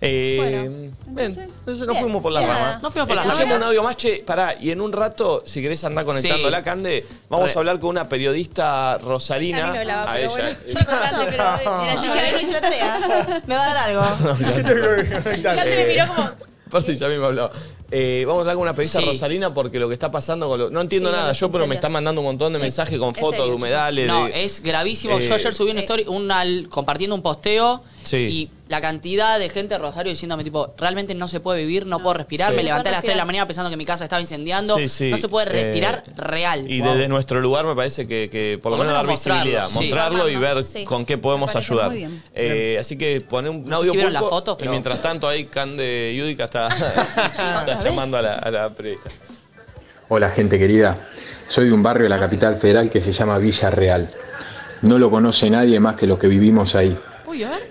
A: Eh, bien, entonces no
B: Bien,
A: fuimos por la
B: bien.
A: rama.
B: No fuimos por la
A: Escuchemos
B: rama.
A: un audio más, che, pará, y en un rato, si querés andar conectándola,
B: Sí.
A: Cande, vamos
B: Re.
A: a hablar con una periodista rosarina.
E: A mí me hablaba,
A: a
E: Ah, pero
A: ella.
E: bueno. Dije, a ver, no hice la tarea. Me va a dar algo.
A: Eh,
G: como.
A: Aparte ya mismo hablaba. Eh, vamos a hablar con una periodista
B: Sí.
A: rosarina porque lo que está pasando con lo- No entiendo
B: Sí,
A: nada,
B: no,
A: yo,
B: en
A: pero
B: serio,
A: me están
B: sí.
A: mandando un montón de mensajes con
B: Es
A: fotos
B: serio,
A: de humedales.
B: No,
A: de-
B: es gravísimo.
A: Eh,
B: Yo ayer subí una story, un al- compartiendo un posteo
A: Sí.
B: y la cantidad de gente de Rosario diciéndome, tipo, realmente no se puede vivir, no, puedo respirar.
A: Sí.
B: Me levanté a las
A: No puedo
B: 3 de la
A: respirar.
B: mañana pensando que mi casa estaba incendiando.
A: Sí, sí,
B: No se puede
A: eh,
B: respirar real.
A: Y desde nuestro lugar me parece que, que por lo
B: Por lo
A: menos dar
B: menos
A: visibilidad,
B: mostrarlo, sí.
A: mostrarlo y ver
B: Sí.
A: con qué podemos ayudar.
B: muy bien.
A: Eh, así que poné un
B: No sé
A: audio
B: si vieron
A: pulpo
B: las fotos,
A: y
B: pero-
A: mientras tanto ahí Cande Yudica está, está llamando a la, a la periodista.
S: Hola gente querida, soy de un barrio de la capital federal que se llama Villa Real. No lo conoce nadie más que los que vivimos ahí.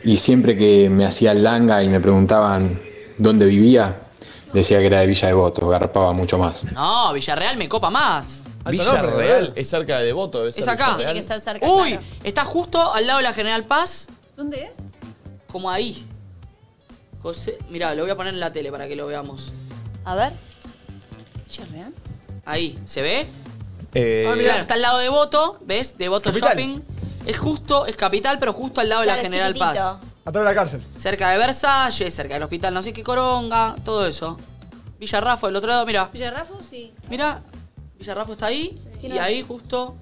S: Y siempre que me hacían langa y me preguntaban dónde vivía, decía que era de Villa de Votos, garpaba mucho más.
B: No, Villarreal me copa más.
A: Villa Real es cerca de ¿eh? Devoto. debe ser
B: Es acá.
A: Villa Real.
B: ser cerca. Uy, está justo al lado de la General Paz.
D: ¿Dónde es?
B: Como ahí. José, mira, lo voy a poner en la tele para que lo veamos.
E: A ver.
D: Villarreal.
B: Ahí, ¿se ve?
A: Eh,
F: Ah,
B: claro, está al lado de Voto, ¿ves? De Voto
F: Capital.
B: Shopping. Es justo, es capital, pero justo al lado de
F: Claro,
B: la
F: es
B: General Paz.
F: chiquitito. Atrás de la cárcel.
B: Cerca de Versalles, cerca del hospital no sé qué Coronga, todo eso. Villarrafo, el otro lado, mira.
D: Villarrafo, sí.
B: Mira, Villarrafo está ahí y
D: no.
B: ahí justo.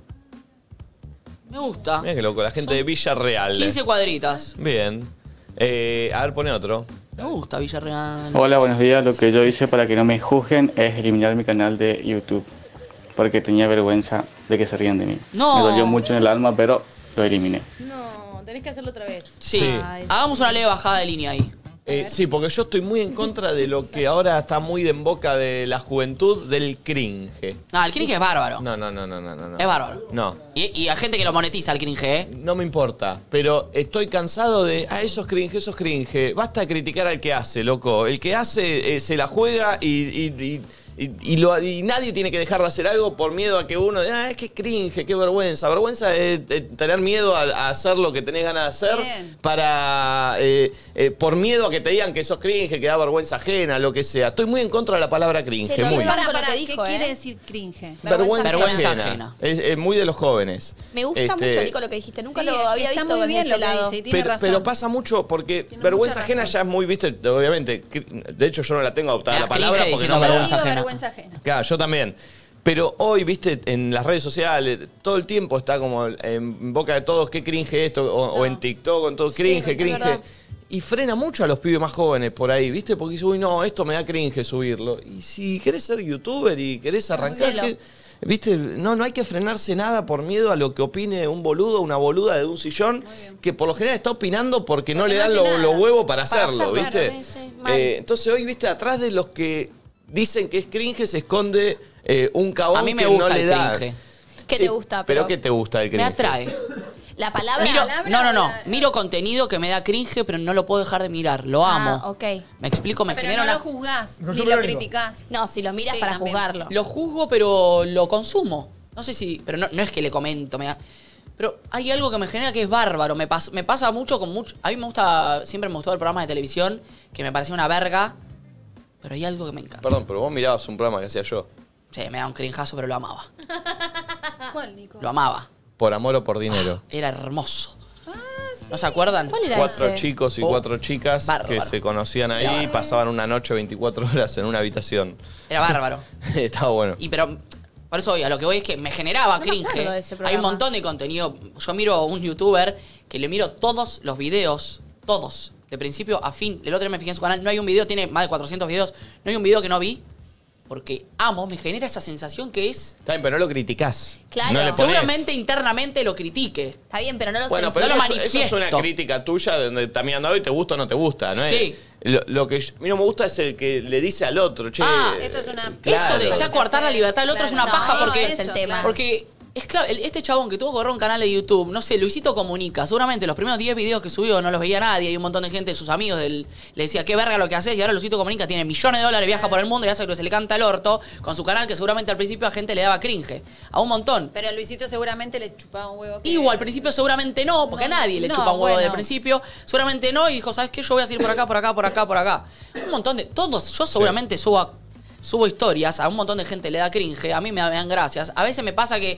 B: Me gusta.
A: Mira qué loco, la gente de Villa Real.
B: 15 cuadritas.
A: Bien. Eh, a ver, pone otro.
B: Me gusta Villarreal.
T: Hola, buenos días. Lo que yo hice para que no me juzguen es eliminar mi canal de YouTube porque tenía vergüenza de que se rían de mí.
B: No.
T: Me dolió mucho en el alma, pero lo eliminé.
G: No, tenés que hacerlo otra vez.
B: Sí. Hagamos una leve bajada de línea ahí.
A: Eh, sí, porque yo estoy muy en contra de lo que ahora está muy de en boca de la juventud del cringe.
B: No, el cringe es bárbaro.
A: No, no, no, no, no, no. no.
B: Es bárbaro.
A: No.
B: Y, y hay gente que lo monetiza el cringe, ¿eh?
A: No me importa, pero estoy cansado de, ah, eso es cringe, eso es cringe. Basta de criticar al que hace, loco. El que hace eh, se la juega y, y- y- y- y lo- y nadie tiene que dejar de hacer algo por miedo a que uno, ah, es que cringe, qué vergüenza. Vergüenza es eh, tener miedo a, a hacer lo que tenés ganas de hacer para eh, eh, por miedo a que te digan que sos cringe, que da vergüenza ajena, lo que sea. Estoy muy en contra de la palabra cringe,
D: Che, lo
A: muy.
D: que- pará,
E: lo
D: pará,
E: que
D: ¿qué
E: dijo,
D: quiere
E: eh?
D: decir cringe?
A: Vergüenza,
B: Vergüenza
A: ajena.
B: ajena.
A: Es, es muy de los jóvenes.
E: Me gusta mucho,
A: Este,
E: Nico, lo que dijiste. Nunca
D: Sí,
E: lo había
D: está
E: visto
D: muy
E: desde
D: bien
E: ese
D: lo que
E: lado.
D: dice,
A: pero, pero pasa mucho porque vergüenza ajena ya es muy, viste, obviamente. cr- De hecho, yo no la tengo
B: Me
A: adoptada la
B: da cringe
A: palabra porque
B: diciendo
A: no me
B: vergüenza
A: gusta.
D: Digo vergüenza ajena.
A: Claro, yo también. Pero hoy, viste, en las redes sociales, todo el tiempo está como en boca de todos, qué cringe esto, o, o en TikTok, o en todo, cringe,
L: es
A: cringe.
L: verdad.
A: Y frena mucho a los pibes más jóvenes por ahí, viste, porque dice, uy, no, esto me da cringe subirlo. Y si querés ser youtuber y querés arrancar,
L: Hacelo.
A: ¿qué- viste, no, no hay que frenarse nada por miedo a lo que opine un boludo, una boluda de un sillón, que por lo general está opinando porque no le dan los huevos para
L: Para
A: hacerlo,
L: hacerlo,
A: viste.
L: sí, sí, mal.
A: Eh, entonces hoy, viste, atrás de los que dicen que es cringe se esconde eh, un cabón
B: A mí me
A: que
B: gusta
A: no le
B: el
A: da.
B: cringe.
E: ¿Qué te gusta?
A: Pero ¿qué te gusta del
B: Me
A: cringe?
B: atrae.
E: La palabra.
B: Miro- no, no, no. Miro contenido que me da cringe, pero no lo puedo dejar de mirar. Lo amo.
E: Ah, ok.
B: Me explico, me genera una.
D: juzgás,
B: No, yo lo único.
D: criticás.
E: No, si lo miras
D: Sí,
E: para
D: también.
E: juzgarlo.
B: Lo juzgo, pero lo consumo. No sé si. Pero no, no es que le comento, me da. Pero hay algo que me genera que es bárbaro. Me, pas- me pasa mucho con mucho. A mí me gusta. Siempre me gustó el programa de televisión, que me parecía una verga. Pero hay algo que me encanta.
A: Perdón, pero vos mirabas un programa que hacía yo.
B: Sí, me da un crinjazo, pero lo amaba.
D: ¿Cuál, Nico?
B: Lo amaba.
A: Por amor o por dinero.
B: Era hermoso.
D: Ah,
B: ¿No se acuerdan?
A: cuatro chicos y cuatro chicas
B: Ah. Oh. bárbaro.
A: que se conocían ahí
B: Era
A: y pasaban una noche 24 horas en una habitación.
B: Era bárbaro.
A: Estaba bueno.
B: Y pero por eso voy, a lo que voy es que me generaba
E: No me
B: cringe.
E: acuerdo de ese
B: Hay un
E: programa.
B: montón de contenido. Yo miro a un youtuber que le miro todos los videos, todos, de principio a fin. El otro día me fijé en su canal, no hay un video, tiene más de 400 videos, no hay un video que no vi. Porque amo, me genera esa sensación que es...
A: Está bien, pero no lo criticás.
B: Claro,
A: No le ponés.
B: seguramente internamente lo critique.
E: Está bien, pero no lo
A: Bueno,
E: censuro.
A: pero
E: No
A: eso, eso
E: lo
A: es
E: manifiesto.
A: una crítica tuya de donde está mirando algo y te gusta o no te gusta, ¿no? es-
B: Sí.
A: Lo, lo que yo- a mí no me gusta es el que le dice al otro, che.
B: Ah,
D: Esto es una...
A: Claro.
B: Eso de ya cortar la libertad del otro es una
E: No,
B: paja
E: ese
B: porque
E: es el tema.
B: Porque es clave, el- este chabón que tuvo que correr un canal de YouTube, no sé, Luisito comunica, seguramente los primeros 10 videos que subió no los veía nadie y un montón de gente, sus amigos del, le decía, qué verga lo que haces y ahora Luisito comunica, tiene millones de dólares, viaja por el mundo y hace lo que se le canta el orto con su canal que seguramente al principio a gente le daba cringe, a un montón.
D: Pero a Luisito seguramente le chupaba un huevo.
B: Igual, al principio seguramente no, porque a nadie le
D: no,
B: chupa un huevo
D: bueno.
B: desde el principio. Seguramente no, y dijo, ¿sabes qué? Yo voy a seguir por acá, por acá, por acá, por acá. Un montón de. Todos, yo seguramente subo, a- subo historias, a un montón de gente le da cringe, a mí me dan gracias. A veces me pasa que.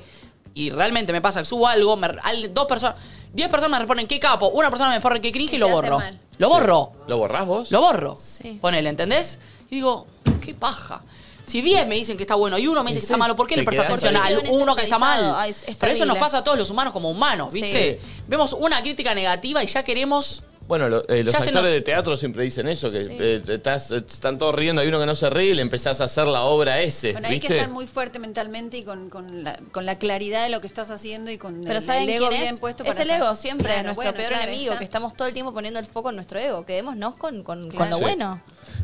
B: Y realmente me pasa que subo algo, me- al- dos personas. Diez personas me responden qué capo, una persona me responde qué cringe y lo
D: te hace
B: borro.
D: mal.
B: Lo borro.
A: ¿Lo borrás vos?
B: Lo borro.
D: Sí.
B: Ponele, ¿entendés? Y digo, qué paja. Si 10 me dicen que está bueno y uno me dice que está malo, ¿por qué
A: te
B: le presta
A: quedás
B: atención
A: ahí.
B: al uno que está mal?
E: Ay, es- es
B: Pero eso nos
E: terrible.
B: pasa a todos los humanos como humanos, ¿viste? Vemos una crítica negativa y ya queremos
A: Bueno, lo- eh, los
B: Ya se
A: actores
B: nos-
A: de teatro siempre dicen eso, que
D: Sí.
A: eh, estás- están todos riendo, hay uno que no se ríe y le empezás a hacer la obra ese,
D: Bueno, hay que
A: ¿viste?
D: estar muy fuerte mentalmente y con, con la, con la claridad de lo que estás haciendo y con
E: Pero
D: el,
E: ¿saben
D: el ego
E: quién
D: bien
E: es?
D: puesto
E: Es
D: para
E: el
D: hacer-
E: ego siempre,
D: Claro,
E: nuestro
D: bueno,
E: peor
D: claro,
E: enemigo,
D: está.
E: que estamos todo el tiempo poniendo el foco en nuestro ego. Quedémonos con, con, con
A: Claro.
E: lo
A: Sí.
E: bueno.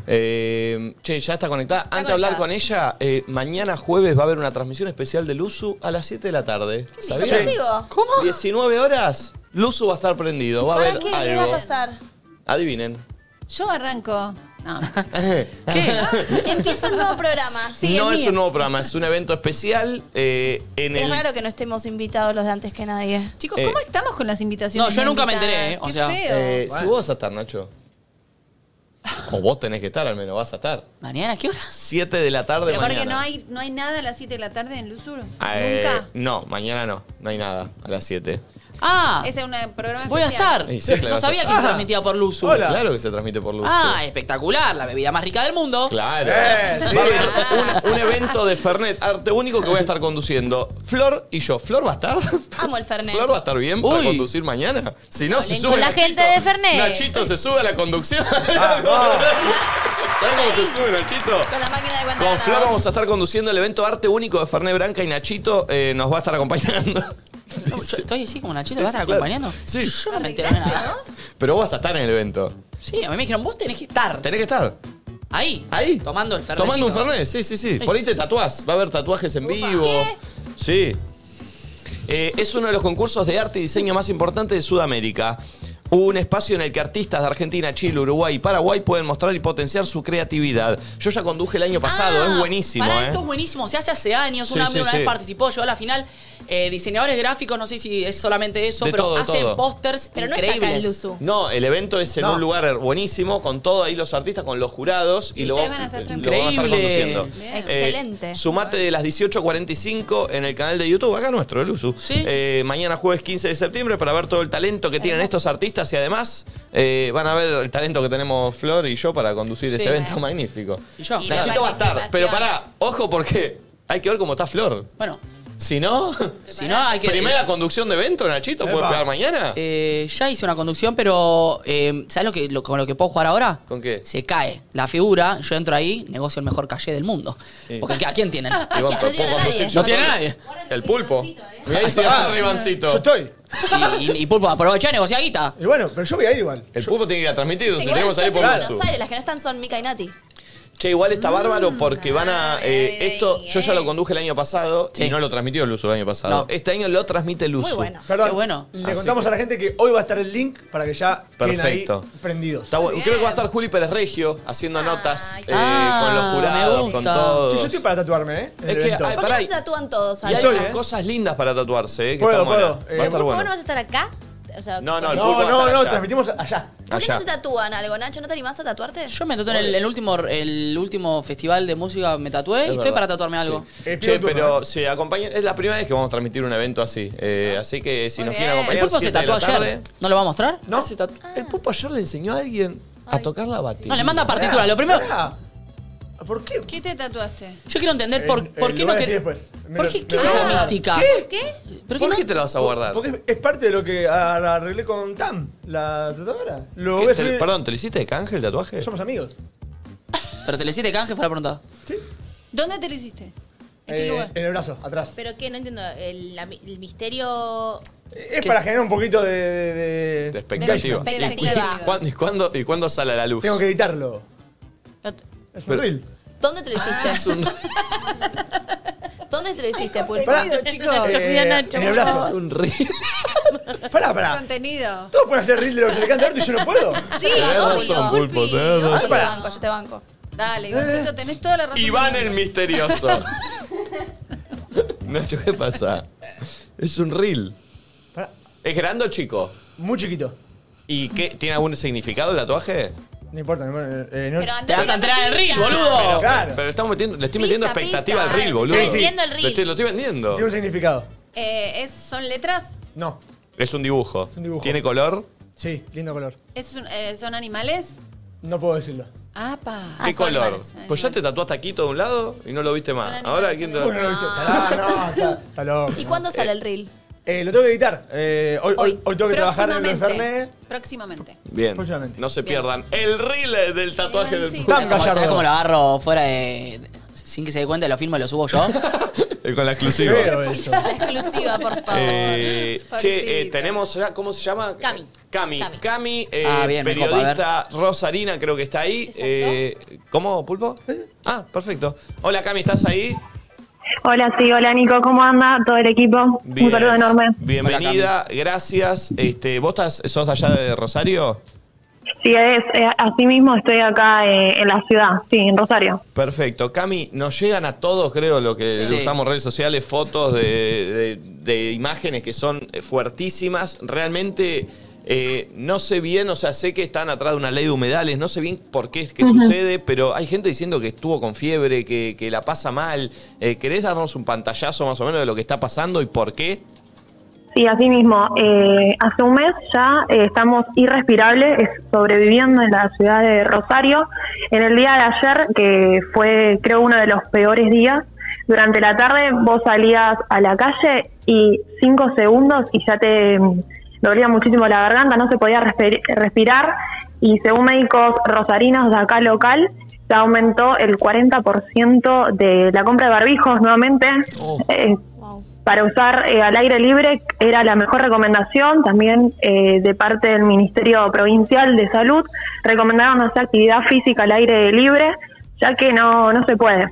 A: Eh, che, ya está conectada. Antes de hablar con ella, eh, mañana jueves va a haber una transmisión especial de Luzu a las 7 de la tarde. ¿Sabían?
E: Yo sigo. ¿Cómo?
A: 19 horas, Luzu va a estar prendido, va a
E: ¿Para
A: haber
E: qué? ¿Qué va a
A: algo.
E: pasar?
A: Adivinen.
D: Yo arranco. No,
E: Empieza un nuevo programa.
A: no es un nuevo programa, es un evento especial eh, en
E: Es
A: el...
E: raro que no estemos invitados los de antes que nadie.
D: Chicos,
A: Eh.
D: ¿cómo estamos con las
B: No,
D: invitaciones?
B: yo nunca me
D: invitadas?
B: enteré, ¿eh? O
D: Qué
B: sea,
D: feo.
A: Eh, Si vos vas a estar, Nacho. O vos tenés que estar, al menos vas a estar.
B: ¿Mañana qué hora?
A: 7 de la tarde
D: Pero porque no
A: mañana.
D: hay, no hay nada a las 7 de la tarde en Luzur.
A: Eh,
D: Nunca.
A: no, mañana no. No hay nada a las 7.
B: Ah,
D: Ese es un programa
B: voy a
D: especial.
B: estar.
A: Y sí, claro,
B: no sabía
A: sí.
B: que se
A: Ah.
B: transmitía por Luzu.
A: Claro que se transmite por luz.
B: Ah, espectacular, la bebida más rica del mundo. Eh.
A: Claro. Eh. Va a haber un, un evento de Fernet, arte único que voy a estar conduciendo. Flor y yo. ¿Flor va a estar?
E: Amo el Fernet.
A: ¿Flor va a estar bien para
E: Uy.
A: conducir mañana? Si no, se
G: Hablen
A: sube
G: con la
A: Nachito.
G: gente de Fernet.
A: Nachito se sube a la conducción. ¿Sabes cómo se sube Nachito?
E: Con la máquina de
A: Con
E: cuenta
A: Flor vamos a estar conduciendo el evento Arte Único de Fernet Branca y Nachito eh, nos va a estar acompañando.
B: Estoy así como Nachito,
A: Sí,
B: ¿vas a estar
A: sí, claro.
B: acompañando?
A: Sí.
B: Yo no me enteré de nada.
A: Pero vos vas a estar en el evento.
B: Sí, a mí me dijeron, vos tenés que estar.
A: Tenés que estar.
B: Ahí.
A: Ahí.
B: Tomando el fernet.
A: Tomando un Fernet, sí, sí, sí. Por ahí te tatuás. Va a haber tatuajes en vivo. Sí. Eh, es uno de los concursos de arte y diseño más importantes de Sudamérica. Un espacio en el que artistas de Argentina, Chile, Uruguay y Paraguay pueden mostrar y potenciar su creatividad. Yo ya conduje el año pasado, es buenísimo.
B: Para
A: eh.
B: esto es buenísimo. Se hace hace años. un
A: Sí,
B: amigo
A: sí,
B: una
A: sí.
B: vez participó, llegó a la final. Eh, diseñadores gráficos, no sé si es solamente eso,
A: De
B: pero
A: todo, de
B: hacen
A: todo.
B: pósters
E: Pero no es acá
B: increíbles.
E: en Luzu.
A: No, el evento es en
B: No.
A: un lugar buenísimo, con todos ahí los artistas, con los jurados. Y, lo,
E: ustedes van a estar
A: lo
E: tranquilos.
A: vamos a estar
B: Increíble.
A: conduciendo. Eh,
E: Bien. Excelente.
A: Sumate de las 18.45 en el canal de YouTube, acá nuestro, el Usu. Eh, mañana jueves 15 de septiembre para ver todo el talento que tienen estos artistas y además eh, van a ver el talento que tenemos Flor y yo para conducir
B: Sí.
A: ese evento magnífico.
B: Y yo. Y la
A: Nachito va a estar.
B: participación.
A: Pero pará, ojo porque hay que ver cómo está Flor.
B: Bueno.
A: Si no,
B: Si no, hay que.
A: primera conducción de evento, Nachito, ¿puedes
B: Epa.
A: pegar mañana?
B: Eh, ya hice una conducción, pero eh, ¿sabes lo que, lo- con lo que puedo jugar ahora?
A: ¿Con qué?
B: Se cae la figura, yo entro ahí, negocio el mejor calle del mundo. Porque ¿a quién tienen?
A: Y bueno, pero puedo conducir yo
B: No tiene
A: solo.
B: nadie.
A: El pulpo. Mirá,
B: Ahí
A: ahí se
B: va.
A: va, Rivancito.
F: Yo estoy.
B: Y, y- y Pulpo, aprovechá, negociá guita.
F: Y bueno, pero yo voy a ir igual.
A: El pulpo tiene que ir a transmitido, si
E: Igual
A: tenemos
E: yo
A: ahí por
E: tengo
A: Usu.
E: Buenos Aires, las que no están son Mica y Nati.
A: Che, igual está bárbaro porque van a. eh, esto yo ya lo conduje el año pasado y no lo transmitió Luzu el año pasado. Este año lo transmite Luzu.
F: Perdón,
B: bueno.
F: Le
A: Así
F: contamos a la gente que hoy va a estar el link para que ya queden ahí
A: Perfecto. Eh,
F: prendidos.
A: Está bueno. Creo que va a estar Juli Pérez Regio haciendo notas eh,
F: Ah,
A: con los jurados, con todos.
F: Che, yo estoy para tatuarme, ¿eh?
A: Es que ay,
E: ¿Por qué
A: pará,
E: no se tatúan todos?
A: y hay ¿eh?
E: ahora?
A: unas cosas lindas para tatuarse, eh, que
F: Puedo,
A: están buenas.
F: puedo. Eh,
A: va a estar
G: ¿Vos no
A: bueno.
G: vas a estar acá? O sea,
A: No, no, el pulpo va
F: No,
A: a
F: no,
A: estar
F: no,
A: allá.
F: transmitimos allá.
E: ¿Por qué
A: Allá.
E: no se tatúan algo, Nacho? ¿No te animás a tatuarte?
B: Yo me tatué en el, el último, el último festival de música, me tatué y
A: Es
B: estoy
A: verdad.
B: para tatuarme algo.
A: Sí.
F: Eh,
A: Eh, Che, pero se acompañan. Es la primera vez que vamos a transmitir un evento así. eh, así que si nos quieren
B: Ah. El
A: acompañar,
B: pulpo se
A: siete de
B: tatuó
A: la
B: ayer.
A: tarde.
B: ¿No lo va a mostrar?
A: No, se tatu- El pulpo ayer le enseñó a alguien a tocar la batería.
B: No, le manda partitura. Lo primero.
F: Pará. ¿Por qué?
D: ¿Qué te tatuaste?
B: Yo quiero entender por,
F: Eh,
B: por
F: eh,
B: qué
F: lo
B: no
F: voy a
B: que-
F: decir después. Me
B: ¿Por
F: lo-
B: qué
F: me
B: qué es
F: lo-
B: esa
F: me lo-
B: mística?
F: ¿Qué?
B: ¿Pero
A: ¿Por qué te la vas a guardar?
F: Porque es- es parte de lo que ar- arreglé con Tam, la tatuadora. Lo
A: ¿Qué
F: voy a
A: te-
F: subir-
A: Perdón, ¿te lo hiciste de canje el tatuaje?
F: Somos amigos.
B: Pero te le hiciste canje, fue la pregunta.
D: ¿Dónde te lo hiciste?
G: ¿En qué
F: Eh,
G: lugar?
F: En el brazo, atrás.
G: Pero qué, no entiendo. El, la- el misterio.
F: Es para generar un poquito de... de, de-
A: De expectativa.
F: engagement.
G: De
A: ¿Y,
G: expectativa.
A: cuándo, y cuándo- y cuándo sale a la luz?
F: Tengo que editarlo. Es un
A: Pero-
F: reel.
E: ¿Dónde te lo hiciste? ¿Dónde te lo hiciste, Pulpo?
F: Pará. Eh, en el brazo.
A: un reel.
F: Pará, pará.
D: Contenido.
F: Todos pueden hacer reel de lo que se le canta a Orto y yo no puedo. Ah,
E: Sí,
A: Tenés
E: obvio.
A: razón, Pulpo,
E: Pulpi,
A: tenés
E: obvio,
A: razón.
E: Yo te banco, yo te banco.
D: Dale, Ivancito, tenés toda la razón.
A: Iván el misterioso. Nacho, ¿qué pasa? Es un reel.
F: Pará.
A: ¿Es grande o chico?
F: Muy chiquito.
A: ¿Y qué? ¿Tiene algún significado el tatuaje?
F: No importa. no- eh, no-
B: Te vas a entrar en el reel,
A: Pero,
B: boludo.
F: Claro.
A: pero estamos metiendo, le estoy metiendo
D: Pista,
A: expectativa
D: pista.
A: al reel,
D: Ya
A: boludo.
D: entiendo el reel.
A: Lo estoy, lo estoy vendiendo.
F: Tiene un significado.
D: Eh, es, ¿Son letras?
F: No.
A: Es un dibujo.
F: un dibujo.
A: ¿Tiene color?
F: Sí, lindo color.
D: Es un- eh, ¿Son animales? Ah,
F: No puedo decirlo.
D: ¡Apa!
A: ¿Qué color? Pues ya te tatuaste aquí todo de un lado y no lo viste más. Ahora, ¿quién te
F: Bueno, no, lo viste. Pará, no, está, está loco.
E: ¿Y Ah, cuándo sale el reel?
F: Eh, lo tengo que editar. Eh, hoy, hoy- hoy tengo que trabajar en lo enfermé.
D: Próximamente. Próximamente.
A: Bien. No se pierdan el reel del tatuaje del
B: ¿Sabes cómo- ¿Sabes cómo lo agarro fuera de. sin que se dé cuenta, lo filmo y lo subo yo?
A: Eh, Con la exclusiva.
E: La exclusiva, por favor.
A: Eh, che, eh,
E: Pobrecito.
A: tenemos, ya- ¿cómo se llama? Cami. Cami. Cami, eh,
B: Ah, bien, me copa,
A: periodista rosarina, creo que está ahí. Eh, ¿Cómo, Pulpo? Ah, perfecto. Hola, Cami, ¿estás ahí?
C: Hola, sí, hola Nico, ¿cómo anda todo el equipo?
A: Bien.
C: Un saludo enorme.
A: Bienvenida, gracias. Este, ¿Vos estás, sos de allá de Rosario?
C: Sí, es, eh, así mismo estoy acá eh, en la ciudad, sí, en Rosario.
A: Perfecto. Cami, nos llegan a todos, creo, lo que
C: Sí.
A: usamos redes sociales, fotos de, de- de imágenes que son fuertísimas. Realmente eh, no sé bien, o sea, sé que están atrás de una ley de humedales, no sé bien por qué es que
C: Ujú.
A: sucede, pero hay gente diciendo que estuvo con fiebre, que, que la pasa mal. Eh, ¿Querés darnos un pantallazo más o menos de lo que está pasando y por qué?
C: Sí, así mismo, eh, hace un mes ya eh, estamos irrespirables, eh, sobreviviendo en la ciudad de Rosario. En el día de ayer, que fue creo uno de los peores días, durante la tarde vos salías a la calle y cinco segundos y ya te mm, dolía muchísimo la garganta, no se podía respi- respirar y según médicos rosarinos de acá local, se aumentó el 40% de la compra de barbijos nuevamente. Eh, para usar eh, al aire libre era la mejor recomendación. También eh, de parte del Ministerio Provincial de Salud recomendaron hacer actividad física al aire libre, ya que no, no se puede.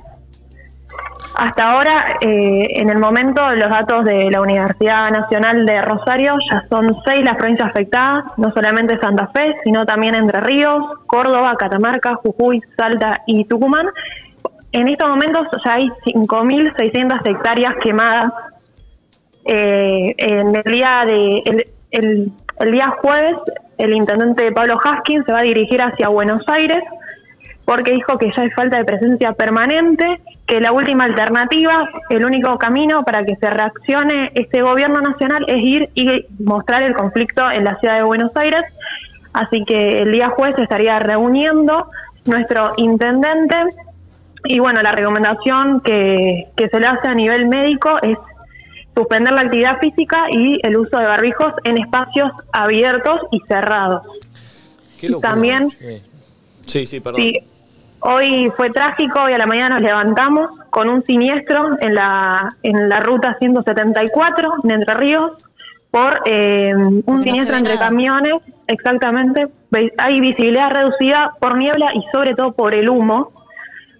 C: Hasta ahora, eh, en el momento, los datos de la Universidad Nacional de Rosario ya son seis las provincias afectadas, no solamente Santa Fe, sino también Entre Ríos, Córdoba, Catamarca, Jujuy, Salta y Tucumán. En estos momentos ya hay 5.600 hectáreas quemadas eh, en el día de el, el- el día jueves el intendente Pablo Haskins se va a dirigir hacia Buenos Aires porque dijo que ya hay falta de presencia permanente, que la última alternativa, el único camino para que se reaccione este gobierno nacional es ir y mostrar el conflicto en la ciudad de Buenos Aires. Así que el día jueves se estaría reuniendo nuestro intendente y bueno, la recomendación que, que se le hace a nivel médico es suspender la actividad física y el uso de barbijos en espacios abiertos y cerrados. Y También,
A: Sí, sí, perdón.
C: sí, hoy fue trágico, hoy a la mañana nos levantamos con un siniestro en la, en la ruta 174 en Entre Ríos por eh, un
E: no se
C: siniestro
E: ve
C: entre
E: nada.
C: camiones, exactamente. Ve- Hay visibilidad reducida por niebla y sobre todo por el humo.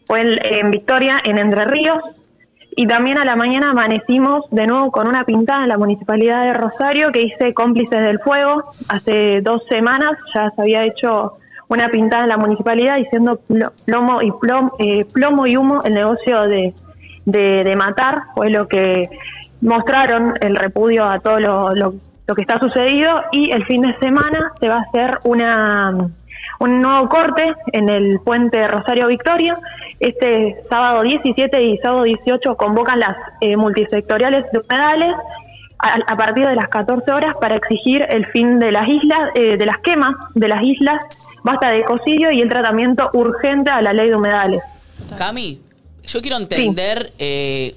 C: Fue en, en Victoria, en Entre Ríos. Y también a la mañana amanecimos de nuevo con una pintada en la Municipalidad de Rosario que dice cómplices del fuego. Hace dos semanas ya se había hecho una pintada en la municipalidad diciendo plo- plomo y plomo, plomo y humo el negocio de, de, de matar. Fue lo que mostraron el repudio a todo lo, lo- lo que está sucedido y el fin de semana se va a hacer una un nuevo corte en el puente Rosario Victoria. Este sábado 17 y sábado 18 convocan las eh, multisectoriales de humedales a, a partir de las 14 horas para exigir el fin de las islas, eh, de las quemas de las islas, basta de ecocidio y el tratamiento urgente a la ley de humedales.
B: Cami, yo quiero entender. eh,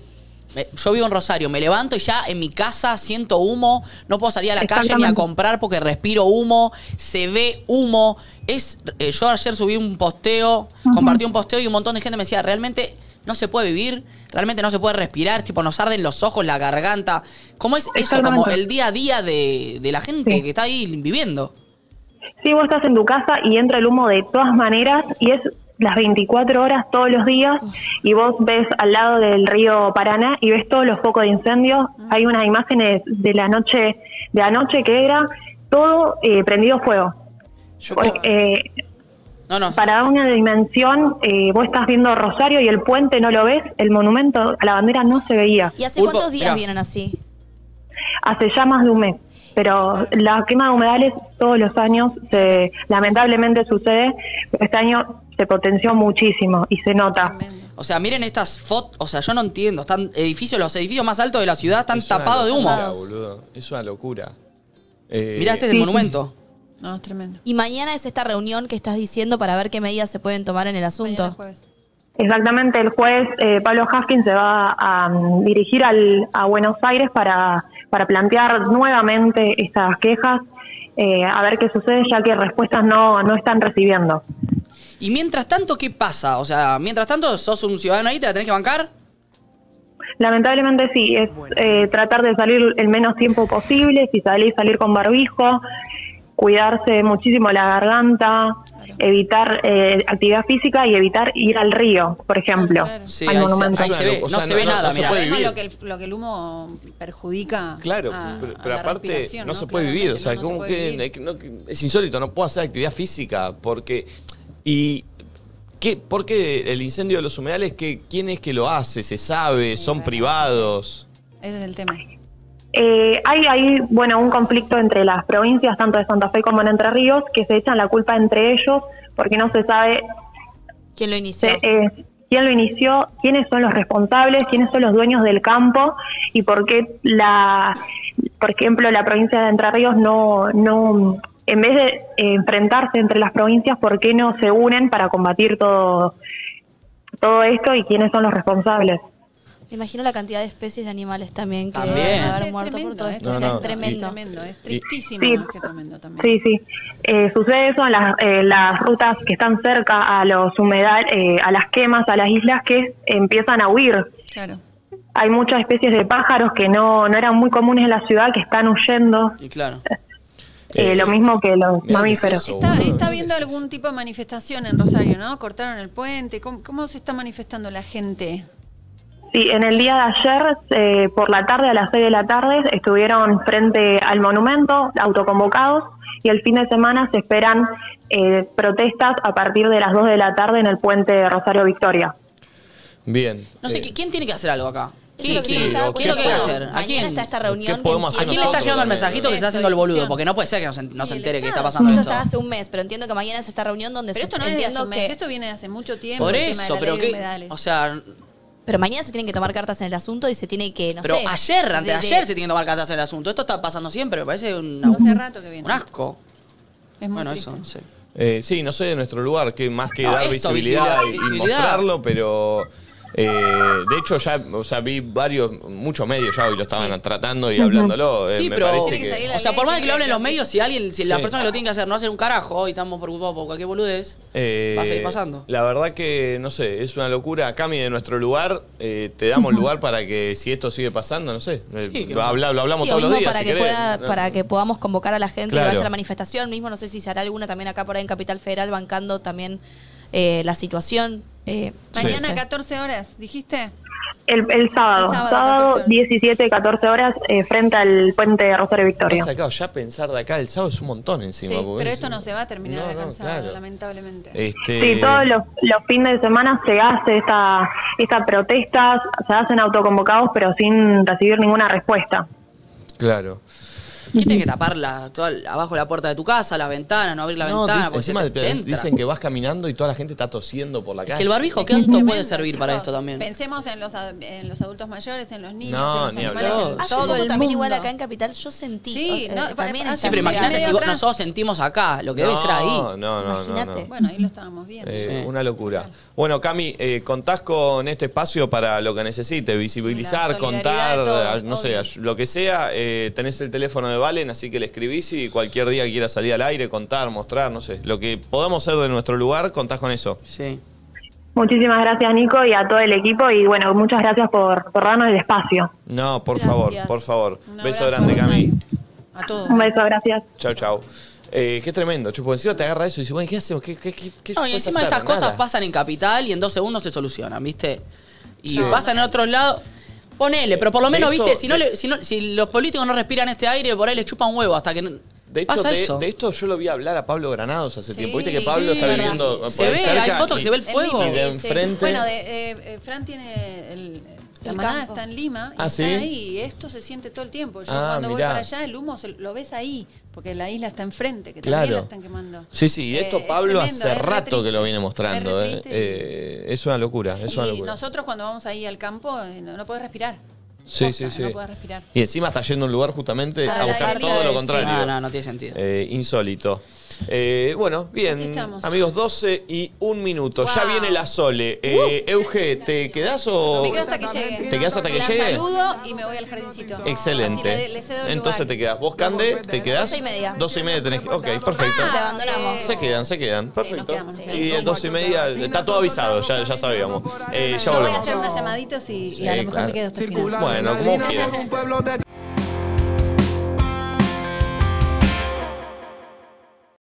B: me- yo vivo en Rosario, me levanto y ya en mi casa siento humo, no puedo salir a la calle ni a
C: Exactamente.
B: comprar porque respiro humo, se ve humo. Es, eh, yo ayer subí un posteo, compartí un posteo y un montón de gente me decía, realmente no se puede vivir, realmente no se puede respirar, tipo nos arden los ojos, la garganta. ¿Cómo es eso? Como
C: Exactamente.
B: el día a día de, de la gente que está ahí viviendo.
C: Si vos estás en tu casa y entra el humo de todas maneras y es las 24 horas todos los días y vos ves al lado del río Paraná y ves todos los focos de incendio. Hay unas imágenes de la noche de anoche que era todo eh, prendido fuego. Pues, eh, Para dar una dimensión, eh, vos estás viendo Rosario y el puente no lo ves, el monumento a la bandera no se veía.
E: ¿Y hace cuántos días vienen así?
C: Hace ya más de un mes, pero la quema de humedales todos los años se, lamentablemente sucede, pero este año se potenció muchísimo y se nota.
B: O sea, miren estas fotos. O sea, yo no entiendo. Están edificios, los edificios más altos de la ciudad están
L: Es una
B: tapados de
L: locura,
B: humo.
L: boludo. Es una locura. Eh,
B: Mirá, este es el monumento.
D: No, es tremendo.
E: Y mañana es esta reunión que estás diciendo para ver qué medidas se pueden tomar en el asunto.
C: Exactamente, mm, el juez eh, Pablo Haskins se va a um, dirigir al, a Buenos Aires para, para plantear nuevamente estas quejas, eh, a ver qué sucede, ya que respuestas no, no están recibiendo.
B: Y mientras tanto, ¿qué pasa? O sea, mientras tanto, sos un ciudadano ahí, te la tenés que bancar.
C: Lamentablemente sí, es eh, tratar de salir el menos tiempo posible, si salís, salir con barbijo, cuidarse muchísimo la garganta, evitar eh, actividad física y evitar ir al río, por ejemplo.
B: Sí,
C: al
B: ahí
C: monumento.
B: se, ahí se ve, no, se ve
D: Ah,
B: nada, mira.
D: Además, lo que, el, lo que el humo perjudica.
A: Claro,
D: a-
A: pero,
D: Ah, a
A: pero
D: la
A: aparte no,
D: respiración,
A: se puede vivir, o sea,
D: no
A: como
D: se
A: que,
D: puede
A: que no- que- es insólito, no puedo hacer actividad física porque y ¿qué, por qué el incendio de los humedales que quién es que lo hace, se sabe, son privados.
D: Ese es el tema.
C: Eh, hay, hay, bueno, un conflicto entre las provincias, tanto de Santa Fe como en Entre Ríos, que se echan la culpa entre ellos porque no se sabe
E: ¿Quién lo inició?
C: eh, quién lo inició, quiénes son los responsables, quiénes son los dueños del campo y por qué la, por ejemplo, la provincia de Entre Ríos no, no, en vez de eh, enfrentarse entre las provincias, por qué no se unen para combatir todo, todo esto y quiénes son los responsables.
E: Me imagino la cantidad de especies de animales también que
C: También.
E: van a
C: Este
E: haber
C: es
E: muerto por
C: tremendo,
E: todo
C: ¿eh?
E: esto.
C: No,
E: o sea,
C: no,
E: es tremendo.
C: y-
D: Tremendo, es
C: y-
D: tristísimo
C: Sí.
D: más que tremendo también.
C: Sí, sí. Eh, sucede eso en las, eh, las rutas que están cerca a los humedales, a las quemas, a las islas que empiezan a huir.
D: Claro.
C: Hay muchas especies de pájaros que no, no eran muy comunes en la ciudad que están huyendo.
B: Y claro.
C: Eh,
B: Eh,
C: lo mismo que
B: mirá
C: los
B: que es
C: mamíferos.
B: eso,
D: Está, está habiendo algún tipo de manifestación en Rosario, ¿no? Cortaron el puente. ¿Cómo, cómo se está manifestando la gente?
C: Sí, en el día de ayer, eh, por la tarde, a las 6 de la tarde, estuvieron frente al monumento, autoconvocados, y el fin de semana se esperan eh, protestas a partir de las 2 de la tarde en el puente de Rosario Victoria.
A: Bien.
B: No sé, ¿qui- ¿quién tiene que hacer algo acá?
E: Eso es
B: ¿Quién,
E: lo que
B: quién,
E: yo estaba
B: quién lo que hay que
E: pensando.
B: hacer? ¿A
E: Mañana
B: quién?
E: está esta reunión.
A: ¿Qué podemos
B: ¿A
A: hacer
B: quién le está
A: nosotros
B: llegando el
A: también,
B: mensajito que se está haciendo el boludo? Porque no puede ser que no se, no se entere que está pasando
E: Justo
B: esto.
E: estaba hace un mes, pero entiendo que mañana se esta reunión donde
D: Pero
E: se-
D: esto no es de hace
E: entiendo
D: un mes,
E: que-
D: esto viene de hace mucho tiempo.
B: Por
D: el tema de
B: eso,
D: la
B: pero
D: ley de
B: qué.
D: humedales.
B: O sea,
E: Pero mañana se tienen que tomar cartas en el asunto y se tiene que, no
B: pero
E: sé.
B: ayer, antes de
E: de-
B: ayer, se tiene que tomar cartas en el asunto. Esto está pasando siempre, me parece un,
D: Hace rato que viene.
B: un asco.
D: Es muy
B: bueno,
D: triste.
B: eso, no sé.
A: Eh, sí, no sé de nuestro lugar, que más que
B: No,
A: dar
B: esto,
A: visibilidad,
B: visibilidad,
A: y- y,
B: visibilidad.
A: mostrarlo, pero eh, de hecho ya, o sea, vi varios, muchos medios ya hoy lo estaban tratando y
B: Ujú.
A: hablándolo. eh,
B: Sí,
A: me
B: pero.
A: parece que-
B: o sea, por más que lo hablen los medios, si alguien, si la
A: Sí.
B: persona que lo tiene que hacer no hace un carajo, hoy estamos preocupados por cualquier boludez.
A: Eh,
B: Va a seguir pasando.
A: La verdad que, no sé, es una locura. Cami, de nuestro lugar, eh, te damos lugar para que si esto sigue pasando, no sé. eh,
E: Sí, que
A: va-
E: no sé.
A: habla- lo hablamos
E: Sí, o
A: todos los
E: mismo
A: días.
E: Para,
A: si
E: que
A: querés.
E: pueda-
A: No.
E: para que podamos convocar a la gente y que vaya
A: Claro.
E: a la manifestación. Mismo, no sé si se hará alguna también acá por ahí en Capital Federal, bancando también eh, la situación. eh,
D: Mañana 14 horas, dijiste.
C: El, el sábado,
D: El sábado,
C: sábado,
D: 14 horas.
C: 17, 14 horas, eh, frente al puente de Rosario Victoria.
A: Pasa acá, ya pensar de acá el sábado es un montón encima.
D: Sí,
A: porque
D: pero
A: es-
D: esto no se va a terminar
A: No,
D: de
A: no,
D: alcanzar,
A: claro.
D: lamentablemente.
A: Este,
C: Sí, todos los, los fines de semana se hace esta, esta protesta, se hacen autoconvocados, pero sin recibir ninguna respuesta.
A: Claro.
B: ¿Qué tiene que tapar la, toda la- abajo de la puerta de tu casa, las ventanas, no abrir la
A: No,
B: ventana?
A: dice-
B: porque se
A: encima
B: te- te
A: de-
B: entra?
A: dicen que vas caminando y toda la gente está tosiendo por la calle.
B: que el barbijo, ¿qué tanto puede servir para esto también?
D: Pensemos en los, ad- en los adultos mayores, en los niños,
B: No,
D: en
B: ni
D: los
B: hablar.
D: animales, en
E: Hace
D: todo
E: poco
D: el mundo.
E: también igual acá en Capital yo sentí.
D: Sí,
E: o-
D: no,
E: eh, también
D: hace
E: en
B: Sí, pero
E: San Miguel.
B: imagínate si
D: medio
B: vos-
D: atrás.
B: nosotros sentimos acá, lo que debe
A: No,
B: ser ahí.
A: No, no, no, no.
D: Bueno, ahí lo estábamos viendo.
A: Eh, Una locura. Bueno, Cami, eh, contás con este espacio para lo que necesites, visibilizar,
D: La solidaridad
A: contar,
D: de todos,
A: ah, no sé, ah, lo que sea. eh, tenés el teléfono de Valen, así que le escribís y cualquier día que quieras salir al aire, contar, mostrar, no sé. Lo que podamos hacer de nuestro lugar, contás con eso.
B: Sí.
C: Muchísimas gracias, Nico, y a todo el equipo. Y bueno, muchas gracias por, por darnos el espacio.
A: No, por
C: Gracias.
A: favor, por favor.
C: Un
A: Beso
C: abrazo,
A: grande, Cami.
D: A todos.
C: Un beso, gracias.
A: Chau, chau. Eh, qué tremendo, chupo. Encima te agarra eso y dices, bueno, ¿qué hacemos? ¿Qué, qué, qué, qué
B: No, y
A: puedes
B: encima
A: hacer?
B: estas cosas
A: Nada.
B: pasan en Capital y en dos segundos se solucionan, ¿viste? Y
A: Sí.
B: pasan en otros lados. Ponele, pero por lo menos,
A: De esto-
B: ¿viste? Si, no le- si, no- si los políticos no respiran este aire, por ahí les chupan huevo hasta que. no-
A: De hecho,
B: pasa
A: de,
B: eso.
A: de esto yo lo vi hablar a Pablo Granados hace
D: Sí,
A: tiempo. Viste que Pablo está
B: verdad.
A: viviendo.
B: Se
A: por
B: ve,
A: cerca
B: hay fotos que
A: y-
B: se ve el fuego.
A: Y de
D: Sí, sí.
A: enfrente.
D: Bueno, de- eh, eh, Fran tiene el, la
E: El
D: manada
E: campo.
D: está en Lima y
A: Ah,
D: está
A: ¿sí?
D: ahí. y Esto se siente todo el tiempo. Yo
A: Ah,
D: cuando voy
A: mirá.
D: para allá, el humo se- lo ves ahí, porque la isla está enfrente, que
A: Claro.
D: también la están quemando.
A: Sí, sí, y esto
D: Eh, es
A: Pablo
D: tremendo,
A: hace
D: es re
A: rato que
D: triste.
A: lo viene mostrando.
D: Es
A: eh.
D: re triste.
A: Eh, es una locura, es una
D: Y
A: locura.
D: nosotros cuando vamos ahí al campo eh, no, no podés respirar.
A: Sí, sí, sí.
D: no puedes respirar.
A: Y encima está yendo a un lugar justamente
D: Al
A: a buscar
D: aire
A: todo
D: libre,
A: lo
D: sí.
A: contrario.
D: No,
B: no, no tiene sentido.
A: insólito. Eh, bueno, bien.
D: Así estamos.
A: Amigos, 12 y un minuto. Ya
D: Wow. Uh.
A: viene la Sole. Eh, Euge, ¿te quedás o.?
D: Me quedo hasta que llegue.
A: Oh. ¿Te quedás hasta que
D: la
A: llegue?
D: saludo y me voy al jardincito. Así le,
A: Excelente.
D: le cedo el
A: Entonces te quedás. ¿Vos, Cande, te quedás?
D: 12 y media. Ah,
A: 12 y media tenés que- Ok, perfecto.
D: Te abandonamos.
A: Se quedan, se quedan. Perfecto.
D: quedamos, nos
A: Y
D: quedamos.
A: 12 y media. Está todo avisado, ya, ya sabíamos. Eh, ya
D: Yo voy a
A: volvemos.
D: hacer unas llamaditas y, y a
A: Sí,
D: lo mejor
A: claro.
D: me quedo hasta el final.
A: Bueno, como quieras.
U: pueblo de